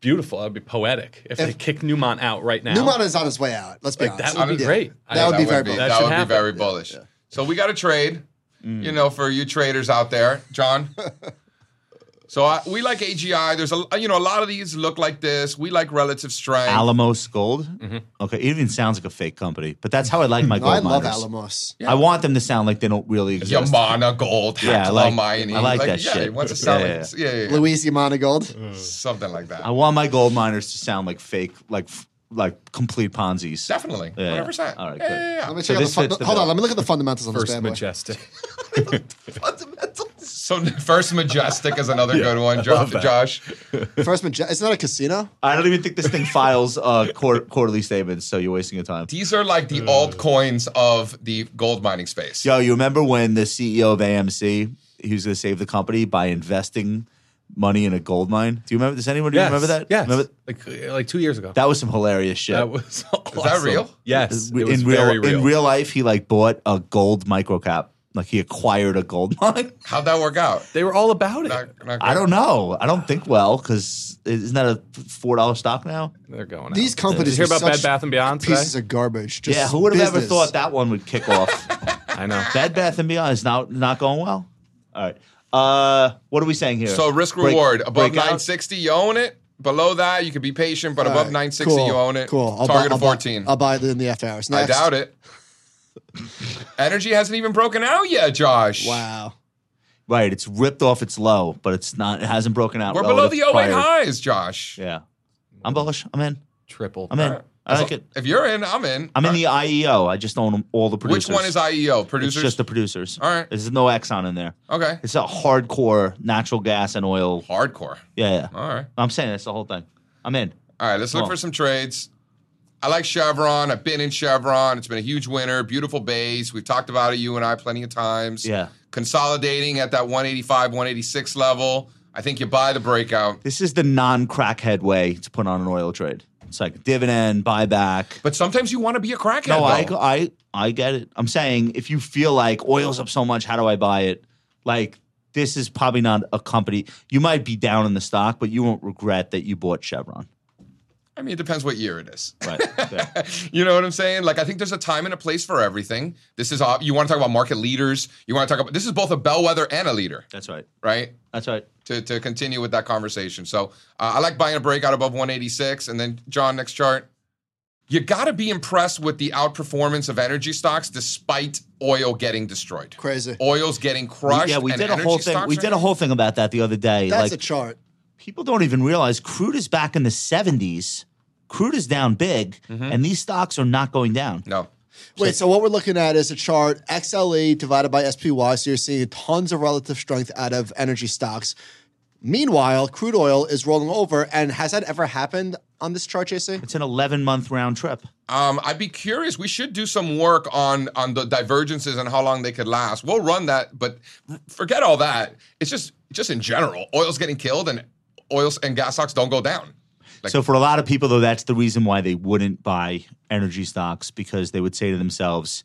[SPEAKER 6] beautiful. That'd be poetic if, they kick Newmont out right now.
[SPEAKER 2] Newmont is on his way out. Let's be
[SPEAKER 6] Like,
[SPEAKER 2] honest.
[SPEAKER 6] that would be
[SPEAKER 2] Yeah.
[SPEAKER 6] great.
[SPEAKER 2] That would be very
[SPEAKER 6] be-
[SPEAKER 2] bullish.
[SPEAKER 6] that
[SPEAKER 1] That,
[SPEAKER 6] should
[SPEAKER 1] would
[SPEAKER 6] happen.
[SPEAKER 1] be very
[SPEAKER 6] Yeah,
[SPEAKER 1] bullish. So we got to trade,
[SPEAKER 3] Mm.
[SPEAKER 1] you know, for you traders out there, John. so I, we like AGI. There's a you know a lot of these look like this. We like relative strength.
[SPEAKER 3] Alamos Gold.
[SPEAKER 6] Mm-hmm.
[SPEAKER 3] Okay, it even sounds like a fake company, but that's how I like my
[SPEAKER 2] Mm-hmm. No,
[SPEAKER 3] gold
[SPEAKER 2] I love
[SPEAKER 3] miners.
[SPEAKER 2] Alamos.
[SPEAKER 3] I want them to sound like they don't really exist.
[SPEAKER 1] Yamana Gold,
[SPEAKER 3] Yeah, I like-
[SPEAKER 1] Hecla
[SPEAKER 3] I like that
[SPEAKER 1] yeah,
[SPEAKER 3] shit.
[SPEAKER 1] It wants to sound
[SPEAKER 3] Yeah,
[SPEAKER 1] like, yeah, yeah, yeah,
[SPEAKER 2] Luis Imanagold.
[SPEAKER 1] something like that.
[SPEAKER 3] I want my gold miners to sound like fake, like f- like complete Ponzi's.
[SPEAKER 1] Definitely,
[SPEAKER 3] Yeah.
[SPEAKER 1] hundred percent.
[SPEAKER 3] All right,
[SPEAKER 1] yeah,
[SPEAKER 3] good.
[SPEAKER 1] yeah, yeah.
[SPEAKER 2] Let me
[SPEAKER 3] So
[SPEAKER 2] check out the
[SPEAKER 3] this
[SPEAKER 2] fun-
[SPEAKER 3] fits the
[SPEAKER 2] Hold on,
[SPEAKER 3] bill.
[SPEAKER 2] let me look at the fundamentals on this
[SPEAKER 6] First
[SPEAKER 2] bad boy.
[SPEAKER 6] majestic.
[SPEAKER 2] Fundamentals.
[SPEAKER 1] So first majestic is another good one, jo- Josh.
[SPEAKER 2] First majestic. It's not a casino.
[SPEAKER 3] I don't even think this thing files uh, quar- quarterly statements, so you're wasting your time.
[SPEAKER 1] These are like the altcoins of the gold mining space.
[SPEAKER 3] Yo, you remember when the CEO of AMC he was going to save the company by investing money in a gold mine? Do you remember? Does anyone
[SPEAKER 6] Yes,
[SPEAKER 3] remember that?
[SPEAKER 6] Yes.
[SPEAKER 3] Remember-
[SPEAKER 6] like uh, like two years ago.
[SPEAKER 3] that was some hilarious shit.
[SPEAKER 6] That was awesome.
[SPEAKER 1] Is that real?
[SPEAKER 6] Yes. It was
[SPEAKER 3] in real,
[SPEAKER 6] very real.
[SPEAKER 3] in real life, he like bought a gold microcap. Like he acquired a gold mine.
[SPEAKER 1] How'd that work out?
[SPEAKER 6] They were all about it.
[SPEAKER 1] Not- not
[SPEAKER 3] I
[SPEAKER 1] good.
[SPEAKER 3] don't know. I don't think well because isn't that a four dollar stock now?
[SPEAKER 6] They're going. out.
[SPEAKER 2] These companies
[SPEAKER 6] Did you hear
[SPEAKER 2] are
[SPEAKER 6] about
[SPEAKER 2] such
[SPEAKER 6] Bed Bath and Beyond today?
[SPEAKER 2] Pieces of garbage. Just
[SPEAKER 3] yeah, who would have ever
[SPEAKER 2] business.
[SPEAKER 3] thought that one would kick off?
[SPEAKER 6] I know.
[SPEAKER 3] Bed Bath and Beyond is not not going well. All right. Uh, what are we saying here?
[SPEAKER 1] So risk
[SPEAKER 3] Break-
[SPEAKER 1] reward above
[SPEAKER 3] breakout?
[SPEAKER 1] 960, you own it. Below that, you can be patient, but
[SPEAKER 2] All
[SPEAKER 1] above
[SPEAKER 2] right,
[SPEAKER 1] 960,
[SPEAKER 2] cool,
[SPEAKER 1] you own it.
[SPEAKER 2] Cool. I'll
[SPEAKER 1] Target
[SPEAKER 2] buy,
[SPEAKER 1] of
[SPEAKER 2] I'll buy-
[SPEAKER 1] 14.
[SPEAKER 2] I'll buy it in the after hours.
[SPEAKER 1] I
[SPEAKER 2] Next.
[SPEAKER 1] doubt it. Energy hasn't even broken out yet, Josh.
[SPEAKER 2] Wow.
[SPEAKER 3] Right, it's ripped off its low, but it's not. It hasn't broken out.
[SPEAKER 1] We're below
[SPEAKER 3] relative
[SPEAKER 1] the
[SPEAKER 3] to
[SPEAKER 1] 08
[SPEAKER 3] prior-
[SPEAKER 1] highs, Josh.
[SPEAKER 3] Yeah, I'm bullish. I'm in.
[SPEAKER 6] Triple.
[SPEAKER 3] I'm in. I like it.
[SPEAKER 1] If you're in, I'm in.
[SPEAKER 3] I'm in the IEO. I just own all the
[SPEAKER 1] Which
[SPEAKER 3] producers.
[SPEAKER 1] one is E IEO?
[SPEAKER 3] It's
[SPEAKER 1] Producers?
[SPEAKER 3] just the producers.
[SPEAKER 1] All right.
[SPEAKER 3] There's no Exxon in there.
[SPEAKER 1] okay.
[SPEAKER 3] It's a hardcore natural gas and oil.
[SPEAKER 1] Hardcore.
[SPEAKER 3] Yeah, yeah.
[SPEAKER 1] All right.
[SPEAKER 3] I'm saying that's the whole thing. I'm in.
[SPEAKER 1] All right, let's look
[SPEAKER 3] Cool.
[SPEAKER 1] for some trades. I like Chevron. I've been in Chevron. It's been a huge winner. Beautiful base. We've talked about it, you and I, plenty of times.
[SPEAKER 3] Yeah.
[SPEAKER 1] Consolidating at that 185, 186 level. I think you buy the breakout.
[SPEAKER 3] This is the non-crackhead way to put on an oil trade. It's like dividend buyback.
[SPEAKER 1] But sometimes you want to be a crackhead.
[SPEAKER 3] No, I,
[SPEAKER 1] though.
[SPEAKER 3] I, I get it. I'm saying if you feel like oil's up so much, how do I buy it? Like this is probably not a company. You might be down in the stock, but you won't regret that you bought Chevron.
[SPEAKER 1] I mean, it depends what year it is.
[SPEAKER 3] Right. Yeah.
[SPEAKER 1] you know what I'm saying? Like, I think there's a time and a place for everything. This is, uh, you want to talk about market leaders. You want to talk about, this is both a bellwether and a leader,
[SPEAKER 3] That's right.
[SPEAKER 1] right?
[SPEAKER 3] That's right.
[SPEAKER 1] To, to continue with that conversation. So uh, I like buying a breakout above 186. And then, John, next chart. You got to be impressed with the outperformance of energy stocks despite oil getting destroyed.
[SPEAKER 2] Crazy.
[SPEAKER 1] Oil's getting crushed.
[SPEAKER 3] yeah, we
[SPEAKER 1] and
[SPEAKER 3] did a
[SPEAKER 1] energy
[SPEAKER 3] whole thing.
[SPEAKER 1] stocks
[SPEAKER 3] We
[SPEAKER 1] are-
[SPEAKER 3] did a whole thing about that the other day.
[SPEAKER 2] That's
[SPEAKER 3] like
[SPEAKER 2] a chart.
[SPEAKER 3] people don't even realize crude is back in the 70s. Crude is down big, and these stocks are not going down.
[SPEAKER 1] Mm-hmm. No.
[SPEAKER 2] Wait, so what we're looking at is a chart XLE divided by SPY. So you're seeing tons of relative strength out of energy stocks. Meanwhile, crude oil is rolling over. And has that ever happened on this chart, JC?
[SPEAKER 3] It's an 11 month round trip.
[SPEAKER 1] Um, I'd be curious. We should do some work on on the divergences and how long they could last. We'll run that, but forget all that. It's just just in general, oil's getting killed, and oils and gas stocks don't go down. Like,
[SPEAKER 3] so for a lot of people though that's the reason why they wouldn't buy energy stocks because they would say to themselves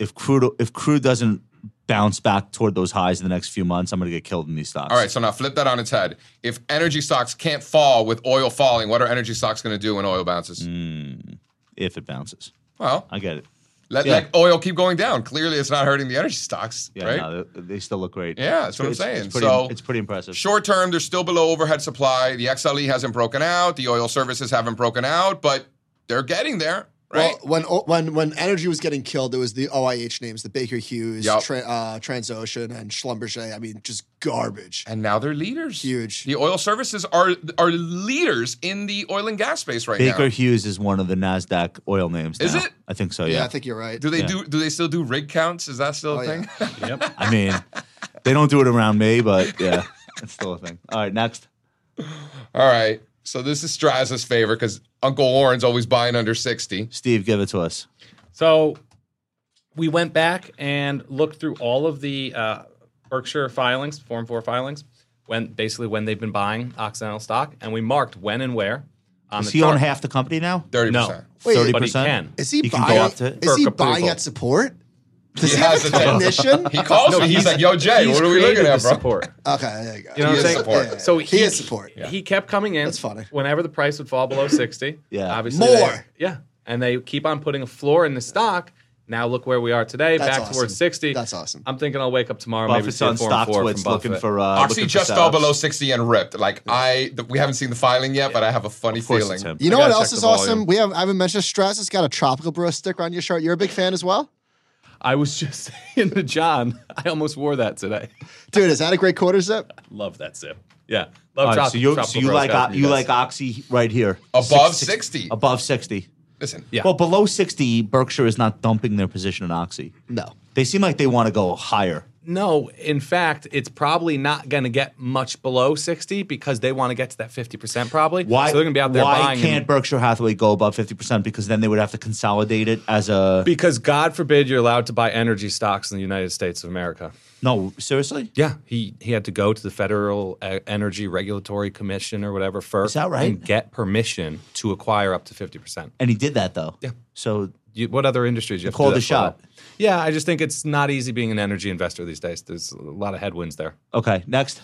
[SPEAKER 3] if crude if crude doesn't bounce back toward those highs in the next few months i'm going to get killed in these stocks
[SPEAKER 1] all right, so now flip that on its head. If energy stocks can't fall with oil falling, what are energy stocks going to do when oil bounces?
[SPEAKER 3] Mm. if it bounces
[SPEAKER 1] Well,
[SPEAKER 3] i get it
[SPEAKER 1] let,
[SPEAKER 3] yeah.
[SPEAKER 1] let oil keep going down. Clearly, it's not hurting the energy stocks,
[SPEAKER 3] yeah
[SPEAKER 1] right?
[SPEAKER 3] no, they, they still look great
[SPEAKER 1] Yeah, that's what I'm saying.
[SPEAKER 3] pretty,
[SPEAKER 1] So-
[SPEAKER 3] it's pretty impressive
[SPEAKER 1] Short term, they're still below overhead supply. The XLE hasn't broken out. The oil services haven't broken out, but they're getting there, right?
[SPEAKER 2] Well, when o- when when energy was getting killed, it was the OIH names, the Baker Hughes,
[SPEAKER 1] Yep.
[SPEAKER 2] Tra- uh, Transocean, and Schlumberger. I mean, just garbage.
[SPEAKER 1] and now they're leaders.
[SPEAKER 2] Huge.
[SPEAKER 1] The oil services are are leaders in the oil and gas space right
[SPEAKER 3] baker
[SPEAKER 1] now.
[SPEAKER 3] hughes is one of the nasdaq oil names
[SPEAKER 1] Is
[SPEAKER 3] now.
[SPEAKER 1] it?
[SPEAKER 3] i think so
[SPEAKER 2] Yeah,
[SPEAKER 3] yeah,
[SPEAKER 2] I think you're right.
[SPEAKER 1] Do they
[SPEAKER 3] Yeah.
[SPEAKER 1] do? Do they still do rig counts? Is that still
[SPEAKER 2] Oh,
[SPEAKER 1] a thing?
[SPEAKER 6] Yep.
[SPEAKER 3] I mean they don't do it around me but yeah it's still a thing all right next
[SPEAKER 1] All right. So this is Straza's favor because Uncle Warren's always buying under sixty.
[SPEAKER 3] steve give it to us
[SPEAKER 6] So we went back and looked through all of the uh, Berkshire filings, Form 4 filings, when basically when they've been buying Occidental stock, and we marked when and where on
[SPEAKER 3] does
[SPEAKER 6] the
[SPEAKER 3] he own
[SPEAKER 6] chart.
[SPEAKER 3] half the company now
[SPEAKER 1] Thirty
[SPEAKER 6] No.
[SPEAKER 1] percent.
[SPEAKER 2] Wait,
[SPEAKER 3] 30%?
[SPEAKER 6] But he can.
[SPEAKER 2] Is he
[SPEAKER 3] You can
[SPEAKER 2] buying?
[SPEAKER 3] go up to it.
[SPEAKER 2] Is he
[SPEAKER 6] Burke
[SPEAKER 2] buying
[SPEAKER 6] approval.
[SPEAKER 2] at support? Does he have a technician?
[SPEAKER 1] He calls me. He's, like, "Yo, Jay, what are we looking
[SPEAKER 8] created
[SPEAKER 1] at,
[SPEAKER 8] the
[SPEAKER 1] bro?"
[SPEAKER 8] Support.
[SPEAKER 2] okay, there you go.
[SPEAKER 8] You know
[SPEAKER 1] He
[SPEAKER 8] what I'm
[SPEAKER 1] is
[SPEAKER 8] saying?
[SPEAKER 1] support.
[SPEAKER 8] So he,
[SPEAKER 2] He is support.
[SPEAKER 8] He kept coming in.
[SPEAKER 2] That's funny.
[SPEAKER 8] Whenever the price would fall below sixty,
[SPEAKER 3] Yeah.
[SPEAKER 8] obviously
[SPEAKER 2] More.
[SPEAKER 8] they- yeah, and they keep on putting a floor in the stock. Now look where we are today,
[SPEAKER 2] That's
[SPEAKER 8] back
[SPEAKER 2] awesome.
[SPEAKER 8] towards sixty.
[SPEAKER 2] That's awesome.
[SPEAKER 8] I'm thinking I'll wake up tomorrow, maybe
[SPEAKER 3] Buffett's
[SPEAKER 8] see a
[SPEAKER 3] on
[SPEAKER 8] four and four from
[SPEAKER 3] StockTwits looking
[SPEAKER 8] Buffett.
[SPEAKER 3] for uh,
[SPEAKER 1] Oxy
[SPEAKER 3] looking for
[SPEAKER 1] just fell
[SPEAKER 3] setups.
[SPEAKER 1] below 60 and ripped. Like I, th- we haven't seen the filing yet, but I have a funny
[SPEAKER 3] Of course
[SPEAKER 1] feeling.
[SPEAKER 3] it's him.
[SPEAKER 2] You know
[SPEAKER 6] I
[SPEAKER 2] what
[SPEAKER 6] gotta
[SPEAKER 2] else
[SPEAKER 6] check
[SPEAKER 2] is
[SPEAKER 6] the
[SPEAKER 2] awesome?
[SPEAKER 6] volume.
[SPEAKER 2] We have I haven't mentioned Strauss. It's got a tropical bro sticker on your shirt. You're a big fan as well,
[SPEAKER 8] I was just saying to John, I almost wore that today.
[SPEAKER 2] dude. Is that a great quarter zip?
[SPEAKER 8] Love that sip. Yeah,
[SPEAKER 3] All
[SPEAKER 8] love
[SPEAKER 3] right,
[SPEAKER 8] tropical.
[SPEAKER 3] so you so
[SPEAKER 8] tropical
[SPEAKER 3] you
[SPEAKER 8] rose
[SPEAKER 3] like
[SPEAKER 8] guys
[SPEAKER 3] o-
[SPEAKER 8] from
[SPEAKER 3] you
[SPEAKER 8] guys.
[SPEAKER 3] like Oxy right here
[SPEAKER 1] Above
[SPEAKER 3] Six-
[SPEAKER 1] 60.
[SPEAKER 3] above sixty.
[SPEAKER 1] Listen,
[SPEAKER 8] Yeah.
[SPEAKER 3] Well, below sixty, Berkshire is not dumping their position in Oxy.
[SPEAKER 2] No.
[SPEAKER 3] They seem like they want to go higher.
[SPEAKER 6] No, in fact, it's probably not going to get much below 60 because they want to get to that 50% probably.
[SPEAKER 3] Why?
[SPEAKER 6] So they're going to be out there
[SPEAKER 3] why
[SPEAKER 6] buying.
[SPEAKER 3] can't
[SPEAKER 6] and-
[SPEAKER 3] Berkshire Hathaway go above fifty percent? Because then they would have to consolidate it as a
[SPEAKER 6] because God forbid you're allowed to buy energy stocks in the United States of America.
[SPEAKER 3] no. Seriously,
[SPEAKER 6] Yeah, he, he had to go to the Federal E- Energy Regulatory Commission or whatever first.
[SPEAKER 3] that right?
[SPEAKER 6] And get permission to acquire up to 50%.
[SPEAKER 3] and he did that though.
[SPEAKER 6] Yeah.
[SPEAKER 3] So
[SPEAKER 6] You, what other industries you have
[SPEAKER 3] called
[SPEAKER 6] to do
[SPEAKER 3] the
[SPEAKER 6] that for?
[SPEAKER 3] shot.
[SPEAKER 6] Yeah, I just think it's not easy being an energy investor these days. There's a lot of headwinds there.
[SPEAKER 3] okay, next.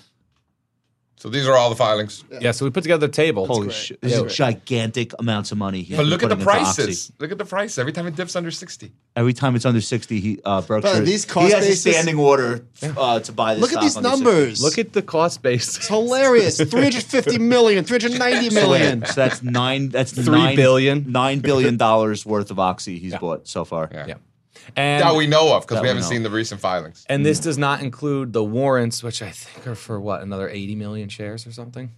[SPEAKER 1] so these are all the filings.
[SPEAKER 6] Yeah, so we put together the table.
[SPEAKER 3] Holy shit! This is gigantic amounts of money. he
[SPEAKER 1] But
[SPEAKER 3] has
[SPEAKER 1] look at
[SPEAKER 3] been
[SPEAKER 1] the
[SPEAKER 3] putting into Oxy.
[SPEAKER 1] prices. Look at the price. Every time it dips under 60.
[SPEAKER 3] Every time it's under sixty, he uh, Berkshire.
[SPEAKER 2] But these
[SPEAKER 3] he
[SPEAKER 2] cost
[SPEAKER 3] has a
[SPEAKER 2] basis-
[SPEAKER 3] standing order uh, to buy this.
[SPEAKER 2] Look at
[SPEAKER 3] stock
[SPEAKER 2] these
[SPEAKER 3] under 60.
[SPEAKER 2] numbers.
[SPEAKER 6] Look at the cost base.
[SPEAKER 2] it's hilarious. 350 million, 390
[SPEAKER 3] So, wait,
[SPEAKER 2] million.
[SPEAKER 3] so that's nine. That's
[SPEAKER 6] Three
[SPEAKER 3] nine
[SPEAKER 6] billion.
[SPEAKER 3] nine billion dollars worth of Oxy he's bought so far.
[SPEAKER 6] Yeah. And,
[SPEAKER 1] That we know of because
[SPEAKER 3] That
[SPEAKER 1] we
[SPEAKER 3] we
[SPEAKER 1] haven't
[SPEAKER 3] know.
[SPEAKER 1] seen the recent filings.
[SPEAKER 6] and this does not include the warrants, which I think are for what, another 80 million shares or something?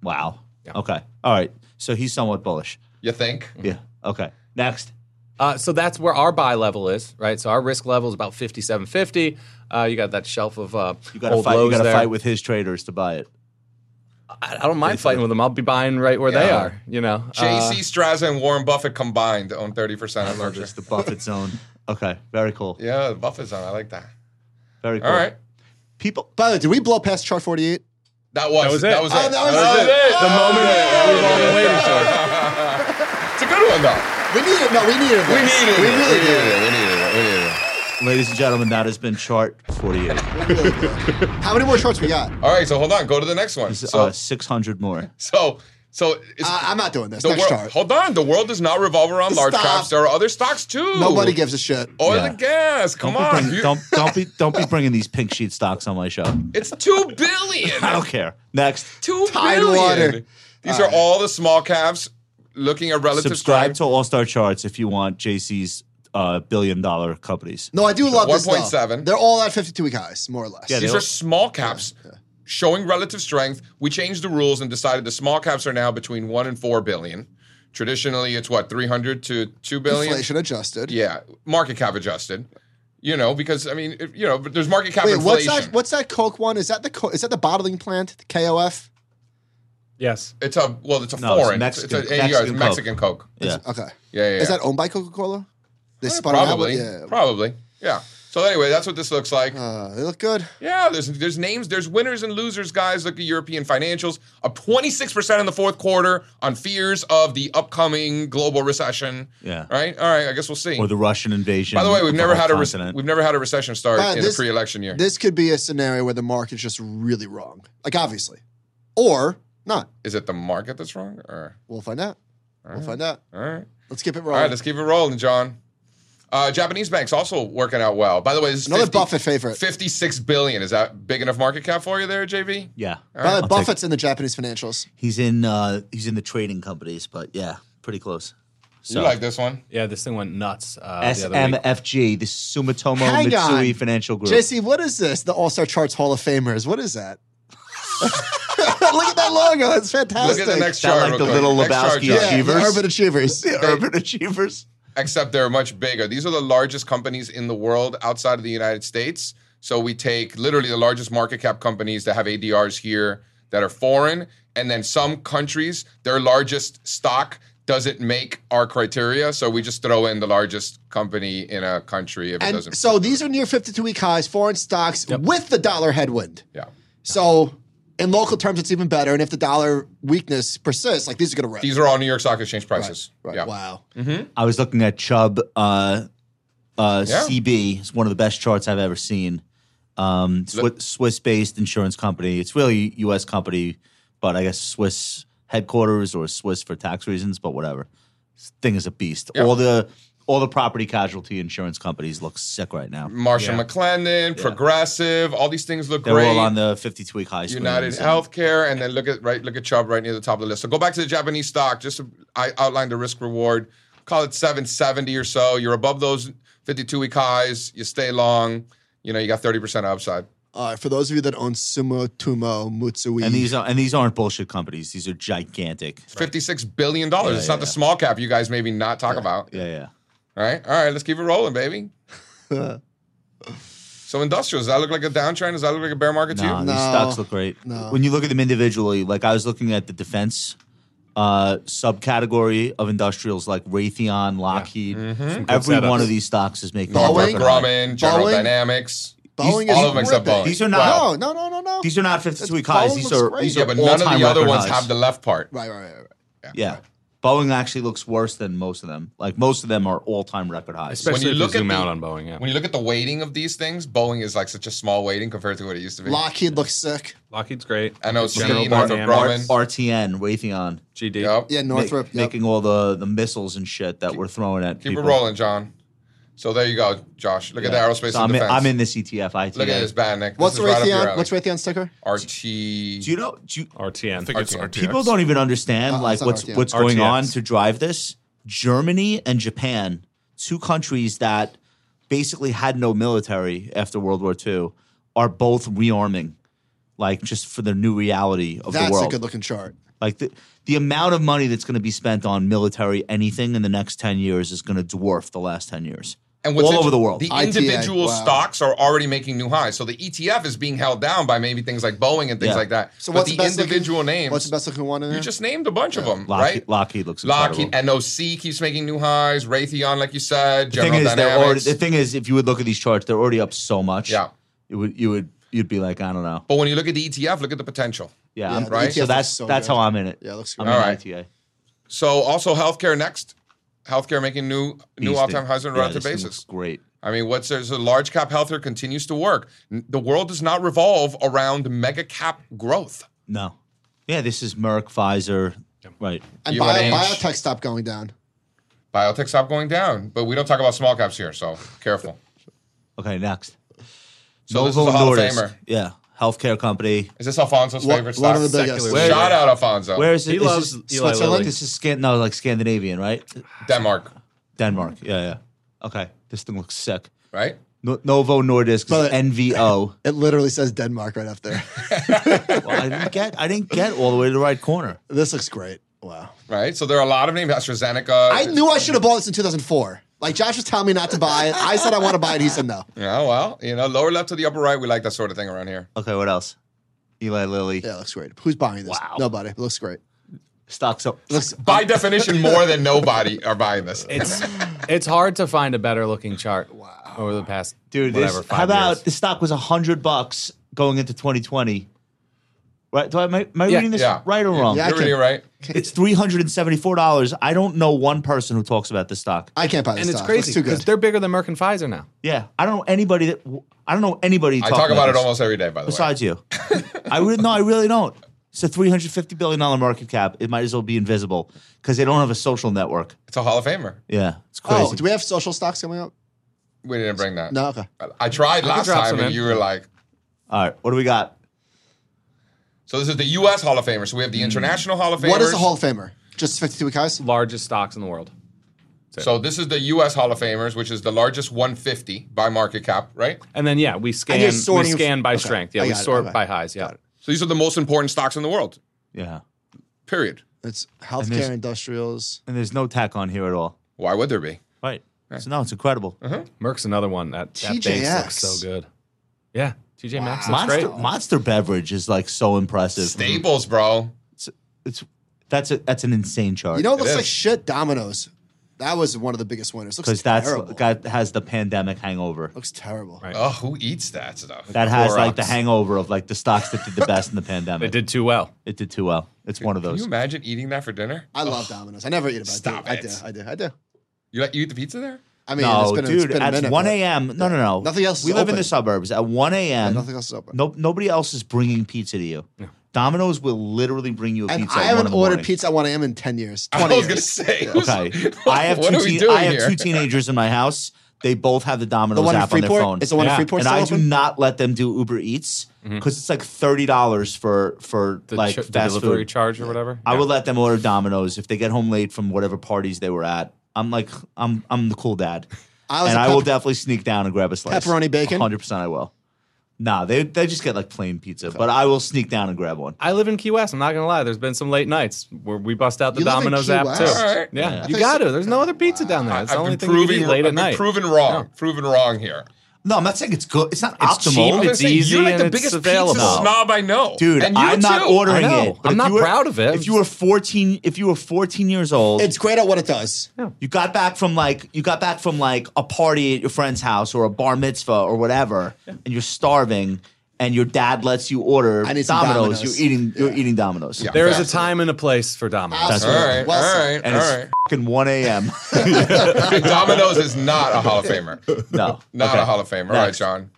[SPEAKER 3] Wow.
[SPEAKER 6] Yeah.
[SPEAKER 3] Okay. All right. So he's somewhat bullish.
[SPEAKER 1] You think?
[SPEAKER 3] Yeah. Okay. Next.
[SPEAKER 6] Uh, so that's where our buy level is, right? So our risk level is about 5750. Uh, you got that shelf of uh,
[SPEAKER 3] You got to
[SPEAKER 6] old
[SPEAKER 3] fight. You
[SPEAKER 6] lows
[SPEAKER 3] got to
[SPEAKER 6] there.
[SPEAKER 3] fight with his traders to buy it.
[SPEAKER 6] I, I don't mind fighting with them. I'll be buying right where they
[SPEAKER 1] Yeah.
[SPEAKER 6] are, you know. Uh,
[SPEAKER 1] JC Straza and Warren Buffett combined own 30% of Berkshire.
[SPEAKER 3] It's the Buffett zone. Okay. Very cool.
[SPEAKER 1] Yeah, Buffett's on. I like that.
[SPEAKER 3] Very cool.
[SPEAKER 1] All right.
[SPEAKER 3] People.
[SPEAKER 2] By the way, did we blow past chart 48?
[SPEAKER 1] That was,
[SPEAKER 6] That was it.
[SPEAKER 1] That was it.
[SPEAKER 2] Oh, that was it.
[SPEAKER 6] the moment we've all been waiting for.
[SPEAKER 1] It's a good one, though.
[SPEAKER 2] We needed no, we needed
[SPEAKER 1] We
[SPEAKER 2] this.
[SPEAKER 1] needed it. We
[SPEAKER 2] really
[SPEAKER 1] needed
[SPEAKER 2] did.
[SPEAKER 1] it. We needed it. We needed it.
[SPEAKER 3] Ladies and gentlemen, that has been chart 48.
[SPEAKER 2] How many more shorts we got? Uh,
[SPEAKER 1] All right, so hold on. Go to the next one.
[SPEAKER 3] It's,
[SPEAKER 1] So,
[SPEAKER 3] uh, 600 more.
[SPEAKER 1] so, so it's,
[SPEAKER 2] Uh, I'm not doing this.
[SPEAKER 1] the
[SPEAKER 2] Next
[SPEAKER 1] world.
[SPEAKER 2] chart.
[SPEAKER 1] Hold on. The world does not revolve around large
[SPEAKER 2] Stop.
[SPEAKER 1] caps. There are other stocks too.
[SPEAKER 2] Nobody gives a shit.
[SPEAKER 1] oil
[SPEAKER 3] Yeah.
[SPEAKER 1] and gas. Come
[SPEAKER 3] Don't be
[SPEAKER 1] on,
[SPEAKER 3] bringing-
[SPEAKER 1] You-
[SPEAKER 3] don't, don't be don't be bringing these pink sheet stocks on my show.
[SPEAKER 1] it's two billion.
[SPEAKER 3] I don't care. Next,
[SPEAKER 1] Two billion.
[SPEAKER 2] Tidewater.
[SPEAKER 1] These are all the small caps looking at relative
[SPEAKER 3] subscribe
[SPEAKER 1] strength.
[SPEAKER 3] to All Star Charts if you want JC's uh, billion dollar companies.
[SPEAKER 2] No, I do love this. though.
[SPEAKER 1] 1.7.
[SPEAKER 2] They're all at 52 week highs, more or less.
[SPEAKER 3] Yeah,
[SPEAKER 1] These are small caps showing relative strength. We changed the rules and decided the small caps are now between one and four billion. Traditionally, it's what three hundred to two billion.
[SPEAKER 2] Inflation adjusted.
[SPEAKER 1] Yeah, market cap adjusted. You know, because I mean, if- you know, but there's market cap
[SPEAKER 2] Wait, what's
[SPEAKER 1] inflation.
[SPEAKER 2] that? What's that Coke one? Is that the co- is that the bottling plant? The KOF.
[SPEAKER 6] Yes.
[SPEAKER 1] It's a well, it's a
[SPEAKER 3] No, it's
[SPEAKER 1] foreign.
[SPEAKER 3] Mexican-
[SPEAKER 1] it's a, yeah, it's
[SPEAKER 3] Mexican Coke.
[SPEAKER 1] Mexican Coke.
[SPEAKER 3] Yeah.
[SPEAKER 2] Okay.
[SPEAKER 1] Yeah, yeah,
[SPEAKER 2] Is
[SPEAKER 1] yeah.
[SPEAKER 2] that owned by Coca Cola? They spun it out.
[SPEAKER 1] probably,
[SPEAKER 2] With, yeah.
[SPEAKER 1] probably, yeah. So anyway, that's what this looks like.
[SPEAKER 2] Uh, they look good.
[SPEAKER 1] yeah, there's there's names, there's winners and losers, guys. Look at European financials up 26 percent in the fourth quarter on fears of the upcoming global recession.
[SPEAKER 3] Yeah.
[SPEAKER 1] Right. All right. I guess we'll see.
[SPEAKER 3] Or the Russian invasion.
[SPEAKER 1] By the way, we've
[SPEAKER 3] of
[SPEAKER 1] never
[SPEAKER 3] whole
[SPEAKER 1] had a re-
[SPEAKER 3] continent.
[SPEAKER 1] we've never had a recession start
[SPEAKER 2] But
[SPEAKER 1] in
[SPEAKER 2] this-
[SPEAKER 1] a pre-election year.
[SPEAKER 2] This could be a scenario where the market's just really wrong. Like obviously, or not.
[SPEAKER 1] Is it the market that's wrong? Or
[SPEAKER 2] We'll find out. We'll find out.
[SPEAKER 1] all right.
[SPEAKER 2] Let's keep it
[SPEAKER 1] All
[SPEAKER 2] wrong.
[SPEAKER 1] right, let's keep it rolling, John. Uh, Japanese banks also working out well. By the way, this is
[SPEAKER 2] Another
[SPEAKER 1] 50
[SPEAKER 2] Buffett favorite.
[SPEAKER 1] Fifty-six billion. Is that big enough market cap for you there, JV?
[SPEAKER 3] yeah,
[SPEAKER 2] By the way,
[SPEAKER 3] I'll take-
[SPEAKER 2] Buffett's in the Japanese financials.
[SPEAKER 3] he's in uh, he's in the trading companies, but yeah, pretty close. So
[SPEAKER 1] You like this one?
[SPEAKER 6] Yeah, this thing went nuts. Uh, the other week.
[SPEAKER 3] SMFG, the Sumitomo
[SPEAKER 2] Hang on.
[SPEAKER 3] Mitsui Financial Group.
[SPEAKER 2] JC, what is this? The All Star Charts Hall of Famers. What is that? Look at that logo. It's fantastic.
[SPEAKER 1] Look at the next
[SPEAKER 3] That
[SPEAKER 1] chart.
[SPEAKER 3] like
[SPEAKER 1] real
[SPEAKER 3] the
[SPEAKER 1] quick.
[SPEAKER 3] little
[SPEAKER 1] Next chart,
[SPEAKER 3] Lebowski
[SPEAKER 1] John.
[SPEAKER 2] yeah,
[SPEAKER 3] Achievers.
[SPEAKER 2] the Urban Achievers.
[SPEAKER 3] the Urban Achievers.
[SPEAKER 1] Except they're much bigger. These are the largest companies in the world outside of the United States. So we take literally the largest market cap companies that have ADRs here that are foreign, and then some countries their largest stock doesn't make our criteria. So we just throw in the largest company in a country if it
[SPEAKER 2] And
[SPEAKER 1] doesn't.
[SPEAKER 2] so these are near 52 week highs, foreign stocks with the dollar headwind.
[SPEAKER 1] yeah.
[SPEAKER 2] So in local terms, it's even better. And if the dollar weakness persists, like these are going to rip.
[SPEAKER 1] These are all New York Stock Exchange
[SPEAKER 2] Right,
[SPEAKER 1] prices.
[SPEAKER 2] right.
[SPEAKER 1] Yeah.
[SPEAKER 2] Wow.
[SPEAKER 3] I was looking at Chubb uh, uh,
[SPEAKER 1] Yeah.
[SPEAKER 3] CB is one of the best charts I've ever seen. Um, Swiss, Swiss-based insurance company. It's really U.S. company, but I guess Swiss headquarters or Swiss for tax reasons. But whatever, This thing is a beast.
[SPEAKER 1] Yeah.
[SPEAKER 3] All the all the property casualty insurance companies look sick right now.
[SPEAKER 1] Marsha McClendon, Progressive, all these things look
[SPEAKER 3] They're
[SPEAKER 1] great.
[SPEAKER 3] all on the 52-week high. screens
[SPEAKER 1] United
[SPEAKER 3] and-
[SPEAKER 1] Healthcare, and then look at right, look at Chubb right near the top of the list. So go back to the Japanese stock. Just to, I outlined the risk reward. Call it 770 or so. You're above those 52 week highs. You stay long. You know you got 30 percent upside.
[SPEAKER 2] All right, Uh, for those of you that own Sumo, Tumo, Mutsui,
[SPEAKER 3] And these are and these aren't bullshit companies. These are gigantic.
[SPEAKER 1] It's 56 billion dollars.
[SPEAKER 3] Yeah,
[SPEAKER 1] it's
[SPEAKER 3] yeah,
[SPEAKER 1] not the
[SPEAKER 3] yeah.
[SPEAKER 1] small cap you guys maybe not talk about.
[SPEAKER 3] Yeah, yeah.
[SPEAKER 1] All right, all right. Let's keep it rolling, baby. so industrials. Does that look like a downtrend? Does that look like a bear market to you?
[SPEAKER 3] No, these
[SPEAKER 2] No.
[SPEAKER 3] stocks look great.
[SPEAKER 2] No.
[SPEAKER 3] When you look at them individually, like I was looking at the defense uh, subcategory of industrials, like Raytheon, Lockheed.
[SPEAKER 1] Mm-hmm.
[SPEAKER 3] Every
[SPEAKER 6] setups.
[SPEAKER 3] one of these stocks is making.
[SPEAKER 1] Northrop
[SPEAKER 2] Boeing?
[SPEAKER 1] Grumman, General
[SPEAKER 2] Boeing?
[SPEAKER 1] Dynamics.
[SPEAKER 2] Boeing
[SPEAKER 1] All of
[SPEAKER 2] is
[SPEAKER 1] them except
[SPEAKER 2] ripping.
[SPEAKER 1] Boeing.
[SPEAKER 3] These are not-
[SPEAKER 1] Wow.
[SPEAKER 2] No, no, no, no, no.
[SPEAKER 3] These are not 52 week
[SPEAKER 2] Boeing
[SPEAKER 3] highs. These
[SPEAKER 2] looks
[SPEAKER 3] are
[SPEAKER 2] great.
[SPEAKER 3] these
[SPEAKER 1] Yeah,
[SPEAKER 3] are
[SPEAKER 1] but none of
[SPEAKER 3] all-time
[SPEAKER 1] the other
[SPEAKER 3] record
[SPEAKER 1] ones
[SPEAKER 3] highs.
[SPEAKER 1] have the left part.
[SPEAKER 2] right, right, right, right.
[SPEAKER 3] Yeah, Boeing actually looks worse than most of them. Like most of them are all time record highs.
[SPEAKER 1] When
[SPEAKER 5] Especially
[SPEAKER 1] you
[SPEAKER 5] if
[SPEAKER 1] look
[SPEAKER 5] you
[SPEAKER 1] at
[SPEAKER 5] zoom
[SPEAKER 1] the-
[SPEAKER 5] out on Boeing. Yeah.
[SPEAKER 1] When you look at the weighting of these things, Boeing is like such a small weighting compared to what it used to be.
[SPEAKER 2] Lockheed looks sick.
[SPEAKER 8] Lockheed's great.
[SPEAKER 1] I know, see,
[SPEAKER 8] General
[SPEAKER 1] Northrop
[SPEAKER 8] Dynamics,
[SPEAKER 1] Grumman.
[SPEAKER 3] RTN, Raytheon,
[SPEAKER 8] GD.
[SPEAKER 1] Yep.
[SPEAKER 2] Yeah,
[SPEAKER 3] make-
[SPEAKER 2] Northrop. yep.
[SPEAKER 3] making all the the missiles and shit that we're throwing at
[SPEAKER 1] Keep
[SPEAKER 3] people.
[SPEAKER 1] it rolling, John. So there you go, Josh. Look at the
[SPEAKER 3] Yeah.
[SPEAKER 1] aerospace and
[SPEAKER 3] So I'm, in,
[SPEAKER 1] defense.
[SPEAKER 3] I'm in this E ETF. ITA.
[SPEAKER 1] Look at this bad neck.
[SPEAKER 2] What's
[SPEAKER 1] this is right up your
[SPEAKER 2] Raytheon?
[SPEAKER 1] alley.
[SPEAKER 2] What's Raytheon's ticker?
[SPEAKER 1] RT?
[SPEAKER 3] Do you know? Do you,
[SPEAKER 8] RTN.
[SPEAKER 9] think it's
[SPEAKER 1] RTX.
[SPEAKER 9] RTX.
[SPEAKER 3] people don't even understand
[SPEAKER 2] Uh,
[SPEAKER 3] like
[SPEAKER 2] it's not
[SPEAKER 3] what's
[SPEAKER 2] RTX.
[SPEAKER 3] what's going
[SPEAKER 8] RTX.
[SPEAKER 3] on to drive this. Germany and Japan, two countries that basically had no military after World War II, are both rearming, like just for the new reality of
[SPEAKER 2] That's
[SPEAKER 3] the world.
[SPEAKER 2] a good looking chart.
[SPEAKER 3] Like the the amount of money that's going to be spent on military anything in the next ten years is going to dwarf the last ten years.
[SPEAKER 1] And what's
[SPEAKER 3] all
[SPEAKER 1] inter-
[SPEAKER 3] over the world.
[SPEAKER 1] The
[SPEAKER 2] ITA,
[SPEAKER 1] individual
[SPEAKER 2] wow.
[SPEAKER 1] stocks are already making new highs. So the ETF is being held down by maybe things like Boeing and things
[SPEAKER 3] Yeah.
[SPEAKER 1] like that.
[SPEAKER 2] So
[SPEAKER 1] but
[SPEAKER 2] what's
[SPEAKER 1] the
[SPEAKER 2] the best looking-
[SPEAKER 1] individual names,
[SPEAKER 2] What's the best looking one in there?
[SPEAKER 1] you just named a bunch of them,
[SPEAKER 3] Lockheed,
[SPEAKER 1] right?
[SPEAKER 3] Lockheed looks incredible.
[SPEAKER 1] Lockheed, NOC keeps making new highs. Raytheon, like you said,
[SPEAKER 3] thing
[SPEAKER 1] General
[SPEAKER 3] is, they're
[SPEAKER 1] Dynamics.
[SPEAKER 3] already, the thing is, if you would look at these charts, they're already up so much.
[SPEAKER 1] Yeah.
[SPEAKER 3] it would you would you'd be like, I don't know.
[SPEAKER 1] but when you look at the ETF, look at the potential.
[SPEAKER 3] Yeah,
[SPEAKER 2] Yeah,
[SPEAKER 3] I'm-
[SPEAKER 2] the E
[SPEAKER 1] Right? ETF
[SPEAKER 3] So that's
[SPEAKER 2] looks so
[SPEAKER 3] that's
[SPEAKER 2] good.
[SPEAKER 3] how I'm in it.
[SPEAKER 2] Yeah, it looks
[SPEAKER 3] I'm
[SPEAKER 2] great.
[SPEAKER 3] in
[SPEAKER 1] All right.
[SPEAKER 3] ITA.
[SPEAKER 1] So also healthcare next. Healthcare making new new
[SPEAKER 3] These
[SPEAKER 1] all time
[SPEAKER 3] thing-
[SPEAKER 1] highs on a
[SPEAKER 3] yeah,
[SPEAKER 1] relative
[SPEAKER 3] this thing
[SPEAKER 1] basis.
[SPEAKER 3] looks Great.
[SPEAKER 1] I mean, what's there's a large cap healthcare continues to work. N- The world does not revolve around mega cap growth.
[SPEAKER 3] No. Yeah, this is Merck, Pfizer. Right.
[SPEAKER 2] and
[SPEAKER 1] You and
[SPEAKER 2] bio,
[SPEAKER 1] Ange.
[SPEAKER 2] biotech stopped going down.
[SPEAKER 1] Biotech stop going down, but we don't talk about small caps here, so careful.
[SPEAKER 3] Okay, next.
[SPEAKER 1] So this is a Hall of Famer.
[SPEAKER 3] Yeah, healthcare company.
[SPEAKER 1] Is this Alfonso's
[SPEAKER 2] One,
[SPEAKER 1] favorite
[SPEAKER 2] one
[SPEAKER 1] stock?
[SPEAKER 2] of the biggest.
[SPEAKER 3] Where-
[SPEAKER 1] Shout out Alfonso.
[SPEAKER 3] Where is it?
[SPEAKER 8] He
[SPEAKER 3] Is
[SPEAKER 8] loves
[SPEAKER 3] this
[SPEAKER 8] Eli
[SPEAKER 3] Switzerland.
[SPEAKER 8] Lilly.
[SPEAKER 3] This is Scan- no, like Scandinavian, right?
[SPEAKER 1] Denmark,
[SPEAKER 3] Denmark. Yeah, yeah. Okay, this thing looks sick.
[SPEAKER 1] right?
[SPEAKER 3] No- Novo Nordisk is
[SPEAKER 2] But-
[SPEAKER 3] NVO.
[SPEAKER 2] It literally says Denmark right up there.
[SPEAKER 3] well, I didn't get. I didn't get all the way to the right corner.
[SPEAKER 2] this looks great. Wow.
[SPEAKER 1] Right. So there are a lot of names. AstraZeneca.
[SPEAKER 2] I knew I should have bought this in 2004. Like Josh was telling me not to buy it. I said I want to buy it. He said no.
[SPEAKER 1] Yeah, well, you know, lower left to the upper right, we like that sort of thing around here.
[SPEAKER 3] Okay, what else? Eli Lilly.
[SPEAKER 2] Yeah, it looks great. Who's buying this? Nobody. It looks great.
[SPEAKER 3] Stocks up.
[SPEAKER 2] Looks
[SPEAKER 1] By definition, more than nobody are buying this.
[SPEAKER 8] It's it's hard to find a better looking chart over the past
[SPEAKER 3] dude.
[SPEAKER 8] whatever,
[SPEAKER 3] this,
[SPEAKER 8] five
[SPEAKER 3] how about
[SPEAKER 8] years.
[SPEAKER 3] the stock was hundred bucks going into 2020? Right? Do I, am I, am I
[SPEAKER 8] Yeah.
[SPEAKER 3] reading this
[SPEAKER 1] Yeah.
[SPEAKER 3] right or wrong?
[SPEAKER 2] Yeah.
[SPEAKER 1] You're really right.
[SPEAKER 3] It's three hundred and seventy-four dollars. I don't know one person who talks about this stock.
[SPEAKER 2] I can't buy this
[SPEAKER 8] and it's
[SPEAKER 2] stock. Looks
[SPEAKER 8] crazy
[SPEAKER 2] too
[SPEAKER 8] because
[SPEAKER 2] good.
[SPEAKER 8] they're bigger than Merck and Pfizer now.
[SPEAKER 3] Yeah, I don't know anybody that. I don't know anybody.
[SPEAKER 1] I talk about it
[SPEAKER 3] this
[SPEAKER 1] almost every day, by the way.
[SPEAKER 3] Besides you, I really no, I really don't. It's a three hundred fifty billion dollar market cap. It might as well be invisible because they don't have a social network.
[SPEAKER 1] It's a Hall of Famer.
[SPEAKER 3] Yeah, it's crazy.
[SPEAKER 2] Oh, do we have social stocks coming up?
[SPEAKER 1] We didn't bring that.
[SPEAKER 2] No. Okay.
[SPEAKER 1] I tried last
[SPEAKER 8] drop
[SPEAKER 1] time
[SPEAKER 8] some
[SPEAKER 1] and
[SPEAKER 8] in.
[SPEAKER 1] you were like,
[SPEAKER 3] All right, what do we got?
[SPEAKER 1] so this is the U.S. Hall of Famer. So we have the
[SPEAKER 3] Mm.
[SPEAKER 1] International Hall of Famers.
[SPEAKER 2] What is a Hall of Famer? Just 52 week highs?
[SPEAKER 8] Largest stocks in the world.
[SPEAKER 1] So this is the U.S. Hall of Famers, which is the largest 150 by market cap, right?
[SPEAKER 8] And then yeah, we scan
[SPEAKER 2] you're
[SPEAKER 8] we
[SPEAKER 2] sorting-
[SPEAKER 8] scan by
[SPEAKER 2] okay,
[SPEAKER 8] strength.
[SPEAKER 2] I
[SPEAKER 8] Yeah, we
[SPEAKER 2] got it,
[SPEAKER 8] sort
[SPEAKER 2] okay.
[SPEAKER 8] by highs. Yeah.
[SPEAKER 1] So these are the most important stocks in the world.
[SPEAKER 3] Yeah,
[SPEAKER 1] Period.
[SPEAKER 2] It's
[SPEAKER 3] there's-
[SPEAKER 2] healthcare, industrials.
[SPEAKER 3] and there's no tech on here at all.
[SPEAKER 1] Why would there be?
[SPEAKER 3] Right. So no, it's incredible.
[SPEAKER 8] Merck's another one that, that base
[SPEAKER 2] TJX.
[SPEAKER 8] looks so good. Yeah, TJ Maxx looks
[SPEAKER 3] Monster
[SPEAKER 8] great.
[SPEAKER 3] Monster Beverage is like so impressive.
[SPEAKER 1] Staples, bro.
[SPEAKER 3] It's that's a that's an insane chart.
[SPEAKER 2] You know, it looks
[SPEAKER 1] is.
[SPEAKER 2] like shit. Domino's. That was one of the biggest winners. Looks
[SPEAKER 3] because that's
[SPEAKER 2] terrible.
[SPEAKER 3] that has the pandemic hangover.
[SPEAKER 2] looks terrible.
[SPEAKER 8] Right.
[SPEAKER 1] Oh, who eats that stuff?
[SPEAKER 3] That has like the
[SPEAKER 8] Clorox.
[SPEAKER 3] hangover of like the stocks that did the best in the pandemic.
[SPEAKER 8] It did too well.
[SPEAKER 3] It did too well. It's one of
[SPEAKER 1] Can
[SPEAKER 3] those.
[SPEAKER 1] you imagine eating that for dinner?
[SPEAKER 2] I love Domino's. I never eat it, but
[SPEAKER 1] Stop
[SPEAKER 2] I
[SPEAKER 1] it.
[SPEAKER 2] do. I do. I do. I do.
[SPEAKER 1] You like you eat the pizza there?
[SPEAKER 2] I mean,
[SPEAKER 3] No,
[SPEAKER 2] it's been,
[SPEAKER 3] dude,
[SPEAKER 2] it's been a
[SPEAKER 3] at
[SPEAKER 2] minute.
[SPEAKER 3] 1
[SPEAKER 2] but-
[SPEAKER 3] a.m. No, no, no.
[SPEAKER 2] Nothing else is
[SPEAKER 3] We live in
[SPEAKER 2] open.
[SPEAKER 3] the suburbs. At 1 a.m.
[SPEAKER 2] nothing else is open.
[SPEAKER 3] No, nobody else is bringing pizza to you. Domino's will literally bring you a
[SPEAKER 2] And
[SPEAKER 3] pizza.
[SPEAKER 2] I
[SPEAKER 3] at 1 in
[SPEAKER 2] haven't
[SPEAKER 3] the
[SPEAKER 2] ordered
[SPEAKER 3] morning.
[SPEAKER 2] pizza at 1 a.m. in 10 years.
[SPEAKER 1] I
[SPEAKER 2] 20
[SPEAKER 1] was
[SPEAKER 2] years.
[SPEAKER 1] gonna say.
[SPEAKER 3] Okay. I have
[SPEAKER 1] what are
[SPEAKER 3] two.
[SPEAKER 1] we
[SPEAKER 3] teen-
[SPEAKER 1] doing
[SPEAKER 3] I have
[SPEAKER 1] here?
[SPEAKER 3] two teenagers in my house. They both have the Domino's
[SPEAKER 2] The one in
[SPEAKER 3] app on their
[SPEAKER 2] Freeport?
[SPEAKER 3] phone.
[SPEAKER 2] Is the one in
[SPEAKER 3] Yeah.
[SPEAKER 2] Freeport
[SPEAKER 3] And
[SPEAKER 2] still
[SPEAKER 3] I do
[SPEAKER 2] open?
[SPEAKER 3] not let them do Uber Eats because it's like thirty dollars for for
[SPEAKER 6] Mm-hmm. The,
[SPEAKER 3] like
[SPEAKER 6] ch- the
[SPEAKER 3] fast
[SPEAKER 6] delivery
[SPEAKER 3] food.
[SPEAKER 6] charge or whatever.
[SPEAKER 3] I would let them order Domino's if they get home late from whatever parties they were at. I'm like, I'm I'm the cool dad,
[SPEAKER 2] I was
[SPEAKER 3] and
[SPEAKER 2] a
[SPEAKER 3] I will
[SPEAKER 2] pep-
[SPEAKER 3] definitely sneak down and grab a slice.
[SPEAKER 2] Pepperoni bacon?
[SPEAKER 3] hundred percent. I will. Nah, they they just get like plain pizza, but I will sneak down and grab one.
[SPEAKER 6] I live in Key West. I'm not gonna lie. There's been some late nights where we bust out the
[SPEAKER 2] You live in
[SPEAKER 6] Domino's
[SPEAKER 2] Key
[SPEAKER 6] app
[SPEAKER 2] West?
[SPEAKER 6] too.
[SPEAKER 1] All right.
[SPEAKER 6] Yeah,
[SPEAKER 3] Yeah.
[SPEAKER 6] you got to. There's no other pizza down there.
[SPEAKER 1] I-
[SPEAKER 6] It's the only
[SPEAKER 1] I've been
[SPEAKER 6] thing you can
[SPEAKER 1] proving
[SPEAKER 6] eat late at
[SPEAKER 1] I've
[SPEAKER 6] night.
[SPEAKER 1] been proven wrong. Proven wrong here.
[SPEAKER 3] No, I'm not saying it's good. It's not
[SPEAKER 6] It's
[SPEAKER 3] optimal.
[SPEAKER 6] cheap,
[SPEAKER 1] I was gonna
[SPEAKER 6] It's
[SPEAKER 1] say,
[SPEAKER 6] easy
[SPEAKER 1] you're like
[SPEAKER 6] and
[SPEAKER 1] the
[SPEAKER 6] it's
[SPEAKER 1] biggest
[SPEAKER 6] available.
[SPEAKER 1] pizza snob I know,
[SPEAKER 3] Dude,
[SPEAKER 1] And you
[SPEAKER 3] I'm not
[SPEAKER 1] too.
[SPEAKER 3] ordering
[SPEAKER 6] I know.
[SPEAKER 3] it. but
[SPEAKER 6] I'm
[SPEAKER 3] if
[SPEAKER 6] not
[SPEAKER 3] you were-
[SPEAKER 6] proud of it.
[SPEAKER 3] If you were 14, if you were 14 years old,
[SPEAKER 2] It's great at what it does.
[SPEAKER 3] you got back from like you got back from like a party at your friend's house or a bar mitzvah or whatever, and you're starving, and your dad lets you order
[SPEAKER 2] I need some
[SPEAKER 3] Domino's.
[SPEAKER 2] Domino's.
[SPEAKER 3] You're eating you're eating Domino's.
[SPEAKER 1] Yeah.
[SPEAKER 6] There is a
[SPEAKER 1] Faster.
[SPEAKER 6] time and a place for Domino's.
[SPEAKER 3] That's
[SPEAKER 1] All right,
[SPEAKER 2] Well
[SPEAKER 1] all
[SPEAKER 2] said.
[SPEAKER 1] right,
[SPEAKER 3] And
[SPEAKER 1] all right.
[SPEAKER 3] it's fucking 1 a.m.
[SPEAKER 1] Domino's is not a Hall of Famer.
[SPEAKER 3] no.
[SPEAKER 1] Not
[SPEAKER 3] Okay.
[SPEAKER 1] a Hall of Famer. All right,
[SPEAKER 3] Next.
[SPEAKER 1] John.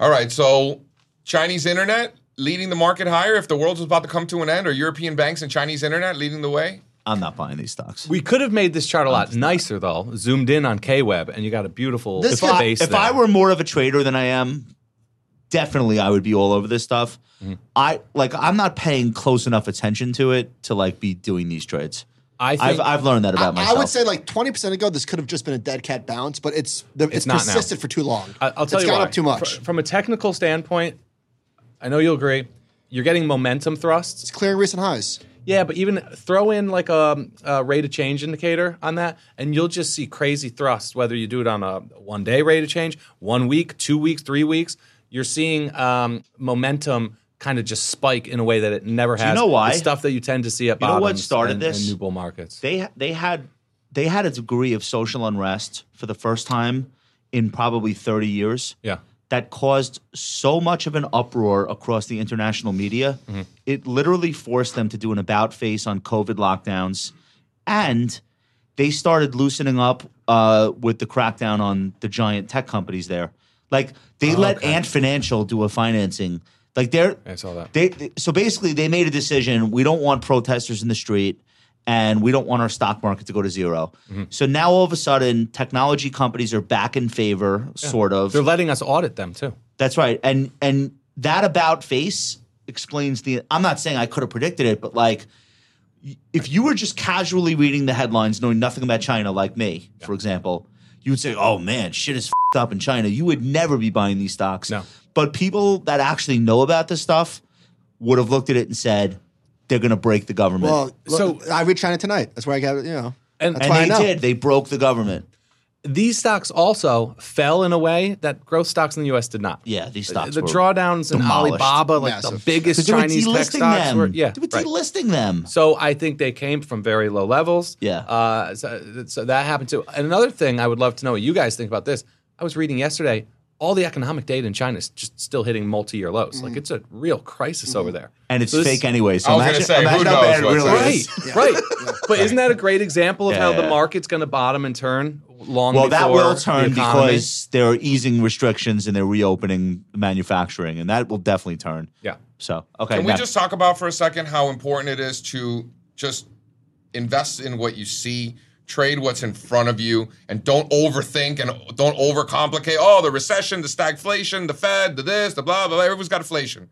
[SPEAKER 1] All right, so Chinese internet leading the market higher if the world was about to come to an end, or European banks and Chinese internet leading the way?
[SPEAKER 3] I'm not buying these stocks.
[SPEAKER 6] We could have made this chart a lot nicer though. Zoomed in on K Web, and you got a beautiful
[SPEAKER 2] This
[SPEAKER 3] if I,
[SPEAKER 6] face.
[SPEAKER 3] if
[SPEAKER 6] there.
[SPEAKER 3] I were more of a trader than I am, definitely I would be all over this stuff.
[SPEAKER 6] Mm-hmm.
[SPEAKER 3] I like I'm not paying close enough attention to it to like be doing these trades.
[SPEAKER 6] I
[SPEAKER 3] I've
[SPEAKER 6] think
[SPEAKER 3] I've learned that
[SPEAKER 2] I,
[SPEAKER 3] about
[SPEAKER 2] I
[SPEAKER 3] myself.
[SPEAKER 2] would say like 20% ago, this could have just been a dead cat bounce, but it's the, it's,
[SPEAKER 6] not now.
[SPEAKER 2] persisted for too long.
[SPEAKER 6] I- I'll tell
[SPEAKER 2] it's
[SPEAKER 6] you
[SPEAKER 2] gone
[SPEAKER 6] why.
[SPEAKER 2] up too much.
[SPEAKER 6] Fr- From a technical standpoint, I know you'll agree. You're getting momentum thrusts.
[SPEAKER 2] it's clearing recent highs.
[SPEAKER 6] Yeah, but even throw in like a, a rate of change indicator on that, and you'll just see crazy thrusts. Whether you do it on a one day rate of change, one week, two weeks, three weeks, you're seeing um, momentum kind of just spike in a way that it never has.
[SPEAKER 3] know why?
[SPEAKER 6] It's stuff that you tend to see at
[SPEAKER 3] You know what
[SPEAKER 6] bottoms
[SPEAKER 3] started
[SPEAKER 6] and-
[SPEAKER 3] this?
[SPEAKER 6] and new bull markets.
[SPEAKER 3] they they had they had a degree of social unrest for the first time in probably 30 years.
[SPEAKER 6] yeah,
[SPEAKER 3] That caused so much of an uproar across the international media.
[SPEAKER 6] Mm-hmm.
[SPEAKER 3] It literally forced them to do an about face on COVID lockdowns. And they started loosening up uh, with the crackdown on the giant tech companies there. Like they let Ant Financial do a financing. Like they're
[SPEAKER 6] Oh, I saw that.
[SPEAKER 3] they, they- so basically they made a decision we don't want protesters in the street and we don't want our stock market to go to 0
[SPEAKER 6] Mm-hmm.
[SPEAKER 3] So now all of a sudden technology companies are back in favor sort of.
[SPEAKER 6] They're letting us audit them too.
[SPEAKER 3] That's right. And and that about face explains the I'm not saying I could have predicted it, but like y- if you were just casually reading the headlines knowing nothing about China like me, for example, you would say, "Oh man, shit is fed up in China." You would never be buying these stocks.
[SPEAKER 6] No.
[SPEAKER 3] But people that actually know about this stuff would have looked at it and said, "They're going to break the government."
[SPEAKER 2] Well,
[SPEAKER 6] So-
[SPEAKER 2] so I read China tonight. That's where I got it, you know.
[SPEAKER 6] And-
[SPEAKER 2] that's
[SPEAKER 3] and
[SPEAKER 2] why I
[SPEAKER 3] they
[SPEAKER 2] know.
[SPEAKER 3] did. They broke the government.
[SPEAKER 6] These stocks also fell in a way that growth stocks in the U.S. did not.
[SPEAKER 3] Yeah, these stocks.
[SPEAKER 6] Uh, the
[SPEAKER 3] were,
[SPEAKER 6] drawdowns in
[SPEAKER 3] demolished.
[SPEAKER 6] Alibaba, like
[SPEAKER 2] Massive.
[SPEAKER 6] the biggest
[SPEAKER 3] they were
[SPEAKER 6] Chinese tech
[SPEAKER 3] delisting
[SPEAKER 6] stocks,
[SPEAKER 3] them.
[SPEAKER 6] were yeah.
[SPEAKER 3] they were
[SPEAKER 6] right.
[SPEAKER 3] delisting them.
[SPEAKER 6] So I think they came from very low levels.
[SPEAKER 3] Yeah.
[SPEAKER 6] Uh, so, so that happened too. And another thing I would love to know what you guys think about this. I was reading yesterday. All the economic data in China is just still hitting multi-year lows.
[SPEAKER 2] Mm-hmm.
[SPEAKER 6] Like it's a real crisis over there.
[SPEAKER 3] and it's
[SPEAKER 6] So this-
[SPEAKER 3] fake anyway. So
[SPEAKER 1] I was gonna
[SPEAKER 3] imagine,
[SPEAKER 1] say, who
[SPEAKER 3] imagine how
[SPEAKER 1] knows
[SPEAKER 3] bad it
[SPEAKER 1] what's
[SPEAKER 3] really
[SPEAKER 1] up.
[SPEAKER 6] Right,
[SPEAKER 3] is.
[SPEAKER 6] right. But isn't that a great example of
[SPEAKER 3] Yeah,
[SPEAKER 6] how the
[SPEAKER 3] yeah.
[SPEAKER 6] market's going to bottom and turn long?
[SPEAKER 3] Well, that
[SPEAKER 6] before
[SPEAKER 3] will
[SPEAKER 6] the
[SPEAKER 3] turn
[SPEAKER 6] economy?
[SPEAKER 3] because they're easing restrictions and they're reopening manufacturing, and that will definitely turn.
[SPEAKER 6] yeah.
[SPEAKER 3] So okay,
[SPEAKER 1] Can we
[SPEAKER 3] next.
[SPEAKER 1] just talk about for a second how important it is to just invest in what you see, trade what's in front of you, and don't overthink and don't overcomplicate. Oh, the recession, the stagflation, the Fed, the this, the blah blah. blah. Everyone's got inflation.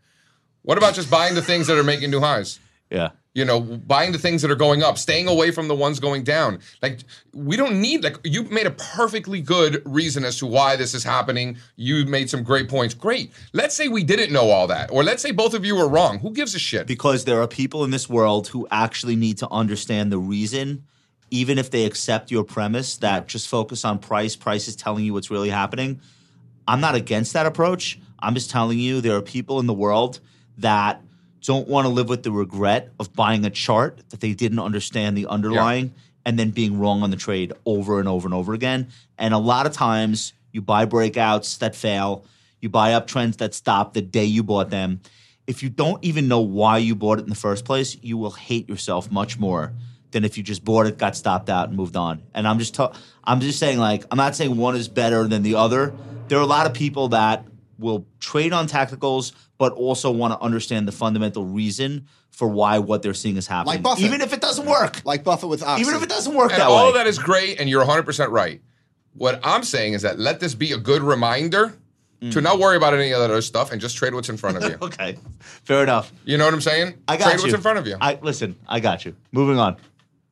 [SPEAKER 1] What about just buying the things that are making new highs?
[SPEAKER 3] yeah.
[SPEAKER 1] You know, buying the things that are going up, staying away from the ones going down. Like, we don't need, like, you made a perfectly good reason as to why this is happening. You made some great points. Great. Let's say we didn't know all that, or let's say both of you were wrong. Who gives a shit?
[SPEAKER 3] Because there are people in this world who actually need to understand the reason, even if they accept your premise that just focus on price, price is telling you what's really happening. I'm not against that approach. I'm just telling you there are people in the world that don't want to live with the regret of buying a chart that they didn't understand the underlying and then being wrong on the trade over and over and over again. And a lot of times you buy breakouts that fail, you buy uptrends that stop the day you bought them. If you don't even know why you bought it in the first place, you will hate yourself much more than if you just bought it, got stopped out, and moved on. And I'm just ta- I'm just saying like I'm not saying one is better than the other. There are a lot of people that will trade on tacticals, but also want to understand the fundamental reason for why what they're seeing is happening,
[SPEAKER 2] Like Buffett.
[SPEAKER 3] even if it doesn't work.
[SPEAKER 2] Like Buffett with Oxy.
[SPEAKER 3] even if it doesn't work
[SPEAKER 1] And
[SPEAKER 3] that
[SPEAKER 1] all
[SPEAKER 3] way.
[SPEAKER 1] of that is great, and you're 100% right. What I'm saying is that let this be a good reminder to not worry about any of that other stuff and just trade what's in front of you.
[SPEAKER 3] Mm. okay, fair enough.
[SPEAKER 1] you know what I'm saying?
[SPEAKER 3] I got
[SPEAKER 1] trade
[SPEAKER 3] you.
[SPEAKER 1] what's in front of you.
[SPEAKER 3] I listen. I got you. Moving on.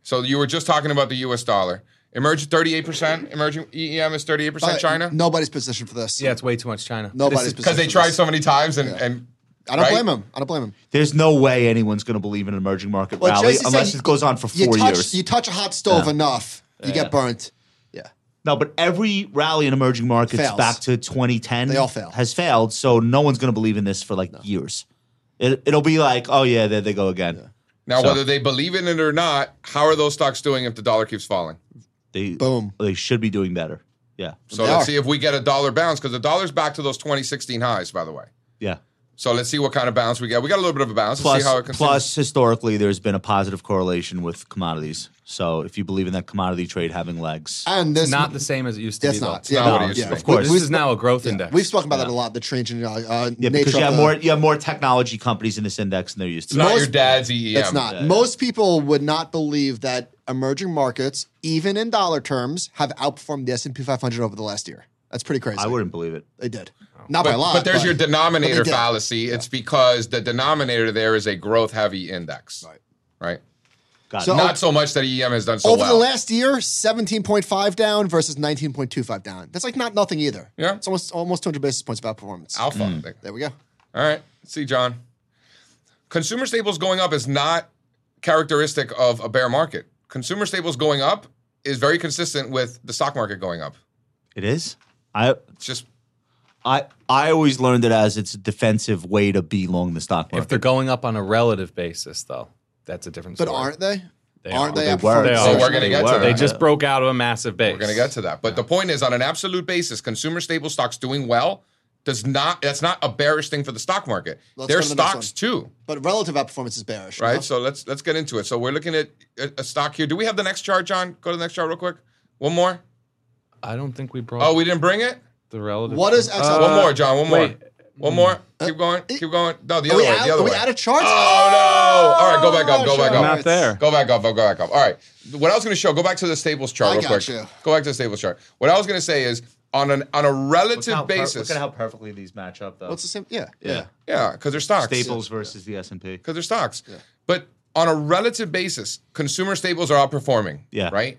[SPEAKER 1] so you were just talking about the US dollar. Emerging 38%, emerging EEM is 38%
[SPEAKER 2] Uh,
[SPEAKER 1] China.
[SPEAKER 2] Nobody's positioned for this.
[SPEAKER 6] Yeah, it's way too much China.
[SPEAKER 2] Nobody's
[SPEAKER 1] Because
[SPEAKER 2] positioned
[SPEAKER 1] they
[SPEAKER 2] for
[SPEAKER 1] tried
[SPEAKER 2] this.
[SPEAKER 1] so many times and, and
[SPEAKER 2] I don't
[SPEAKER 1] right?
[SPEAKER 2] blame him. I don't blame him.
[SPEAKER 3] There's no way anyone's going to believe in an emerging market
[SPEAKER 2] Well,
[SPEAKER 3] rally
[SPEAKER 2] Jesse said
[SPEAKER 3] unless
[SPEAKER 2] you-
[SPEAKER 3] it goes on for
[SPEAKER 2] You
[SPEAKER 3] four
[SPEAKER 2] touch
[SPEAKER 3] years.
[SPEAKER 2] you touch a hot stove enough, you get burnt. Yeah.
[SPEAKER 3] No, but every rally in emerging markets
[SPEAKER 2] Fails.
[SPEAKER 3] back to 2010
[SPEAKER 2] They all fail.
[SPEAKER 3] has failed. So no one's going to believe in this for like years. It, it'll be like, oh yeah, there they go again.
[SPEAKER 1] now
[SPEAKER 3] So-
[SPEAKER 1] whether they believe in it or not, how are those stocks doing if the dollar keeps falling?
[SPEAKER 3] They
[SPEAKER 2] Boom.
[SPEAKER 3] They should be doing better. Yeah,
[SPEAKER 1] So
[SPEAKER 2] They
[SPEAKER 1] let's
[SPEAKER 2] are.
[SPEAKER 1] see if we get a dollar bounce because the dollar's back to those 2016 highs, by the way.
[SPEAKER 3] yeah.
[SPEAKER 1] So let's see what kind of bounce we get. We got a little bit of a bounce.
[SPEAKER 3] Plus,
[SPEAKER 1] let's see how it continues.
[SPEAKER 3] plus, historically, there's been a positive correlation with commodities. So if you believe in that commodity trade having legs,
[SPEAKER 2] And this
[SPEAKER 6] Not the same as it used to
[SPEAKER 2] That's
[SPEAKER 6] be. though.
[SPEAKER 2] not.
[SPEAKER 1] not what it used to
[SPEAKER 2] yeah,
[SPEAKER 1] be.
[SPEAKER 2] Of
[SPEAKER 3] course.
[SPEAKER 2] course.
[SPEAKER 6] This
[SPEAKER 2] We've,
[SPEAKER 6] is now a growth index.
[SPEAKER 2] we've spoken about that a lot. The changing uh, uh,
[SPEAKER 3] yeah, because
[SPEAKER 2] nature
[SPEAKER 3] you
[SPEAKER 2] of
[SPEAKER 3] have
[SPEAKER 2] the-
[SPEAKER 3] more you have more technology companies in this index than there used to.
[SPEAKER 1] it's
[SPEAKER 3] be.
[SPEAKER 1] not your
[SPEAKER 2] most-
[SPEAKER 1] dad's E EEM.
[SPEAKER 2] That's not. Most people would not believe that emerging markets, even in dollar terms, have outperformed the S and P 500 over the last year. That's pretty crazy.
[SPEAKER 3] I wouldn't believe it.
[SPEAKER 2] They did. Not by
[SPEAKER 1] But,
[SPEAKER 2] a lot.
[SPEAKER 1] but there's your
[SPEAKER 2] but
[SPEAKER 1] denominator
[SPEAKER 2] they did.
[SPEAKER 1] fallacy. It's because the denominator there is a growth heavy index. Right. Right.
[SPEAKER 3] Got
[SPEAKER 2] So-
[SPEAKER 3] it.
[SPEAKER 1] Not so much that EM has done so
[SPEAKER 2] Oh. over
[SPEAKER 1] well.
[SPEAKER 2] the last year, 17.5 down versus 19.25 down. That's like not nothing either.
[SPEAKER 1] Yeah.
[SPEAKER 2] It's almost almost 200 basis points of outperformance.
[SPEAKER 1] Alpha. I think.
[SPEAKER 2] There we go.
[SPEAKER 1] All right. Let's see, John. Consumer staples going up is not characteristic of a bear market. Consumer staples going up is very consistent with the stock market going up.
[SPEAKER 3] It is. I
[SPEAKER 1] It's just
[SPEAKER 3] I I always learned it as it's a defensive way to be long the stock
[SPEAKER 6] If
[SPEAKER 3] market.
[SPEAKER 6] they're going up on a relative basis, though, that's a different
[SPEAKER 2] But
[SPEAKER 6] story.
[SPEAKER 2] aren't they?
[SPEAKER 6] They
[SPEAKER 2] aren't
[SPEAKER 6] are.
[SPEAKER 2] they?
[SPEAKER 3] They
[SPEAKER 2] outperforming
[SPEAKER 3] were.
[SPEAKER 6] They
[SPEAKER 2] the
[SPEAKER 6] are.
[SPEAKER 1] so
[SPEAKER 2] sector?
[SPEAKER 1] we're gonna get to
[SPEAKER 6] They
[SPEAKER 1] that.
[SPEAKER 6] just broke out of a massive base.
[SPEAKER 1] We're going to get to that. But the point is, on an absolute basis, consumer staple stocks doing well does not. That's not a bearish thing for the stock market.
[SPEAKER 2] Let's
[SPEAKER 1] They're
[SPEAKER 2] go to the next Uh-huh.
[SPEAKER 1] stocks too,
[SPEAKER 2] But relative outperformance is bearish.
[SPEAKER 1] right?
[SPEAKER 2] no?
[SPEAKER 1] So let's let's get into it. So we're looking at a, a stock here. Do we have the next chart, John? Go to the next chart real quick. One more.
[SPEAKER 6] I don't think we brought
[SPEAKER 1] Oh, we didn't bring it.
[SPEAKER 6] the relative.
[SPEAKER 2] What is XL?
[SPEAKER 1] Uh, One more, John. One more.
[SPEAKER 6] wait.
[SPEAKER 1] One more. Keep going. Keep going. No, the
[SPEAKER 2] Uh,
[SPEAKER 1] other
[SPEAKER 2] Are we,
[SPEAKER 1] way.
[SPEAKER 2] out,
[SPEAKER 1] The
[SPEAKER 2] are
[SPEAKER 1] other
[SPEAKER 2] we
[SPEAKER 1] way.
[SPEAKER 2] out of charts?
[SPEAKER 1] Oh no! All right, go back up. Go back
[SPEAKER 2] Charts.
[SPEAKER 1] up.
[SPEAKER 6] Not there.
[SPEAKER 1] Go back up. Go back up. All right. What I was going to show, go back to the staples chart
[SPEAKER 2] I
[SPEAKER 1] real
[SPEAKER 2] got
[SPEAKER 1] quick.
[SPEAKER 2] you.
[SPEAKER 1] Go back to the staples chart. What I was going to say is on an on a relative
[SPEAKER 3] Look how per-
[SPEAKER 1] basis.
[SPEAKER 3] look at how perfectly these match up, though.
[SPEAKER 2] What's the same? Yeah, yeah.
[SPEAKER 1] yeah, because they're stocks.
[SPEAKER 3] Staples versus the S and P.
[SPEAKER 1] Because they're stocks. But on a relative basis, consumer staples are outperforming.
[SPEAKER 3] Yeah.
[SPEAKER 1] Right.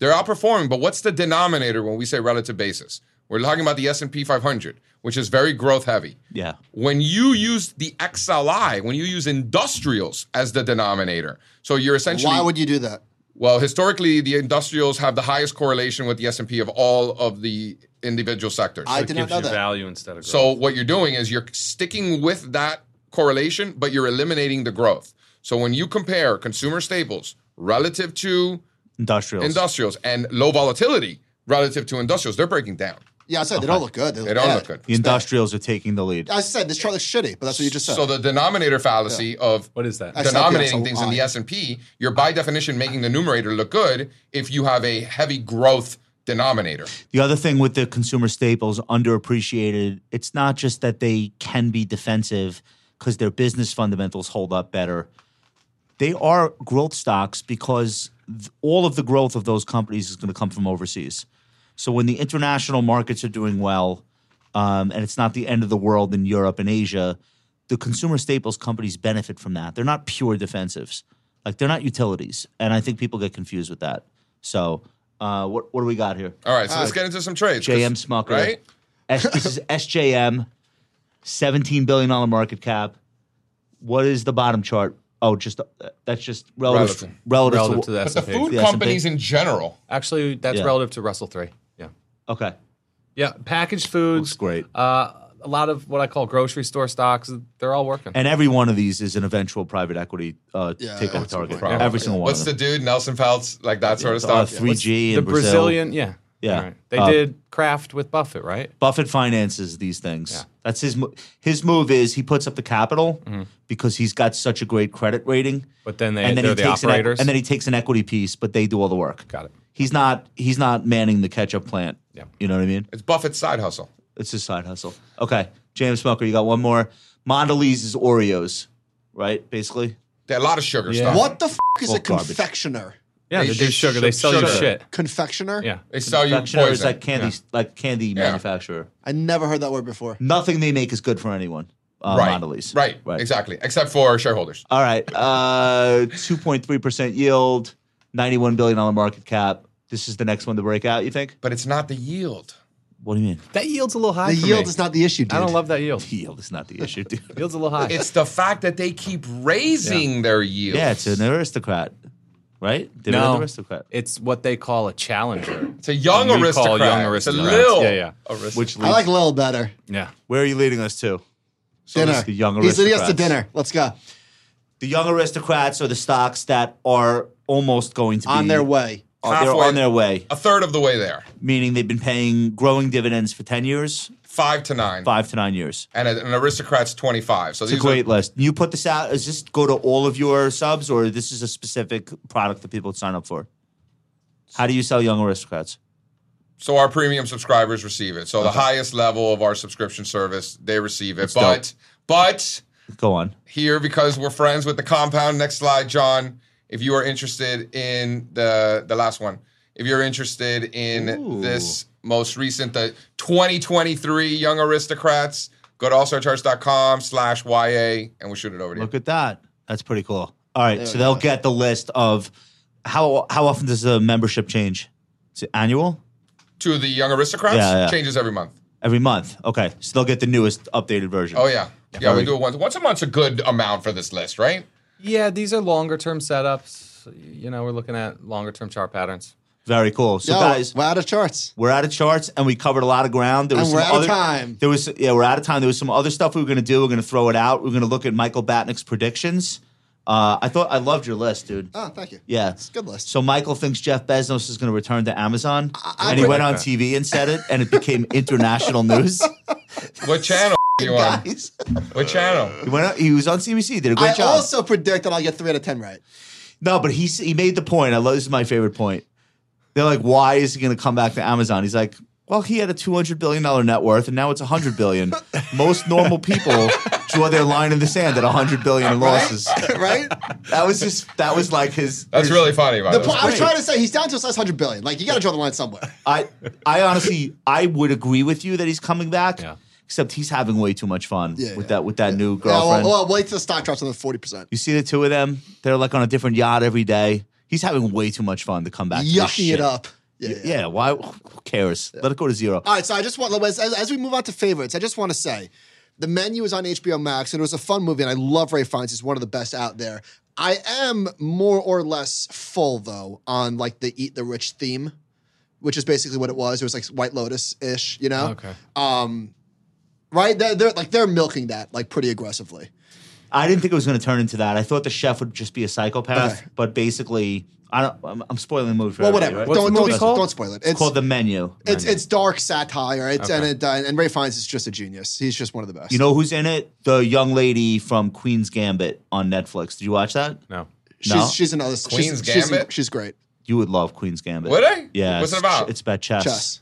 [SPEAKER 1] They're outperforming. But what's the denominator when we say relative basis? We're talking about the S and P 500, which is very growth heavy.
[SPEAKER 3] Yeah.
[SPEAKER 1] when you use the XLI, when you use industrials as the denominator, so you're essentially
[SPEAKER 2] Why would you do that?
[SPEAKER 1] well historically the industrials have the highest correlation with the S and P of all of the individual sectors.
[SPEAKER 2] I
[SPEAKER 6] It
[SPEAKER 2] did not
[SPEAKER 6] gives
[SPEAKER 2] know
[SPEAKER 6] you
[SPEAKER 2] that.
[SPEAKER 6] value instead of growth.
[SPEAKER 1] so what you're doing is you're sticking with that correlation, but you're eliminating the growth. So when you compare consumer staples relative to
[SPEAKER 3] Industrials.
[SPEAKER 1] industrials and low volatility relative to industrials, they're breaking down.
[SPEAKER 2] Yeah, I said they don't look good. They,
[SPEAKER 1] They don't
[SPEAKER 2] bad.
[SPEAKER 1] look good.
[SPEAKER 3] the industrials are taking the lead.
[SPEAKER 2] I said this chart looks shitty, but that's what you just said.
[SPEAKER 1] So the denominator fallacy of
[SPEAKER 6] what is that?
[SPEAKER 2] I-
[SPEAKER 1] denominating
[SPEAKER 2] that's a
[SPEAKER 1] things in the
[SPEAKER 2] lie.
[SPEAKER 1] S and P, you're by definition making the numerator look good if you have a heavy growth denominator.
[SPEAKER 3] The other thing with the consumer staples underappreciated, it's not just that they can be defensive because their business fundamentals hold up better. They are growth stocks because th- all of the growth of those companies is going to come from overseas. So when the international markets are doing well, um, and it's not the end of the world in Europe and Asia, the consumer staples companies benefit from that. They're not pure defensives, like they're not utilities, and I think people get confused with that. So uh, what what do we got here?
[SPEAKER 1] All right, so let's get into some trades. 'cause-
[SPEAKER 3] JM Smucker.
[SPEAKER 1] right?
[SPEAKER 3] S- this is SJM, seventeen billion dollar market cap. What is the bottom chart? Oh, just uh, that's just relative
[SPEAKER 1] Relative.
[SPEAKER 3] relative,
[SPEAKER 6] relative
[SPEAKER 3] to,
[SPEAKER 6] to the
[SPEAKER 1] But the
[SPEAKER 6] S&P.
[SPEAKER 1] food
[SPEAKER 3] The S&P.
[SPEAKER 1] companies in general.
[SPEAKER 6] Actually, that's
[SPEAKER 3] Yeah.
[SPEAKER 6] relative to Russell 3. Yeah.
[SPEAKER 3] Okay,
[SPEAKER 6] Yeah, packaged foods.
[SPEAKER 3] Looks great.
[SPEAKER 6] Uh, a lot of what I call grocery store stocks, they're all working.
[SPEAKER 3] and every one of these is an eventual private equity uh,
[SPEAKER 2] Yeah,
[SPEAKER 3] takeover
[SPEAKER 2] that's a
[SPEAKER 3] target.
[SPEAKER 2] problem.
[SPEAKER 3] Every single one
[SPEAKER 1] What's
[SPEAKER 3] of
[SPEAKER 1] the
[SPEAKER 3] them. Uh,
[SPEAKER 1] dude Nelson Feltz like that sort of stuff?
[SPEAKER 3] Three G
[SPEAKER 6] the
[SPEAKER 3] in Brazil.
[SPEAKER 6] Brazilian, yeah.
[SPEAKER 3] Yeah.
[SPEAKER 8] All right. They
[SPEAKER 3] Uh,
[SPEAKER 8] did Kraft with Buffett, right?
[SPEAKER 3] Buffett finances these things.
[SPEAKER 8] Yeah.
[SPEAKER 3] That's his mo- his move is he puts up the capital because he's got such a great credit rating.
[SPEAKER 8] But then they
[SPEAKER 3] and then
[SPEAKER 8] they're
[SPEAKER 3] he
[SPEAKER 8] the
[SPEAKER 3] takes an equ-
[SPEAKER 8] operators.
[SPEAKER 3] and then he takes an equity piece, but they do all the work.
[SPEAKER 8] Got it.
[SPEAKER 3] He's not he's not manning the ketchup plant.
[SPEAKER 8] Yeah.
[SPEAKER 3] You know what I mean?
[SPEAKER 1] It's Buffett's side hustle.
[SPEAKER 3] It's his side hustle. Okay, James Smoker, you got one more. Mondelez is Oreos, right? Basically,
[SPEAKER 1] They- A lot of sugar
[SPEAKER 5] Yeah.
[SPEAKER 1] stuff.
[SPEAKER 2] What the f- is
[SPEAKER 3] Well,
[SPEAKER 2] a
[SPEAKER 3] garbage.
[SPEAKER 2] confectioner?
[SPEAKER 8] Yeah,
[SPEAKER 1] They
[SPEAKER 8] they, do
[SPEAKER 1] sh-
[SPEAKER 8] sugar. They
[SPEAKER 1] sh-
[SPEAKER 8] sell you
[SPEAKER 1] sugar.
[SPEAKER 8] shit.
[SPEAKER 2] Confectioner?
[SPEAKER 8] Yeah.
[SPEAKER 1] They sell Oh, you
[SPEAKER 3] confectioner is
[SPEAKER 1] poison.
[SPEAKER 3] like candy like candy manufacturer.
[SPEAKER 2] I never heard that word before.
[SPEAKER 3] Nothing they make is good for anyone. Uh,
[SPEAKER 1] right.
[SPEAKER 3] Mondelez.
[SPEAKER 1] Right. Exactly. Except for shareholders.
[SPEAKER 3] All right. Uh, 2.3% yield, $91 billion market cap. This is the next one to break out, you think?
[SPEAKER 1] But it's not the yield.
[SPEAKER 3] What do you mean?
[SPEAKER 8] That yield's a little high.
[SPEAKER 2] The
[SPEAKER 8] for
[SPEAKER 2] yield
[SPEAKER 8] me.
[SPEAKER 2] is not the issue, dude.
[SPEAKER 8] I don't love that yield.
[SPEAKER 3] Yield is not the issue, dude.
[SPEAKER 8] Yield's a little high.
[SPEAKER 1] It's the fact that they keep raising their yield.
[SPEAKER 3] yeah, it's an aristocrat, right? They're
[SPEAKER 8] No.
[SPEAKER 3] an aristocrat.
[SPEAKER 8] it's what they call a challenger.
[SPEAKER 1] It's a young
[SPEAKER 8] We
[SPEAKER 1] aristocrat.
[SPEAKER 8] call young
[SPEAKER 1] It's a
[SPEAKER 8] aristocrats.
[SPEAKER 1] little
[SPEAKER 8] Yeah, yeah.
[SPEAKER 1] aristocrat.
[SPEAKER 3] Which
[SPEAKER 2] I
[SPEAKER 3] leads,
[SPEAKER 2] like Lil better.
[SPEAKER 8] Yeah.
[SPEAKER 3] where are you leading us to?
[SPEAKER 2] dinner.
[SPEAKER 3] it's the young
[SPEAKER 2] He's leading us to
[SPEAKER 3] aristocrats.
[SPEAKER 2] dinner. Let's go.
[SPEAKER 3] The young aristocrats are the stocks that are almost going to be
[SPEAKER 2] On their way.
[SPEAKER 3] are- they're
[SPEAKER 1] Halfway.
[SPEAKER 3] on their way,
[SPEAKER 1] a third of the way there.
[SPEAKER 3] meaning they've been paying growing dividends for 10 years,
[SPEAKER 1] Five to nine.
[SPEAKER 3] five to nine years.
[SPEAKER 1] And a- an aristocrat's 25. So
[SPEAKER 3] It's
[SPEAKER 1] these
[SPEAKER 3] a great
[SPEAKER 1] are,
[SPEAKER 3] list. You put this out. Is this go to all of your subs, or this is a specific product that people sign up for? How do you sell young aristocrats?
[SPEAKER 1] so our premium subscribers receive it. So the highest level of our subscription service, they receive it. but but
[SPEAKER 3] Go on.
[SPEAKER 1] here because we're friends with the compound. Next slide, John. If you are interested in the the last one, if you're interested in this most recent, the 2023 Young Aristocrats, go to allstarcharts.com slash YA and we'll shoot it over to you.
[SPEAKER 3] Look at that. That's pretty cool. All right, so they'll get the list of how how often does the membership change? Is it annual?
[SPEAKER 1] To the Young Aristocrats,
[SPEAKER 3] Yeah, yeah.
[SPEAKER 1] changes every month.
[SPEAKER 3] Every month. Okay, so they'll get the newest updated version.
[SPEAKER 1] Oh, yeah. Yeah, we
[SPEAKER 3] Very-
[SPEAKER 1] do it once. Once a month's a good amount for this list, right?
[SPEAKER 8] Yeah, these are longer term setups. You know, we're looking at longer term chart patterns.
[SPEAKER 3] Very cool. So
[SPEAKER 2] Yo,
[SPEAKER 3] guys,
[SPEAKER 2] we're out of charts.
[SPEAKER 3] We're out of charts and we covered a lot of ground. There was
[SPEAKER 2] And we're
[SPEAKER 3] some
[SPEAKER 2] out of
[SPEAKER 3] other,
[SPEAKER 2] time.
[SPEAKER 3] There was yeah, we're out of time. There was some other stuff we were gonna do. We're gonna throw it out. We're gonna look at Michael Batnick's predictions. Uh, I thought I loved your list, dude.
[SPEAKER 2] Oh, thank you.
[SPEAKER 3] Yeah.
[SPEAKER 2] It's a good list.
[SPEAKER 3] So Michael thinks Jeff Bezos is gonna return to Amazon.
[SPEAKER 2] I
[SPEAKER 3] and he
[SPEAKER 2] would-
[SPEAKER 3] went on TV and said it and it became international news.
[SPEAKER 1] What channel are you on?
[SPEAKER 3] Guys.
[SPEAKER 1] What channel?
[SPEAKER 3] He, went on, he was on CBC, did a great
[SPEAKER 2] I
[SPEAKER 3] job.
[SPEAKER 2] also predict that I'll get three out of ten right.
[SPEAKER 3] No, but he s- he made the point. I love this is my favorite point. They're like, why is he going to come back to Amazon? He's like, well, he had a two hundred billion dollar net worth, and now it's a hundred billion. Most normal people draw their line in the sand at a hundred billion in losses.
[SPEAKER 2] right?
[SPEAKER 3] That was just that was like his.
[SPEAKER 1] That's
[SPEAKER 3] his-
[SPEAKER 1] really funny, by
[SPEAKER 2] The
[SPEAKER 1] the,
[SPEAKER 2] point,
[SPEAKER 1] way.
[SPEAKER 2] I was
[SPEAKER 3] great.
[SPEAKER 2] trying to say he's down to his last hundred billion. Like you got to draw the line somewhere.
[SPEAKER 3] I I honestly I would agree with you that he's coming back.
[SPEAKER 8] Yeah.
[SPEAKER 3] Except he's having way too much fun
[SPEAKER 2] Yeah,
[SPEAKER 3] with
[SPEAKER 2] yeah.
[SPEAKER 3] that with that new
[SPEAKER 2] Yeah,
[SPEAKER 3] girlfriend.
[SPEAKER 2] well, well, wait till the stock drops another forty percent.
[SPEAKER 3] you see the two of them? They're like on a different yacht every day. He's having way too much fun to come back. to this
[SPEAKER 2] Yucking
[SPEAKER 3] shit.
[SPEAKER 2] it up. Yeah,
[SPEAKER 3] Yeah,
[SPEAKER 2] yeah.
[SPEAKER 3] why? Who cares? Let it go to zero.
[SPEAKER 2] All right, so I just want as, as as we move on to favorites, I just want to say, the menu is on HBO Max, and it was a fun movie, and I love Ray Fiennes; he's one of the best out there. I am more or less full though on like the eat the rich theme, which is basically what it was. It was like White Lotus ish, you know?
[SPEAKER 8] Okay.
[SPEAKER 2] Um, right? They're, they're like they're milking that like pretty aggressively.
[SPEAKER 3] I didn't think it was going to turn into that. I thought the chef would just be a psychopath,
[SPEAKER 2] Okay.
[SPEAKER 3] but basically, I don't. I'm, I'm spoiling the movie. For
[SPEAKER 2] Well,
[SPEAKER 3] everybody,
[SPEAKER 2] whatever.
[SPEAKER 3] right?
[SPEAKER 8] What's
[SPEAKER 2] Don't
[SPEAKER 8] the movie
[SPEAKER 2] don't,
[SPEAKER 8] called?
[SPEAKER 2] don't spoil it.
[SPEAKER 3] It's called the menu.
[SPEAKER 2] It's it's dark satire. It's and
[SPEAKER 8] Okay.
[SPEAKER 2] it, uh, and Ray Fiennes is just a genius. He's just one of the best.
[SPEAKER 3] You know who's in it? The young lady from Queen's Gambit on Netflix. Did you watch that?
[SPEAKER 8] No.
[SPEAKER 2] she's
[SPEAKER 3] no.
[SPEAKER 2] she's another she's-
[SPEAKER 1] Queen's
[SPEAKER 2] she's,
[SPEAKER 1] Gambit?
[SPEAKER 2] she's great.
[SPEAKER 3] You would love Queen's Gambit.
[SPEAKER 1] Would I?
[SPEAKER 3] Yeah.
[SPEAKER 1] What's it
[SPEAKER 3] it's-
[SPEAKER 1] about?
[SPEAKER 3] It's about chess.
[SPEAKER 2] Chess.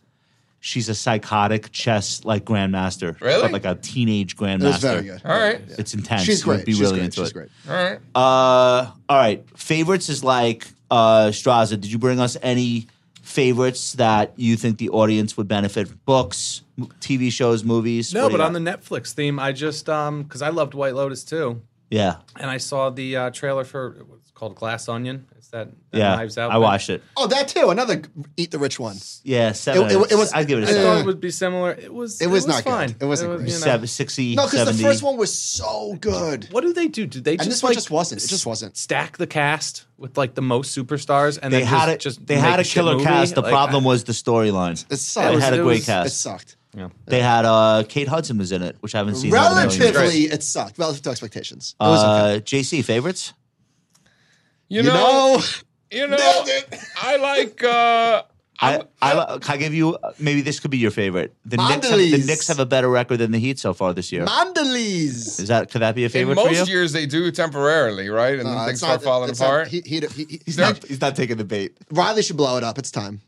[SPEAKER 3] She's a psychotic chess like grandmaster.
[SPEAKER 1] Really?
[SPEAKER 3] But like a teenage grandmaster.
[SPEAKER 2] It was very good.
[SPEAKER 1] All right.
[SPEAKER 3] It's intense.
[SPEAKER 2] She's
[SPEAKER 3] You would
[SPEAKER 2] great.
[SPEAKER 3] Be
[SPEAKER 2] She's
[SPEAKER 3] really
[SPEAKER 2] great.
[SPEAKER 3] into
[SPEAKER 2] She's
[SPEAKER 3] it.
[SPEAKER 2] great.
[SPEAKER 1] All right.
[SPEAKER 3] Uh, all right. Favorites is like uh, Straza. Did you bring us any favorites that you think the audience would benefit? from? Books, m- TV shows, movies.
[SPEAKER 8] No,
[SPEAKER 3] What do
[SPEAKER 8] but
[SPEAKER 3] you
[SPEAKER 8] on the
[SPEAKER 3] got?
[SPEAKER 8] Netflix theme, I just um because I loved White Lotus too,
[SPEAKER 3] yeah,
[SPEAKER 8] and I saw the uh, trailer for what's called Glass Onion. It's that, that
[SPEAKER 3] yeah.
[SPEAKER 8] Knives Out.
[SPEAKER 3] I watched it.
[SPEAKER 2] Oh, that too. Another g- eat the rich one.
[SPEAKER 3] Yeah, seven.
[SPEAKER 2] It- it- it was-
[SPEAKER 3] I give it a
[SPEAKER 8] I
[SPEAKER 3] seven.
[SPEAKER 8] thought it would be similar. It was.
[SPEAKER 2] It was not good.
[SPEAKER 8] fine.
[SPEAKER 2] It wasn't great.
[SPEAKER 8] you know.
[SPEAKER 3] seven, 60,
[SPEAKER 2] No, because
[SPEAKER 3] 70.
[SPEAKER 2] the first one was so good.
[SPEAKER 8] What do they do? Do they just
[SPEAKER 2] And this
[SPEAKER 8] like
[SPEAKER 2] one just wasn't. It just wasn't.
[SPEAKER 8] stack the cast with like the most superstars and
[SPEAKER 3] they
[SPEAKER 8] then
[SPEAKER 3] had
[SPEAKER 8] just,
[SPEAKER 3] it.
[SPEAKER 8] Just
[SPEAKER 3] they
[SPEAKER 8] make
[SPEAKER 3] had a
[SPEAKER 8] shit
[SPEAKER 3] killer
[SPEAKER 8] movie?
[SPEAKER 3] cast. The
[SPEAKER 8] Like,
[SPEAKER 3] problem
[SPEAKER 8] I-
[SPEAKER 3] was the storylines.
[SPEAKER 2] It
[SPEAKER 3] It,
[SPEAKER 2] sucked.
[SPEAKER 8] was-
[SPEAKER 3] had a
[SPEAKER 8] it
[SPEAKER 3] great
[SPEAKER 8] was-
[SPEAKER 2] It
[SPEAKER 3] cast.
[SPEAKER 2] sucked.
[SPEAKER 3] They had uh, Kate Hudson was in it, which I haven't seen. in a million years.
[SPEAKER 2] Relatively, it sucked. Relative to expectations. It was okay.
[SPEAKER 3] Uh, JC favorites.
[SPEAKER 1] You,
[SPEAKER 2] You
[SPEAKER 1] know,
[SPEAKER 2] know,
[SPEAKER 1] you know,
[SPEAKER 2] Nailed it.
[SPEAKER 1] I like uh
[SPEAKER 3] I, I, I, I give you uh, maybe this could be your favorite. The Knicks, have, the
[SPEAKER 2] Mondelez.
[SPEAKER 3] Knicks have a better record than the Heat so far this year.
[SPEAKER 2] Mondelez.
[SPEAKER 3] Is that could that be a
[SPEAKER 1] In
[SPEAKER 3] favorite for you?
[SPEAKER 1] most years, they do temporarily, right? And
[SPEAKER 2] Uh,
[SPEAKER 1] things
[SPEAKER 2] it's
[SPEAKER 1] start
[SPEAKER 2] not-
[SPEAKER 1] falling
[SPEAKER 2] it's not-
[SPEAKER 1] apart.
[SPEAKER 2] he- he- he- he's
[SPEAKER 3] he's
[SPEAKER 2] not-
[SPEAKER 3] not. He's not taking the bait.
[SPEAKER 2] Riley should blow it up. It's time.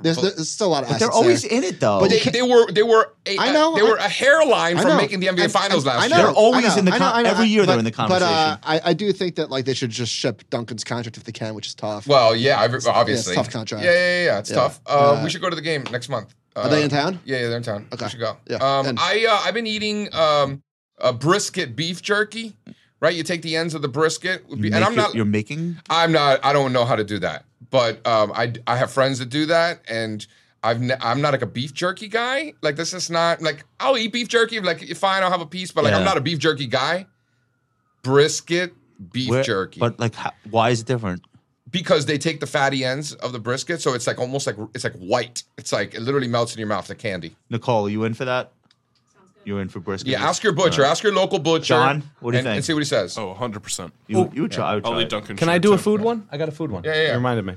[SPEAKER 2] There's, there's still a lot of
[SPEAKER 3] But they're
[SPEAKER 2] assets
[SPEAKER 3] always
[SPEAKER 2] there.
[SPEAKER 3] in it though.
[SPEAKER 2] But
[SPEAKER 1] they, they were they were a, uh,
[SPEAKER 2] I know,
[SPEAKER 1] they were
[SPEAKER 2] I-
[SPEAKER 1] a hairline
[SPEAKER 2] I
[SPEAKER 1] from
[SPEAKER 2] know.
[SPEAKER 1] making the NBA
[SPEAKER 2] I-
[SPEAKER 1] Finals
[SPEAKER 2] I-
[SPEAKER 1] last
[SPEAKER 2] I know,
[SPEAKER 1] year.
[SPEAKER 3] They're always
[SPEAKER 2] I know,
[SPEAKER 3] in the
[SPEAKER 2] I know,
[SPEAKER 3] con-
[SPEAKER 2] I know,
[SPEAKER 3] every
[SPEAKER 2] I-
[SPEAKER 3] year they're
[SPEAKER 2] but-
[SPEAKER 3] in the
[SPEAKER 2] But uh,
[SPEAKER 3] conversation.
[SPEAKER 2] I, I do think that like they should just ship Duncan's contract if they can, which is tough.
[SPEAKER 1] Well, yeah, I've- obviously.
[SPEAKER 2] tough contract.
[SPEAKER 1] Yeah, yeah, yeah. yeah, It's
[SPEAKER 2] Yeah.
[SPEAKER 1] tough. Uh,
[SPEAKER 2] Uh,
[SPEAKER 1] we should go to the game next month. Uh,
[SPEAKER 2] Are they in town?
[SPEAKER 1] Yeah, yeah, they're in town.
[SPEAKER 2] Okay.
[SPEAKER 1] We should go.
[SPEAKER 2] Yeah,
[SPEAKER 1] Um,
[SPEAKER 2] and-
[SPEAKER 1] I uh, I've been eating um, a brisket beef jerky. Right, you take the ends of the brisket, would be-
[SPEAKER 3] Make
[SPEAKER 1] and I'm
[SPEAKER 3] your-
[SPEAKER 1] not.
[SPEAKER 3] You're making.
[SPEAKER 1] I'm not. I don't know how to do that, but um, I I have friends that do that, and I've ne- I'm not like a beef jerky guy. Like this is not like I'll eat beef jerky. Like fine, I'll have a piece, but like I'm
[SPEAKER 3] Yeah.
[SPEAKER 1] not a beef jerky guy. Brisket beef
[SPEAKER 3] where-
[SPEAKER 1] jerky
[SPEAKER 3] But like, how, why is it different?
[SPEAKER 1] because they take the fatty ends of the brisket, so it's like almost like it's like white. It's like it literally melts in your mouth, like candy.
[SPEAKER 3] Nicole, you in for that? You're in for brisket.
[SPEAKER 1] Yeah, ask your butcher,
[SPEAKER 3] All right.
[SPEAKER 1] ask your local butcher,
[SPEAKER 3] John, what do you
[SPEAKER 1] and,
[SPEAKER 3] think?
[SPEAKER 1] and see what he says.
[SPEAKER 4] Oh, 100%.
[SPEAKER 3] You, you would try. I would
[SPEAKER 4] I'll
[SPEAKER 3] try.
[SPEAKER 4] eat
[SPEAKER 3] it.
[SPEAKER 4] Duncan.
[SPEAKER 6] Can I
[SPEAKER 4] shirts
[SPEAKER 6] do a
[SPEAKER 4] after
[SPEAKER 6] food
[SPEAKER 4] that.
[SPEAKER 6] one? I got a food one.
[SPEAKER 1] Yeah, yeah, yeah.
[SPEAKER 6] It reminded me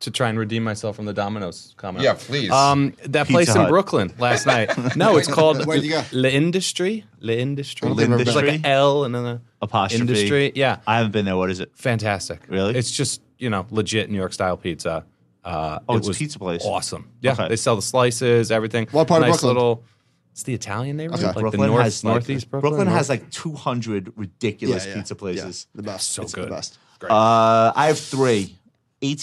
[SPEAKER 6] to try and redeem myself from the Domino's comment.
[SPEAKER 1] Yeah, please.
[SPEAKER 6] Um, that
[SPEAKER 3] Pizza
[SPEAKER 6] place in
[SPEAKER 3] Hut.
[SPEAKER 6] Brooklyn last night. No, it's called
[SPEAKER 2] Where'd you go?
[SPEAKER 6] Le Industry. Le Industry.
[SPEAKER 3] Le Industry?
[SPEAKER 6] It's like an L and then a
[SPEAKER 3] Apostrophe.
[SPEAKER 6] Industry. Yeah,
[SPEAKER 3] I haven't been there. What is it?
[SPEAKER 6] fantastic.
[SPEAKER 3] Really?
[SPEAKER 6] It's just you know legit New York style pizza. Uh,
[SPEAKER 3] Oh,
[SPEAKER 6] it
[SPEAKER 3] it's a
[SPEAKER 6] was
[SPEAKER 3] pizza place.
[SPEAKER 6] Awesome. Yeah,
[SPEAKER 3] Okay.
[SPEAKER 6] they sell the slices, everything.
[SPEAKER 2] What part of
[SPEAKER 6] nice
[SPEAKER 2] Brooklyn?
[SPEAKER 6] Little, it's the Italian neighborhood,
[SPEAKER 2] Okay.
[SPEAKER 6] like
[SPEAKER 3] Brooklyn
[SPEAKER 6] the north,
[SPEAKER 3] has like-
[SPEAKER 6] northeast Brooklyn.
[SPEAKER 3] Brooklyn, has like 200 ridiculous pizza places.
[SPEAKER 2] the best.
[SPEAKER 6] So
[SPEAKER 2] it's
[SPEAKER 6] good.
[SPEAKER 2] The best.
[SPEAKER 3] Uh, I have three.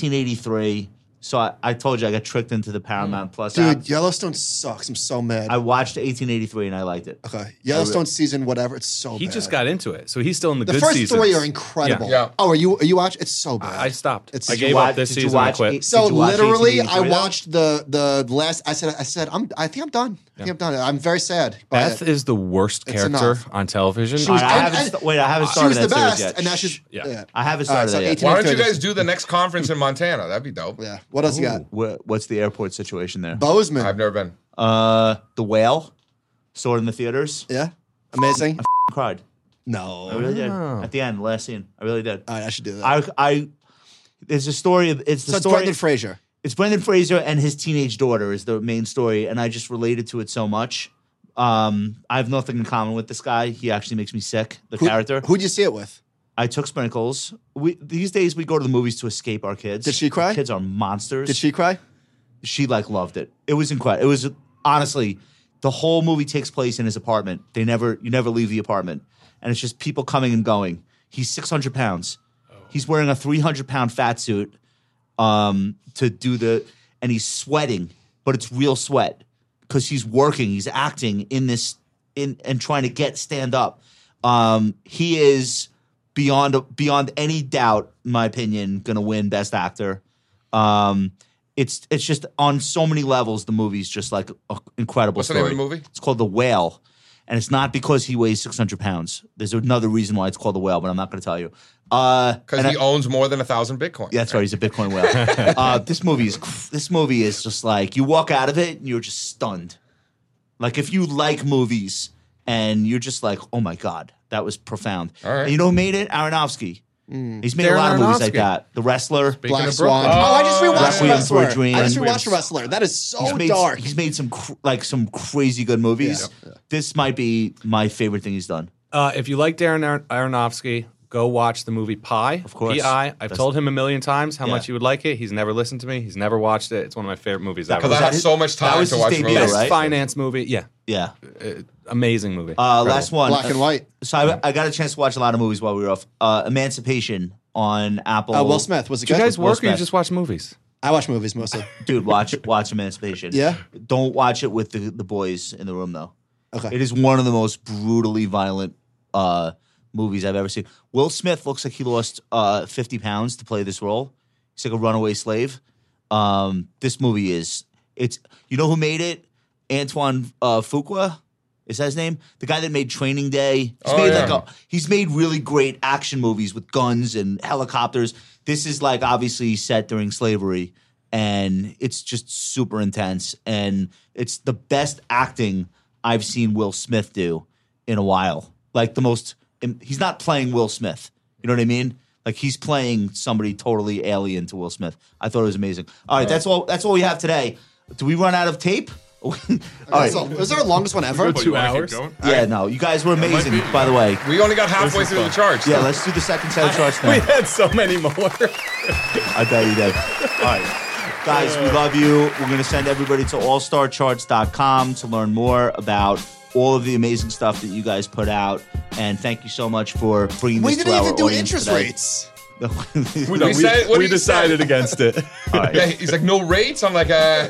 [SPEAKER 3] 1883. So I, I told you I got tricked into the Paramount Plus app.
[SPEAKER 2] Mm. Dude, Yellowstone sucks. I'm so mad.
[SPEAKER 3] I watched 1883 and I liked it.
[SPEAKER 2] okay, Yellowstone season, whatever. It's so.
[SPEAKER 6] he
[SPEAKER 2] bad.
[SPEAKER 6] just got into it, so he's still in the,
[SPEAKER 2] the
[SPEAKER 6] good
[SPEAKER 2] first
[SPEAKER 6] seasons.
[SPEAKER 2] three are incredible.
[SPEAKER 1] Yeah. Yeah.
[SPEAKER 2] Oh, are you? Are you watch? It's so bad.
[SPEAKER 6] I stopped.
[SPEAKER 2] It's-
[SPEAKER 6] I
[SPEAKER 2] Did you
[SPEAKER 6] gave
[SPEAKER 3] wa-
[SPEAKER 6] up this
[SPEAKER 3] did you
[SPEAKER 6] season. I
[SPEAKER 3] watch
[SPEAKER 6] quit.
[SPEAKER 3] eight-
[SPEAKER 2] So
[SPEAKER 3] Did you watch
[SPEAKER 2] literally, I
[SPEAKER 3] 1883 though?
[SPEAKER 2] watched the the last. I said, I said, I'm. I think I'm done. I think I'm done. I'm very sad. by
[SPEAKER 6] Beth
[SPEAKER 2] it.
[SPEAKER 6] is the worst
[SPEAKER 2] Oh, It's
[SPEAKER 6] character
[SPEAKER 2] enough.
[SPEAKER 6] on television.
[SPEAKER 2] She was-
[SPEAKER 3] I
[SPEAKER 2] and-
[SPEAKER 3] haven't
[SPEAKER 2] and-
[SPEAKER 3] st- wait, I haven't
[SPEAKER 2] she was
[SPEAKER 3] started
[SPEAKER 2] the
[SPEAKER 3] that series
[SPEAKER 2] best,
[SPEAKER 3] yet.
[SPEAKER 2] and now she's.
[SPEAKER 6] yeah.
[SPEAKER 3] I haven't
[SPEAKER 2] All right,
[SPEAKER 3] started
[SPEAKER 2] so
[SPEAKER 3] that yet.
[SPEAKER 2] 18
[SPEAKER 1] Why don't you
[SPEAKER 2] 18
[SPEAKER 1] guys do the next conference in Montana? That'd be dope.
[SPEAKER 2] Yeah. What else you got?
[SPEAKER 3] Wh- What's the airport situation there?
[SPEAKER 2] Bozeman.
[SPEAKER 1] I've never been.
[SPEAKER 3] Uh, the whale, saw it in the theaters.
[SPEAKER 2] yeah. Amazing.
[SPEAKER 3] I cried.
[SPEAKER 2] No.
[SPEAKER 3] I
[SPEAKER 6] Oh,
[SPEAKER 2] All
[SPEAKER 3] really did. At the end, last scene, I really did.
[SPEAKER 2] Oh. right, I should do that.
[SPEAKER 3] I, I, there's a story. of- It's the
[SPEAKER 2] so it's
[SPEAKER 3] story.
[SPEAKER 2] Brendan Fraser.
[SPEAKER 3] it's Brendan Fraser and his teenage daughter is the main story, and I just related to it so much. Um, I have nothing in common with this guy. He actually makes me sick. The
[SPEAKER 2] Who,
[SPEAKER 3] character.
[SPEAKER 2] Who'd you see it with?
[SPEAKER 3] I took sprinkles. We these days we go to the movies to escape our kids.
[SPEAKER 2] Did she cry?
[SPEAKER 3] The kids are monsters.
[SPEAKER 2] Did she cry?
[SPEAKER 3] She like loved it. It was incredible. It was honestly the whole movie takes place in his apartment. They never you never leave the apartment, and it's just people coming and going. He's six hundred pounds. He's wearing a three hundred pound fat suit um, to do the, and he's sweating, but it's real sweat because he's working, he's acting in this, in and trying to get stand up. Um, he is beyond beyond any doubt, in my opinion, going to win Best Actor. Um, it's it's just on so many levels. The movie's just like a incredible.
[SPEAKER 1] What's the
[SPEAKER 3] story.
[SPEAKER 1] name of the movie?
[SPEAKER 3] It's called The Whale. And it's not because he weighs 600 pounds. There's another reason why it's called The Whale, but I'm not going to tell you. Uh,
[SPEAKER 1] Because
[SPEAKER 3] and
[SPEAKER 1] he
[SPEAKER 3] I-
[SPEAKER 1] owns more than a thousand Bitcoin.
[SPEAKER 3] yeah, that's right. He's a Bitcoin whale. uh, this movie is cr- this movie is just like you walk out of it and you're just stunned. Like if you like movies and you're just like, oh my god, that was profound.
[SPEAKER 1] All right.
[SPEAKER 3] And you know who made it? Aronofsky. He's made a
[SPEAKER 6] Darren
[SPEAKER 3] lot of movies like
[SPEAKER 6] Aronofsky.
[SPEAKER 3] that. The Wrestler.
[SPEAKER 2] Black
[SPEAKER 6] of
[SPEAKER 2] Swan.
[SPEAKER 6] Brooklyn.
[SPEAKER 2] oh, I just rewatched
[SPEAKER 3] Requiem for a
[SPEAKER 2] Wrestler.
[SPEAKER 3] Dream.
[SPEAKER 2] I just rewatched Wrestler. That is so
[SPEAKER 3] He's made,
[SPEAKER 2] Oh, dark.
[SPEAKER 3] he's made some cr- like some crazy good movies. This might be my favorite thing he's done.
[SPEAKER 6] Uh, if you like Darren Ar- Aronofsky, go watch the movie Pi. Of
[SPEAKER 3] course.
[SPEAKER 6] Pi. I've
[SPEAKER 3] That's-
[SPEAKER 6] told him a million times how
[SPEAKER 3] Yeah.
[SPEAKER 6] much he would like it. He's never listened to me. He's never watched it. It's one of my favorite movies ever.
[SPEAKER 1] Because I
[SPEAKER 3] that
[SPEAKER 1] have
[SPEAKER 3] his-
[SPEAKER 1] so much
[SPEAKER 3] that
[SPEAKER 1] time
[SPEAKER 3] was
[SPEAKER 1] to
[SPEAKER 3] his
[SPEAKER 1] watch
[SPEAKER 3] debut,
[SPEAKER 1] movies.
[SPEAKER 6] Best
[SPEAKER 3] right?
[SPEAKER 6] finance movie. Yeah,
[SPEAKER 3] Yeah.
[SPEAKER 6] amazing movie.
[SPEAKER 3] Uh,
[SPEAKER 6] Incredible.
[SPEAKER 3] last one.
[SPEAKER 2] Black
[SPEAKER 3] Uh,
[SPEAKER 2] and white.
[SPEAKER 3] So I, I got a chance to watch a lot of movies while we were off. Uh, Emancipation on Apple.
[SPEAKER 2] Uh, Will Smith was it
[SPEAKER 6] Do
[SPEAKER 2] good?
[SPEAKER 6] you guys
[SPEAKER 3] Will
[SPEAKER 6] work or you
[SPEAKER 3] Smith.
[SPEAKER 6] just watch movies?
[SPEAKER 2] I watch movies mostly.
[SPEAKER 3] Dude, watch watch Emancipation.
[SPEAKER 2] Yeah?
[SPEAKER 3] Don't watch it with the, the boys in the room though.
[SPEAKER 2] Okay.
[SPEAKER 3] It is one of the most brutally violent uh, movies I've ever seen. Will Smith looks like he lost uh, 50 pounds to play this role. He's like a runaway slave. Um, this movie is it's you know who made it? Antoine uh, Fuqua. Is that his name? The guy that made Training Day. He's
[SPEAKER 1] Oh,
[SPEAKER 3] made
[SPEAKER 1] yeah.
[SPEAKER 3] like a, Uh, he's made really great action movies with guns and helicopters. This is like obviously set during slavery and it's just super intense and it's the best acting I've seen Will Smith do in a while. Like the most he's not playing Will Smith. You know what I mean? Like he's playing somebody totally alien to Will Smith. I thought it was amazing. All right, that's all. That's all we have today. Do we run out of tape? all right.
[SPEAKER 2] So, is our longest one ever?
[SPEAKER 5] But you wanna keep
[SPEAKER 6] hours.
[SPEAKER 5] going?
[SPEAKER 3] Yeah, no, you guys were amazing. By the way,
[SPEAKER 1] We only got halfway through the charts.
[SPEAKER 3] yeah, let's do the second set of charts now.
[SPEAKER 6] We had so many more.
[SPEAKER 3] I bet you did. All right. Guys, we love you. We're going to send everybody to allstarcharts.com to learn more about all of the amazing stuff that you guys put out. And thank you so much for bringing
[SPEAKER 2] We
[SPEAKER 3] this
[SPEAKER 2] didn't
[SPEAKER 3] to
[SPEAKER 2] even
[SPEAKER 3] our
[SPEAKER 2] do
[SPEAKER 3] audience
[SPEAKER 2] interest
[SPEAKER 3] today.
[SPEAKER 2] rates.
[SPEAKER 3] we,
[SPEAKER 1] We said- what
[SPEAKER 6] we
[SPEAKER 1] did you say?
[SPEAKER 6] decided against it.
[SPEAKER 1] Yeah, he's like, no rates? I'm like, uh,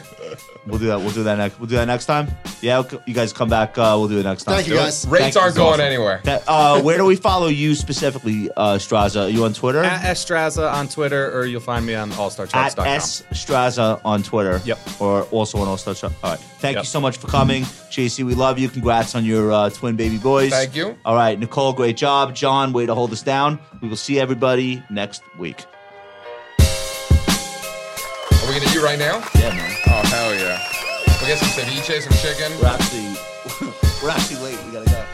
[SPEAKER 3] will do that. We'll do that next. We'll do that next time. Yeah, okay. you guys come back. Uh, we'll do it next time.
[SPEAKER 2] Thank you, guys.
[SPEAKER 1] rates
[SPEAKER 3] you.
[SPEAKER 1] aren't
[SPEAKER 3] It's awesome.
[SPEAKER 1] going anywhere.
[SPEAKER 3] That- uh, where do we follow you specifically, uh, Straza? Are you on Twitter?
[SPEAKER 6] At Estraza on Twitter, or you'll find me on allstarcharts.com.
[SPEAKER 3] at S Straza on Twitter.
[SPEAKER 6] Yep.
[SPEAKER 3] Or also on All Star All right. Thank
[SPEAKER 6] Yep.
[SPEAKER 3] you so much for coming. JC, we love you. Congrats on your uh, twin baby boys.
[SPEAKER 1] Thank you.
[SPEAKER 3] All right. Nicole, great job. John, way to hold us down. We will see everybody next week.
[SPEAKER 1] Are we going to eat right now?
[SPEAKER 3] Yeah, man.
[SPEAKER 1] Oh, hell yeah. We'll get some ceviche, some chicken.
[SPEAKER 3] We're actually, we're actually late. We got to go.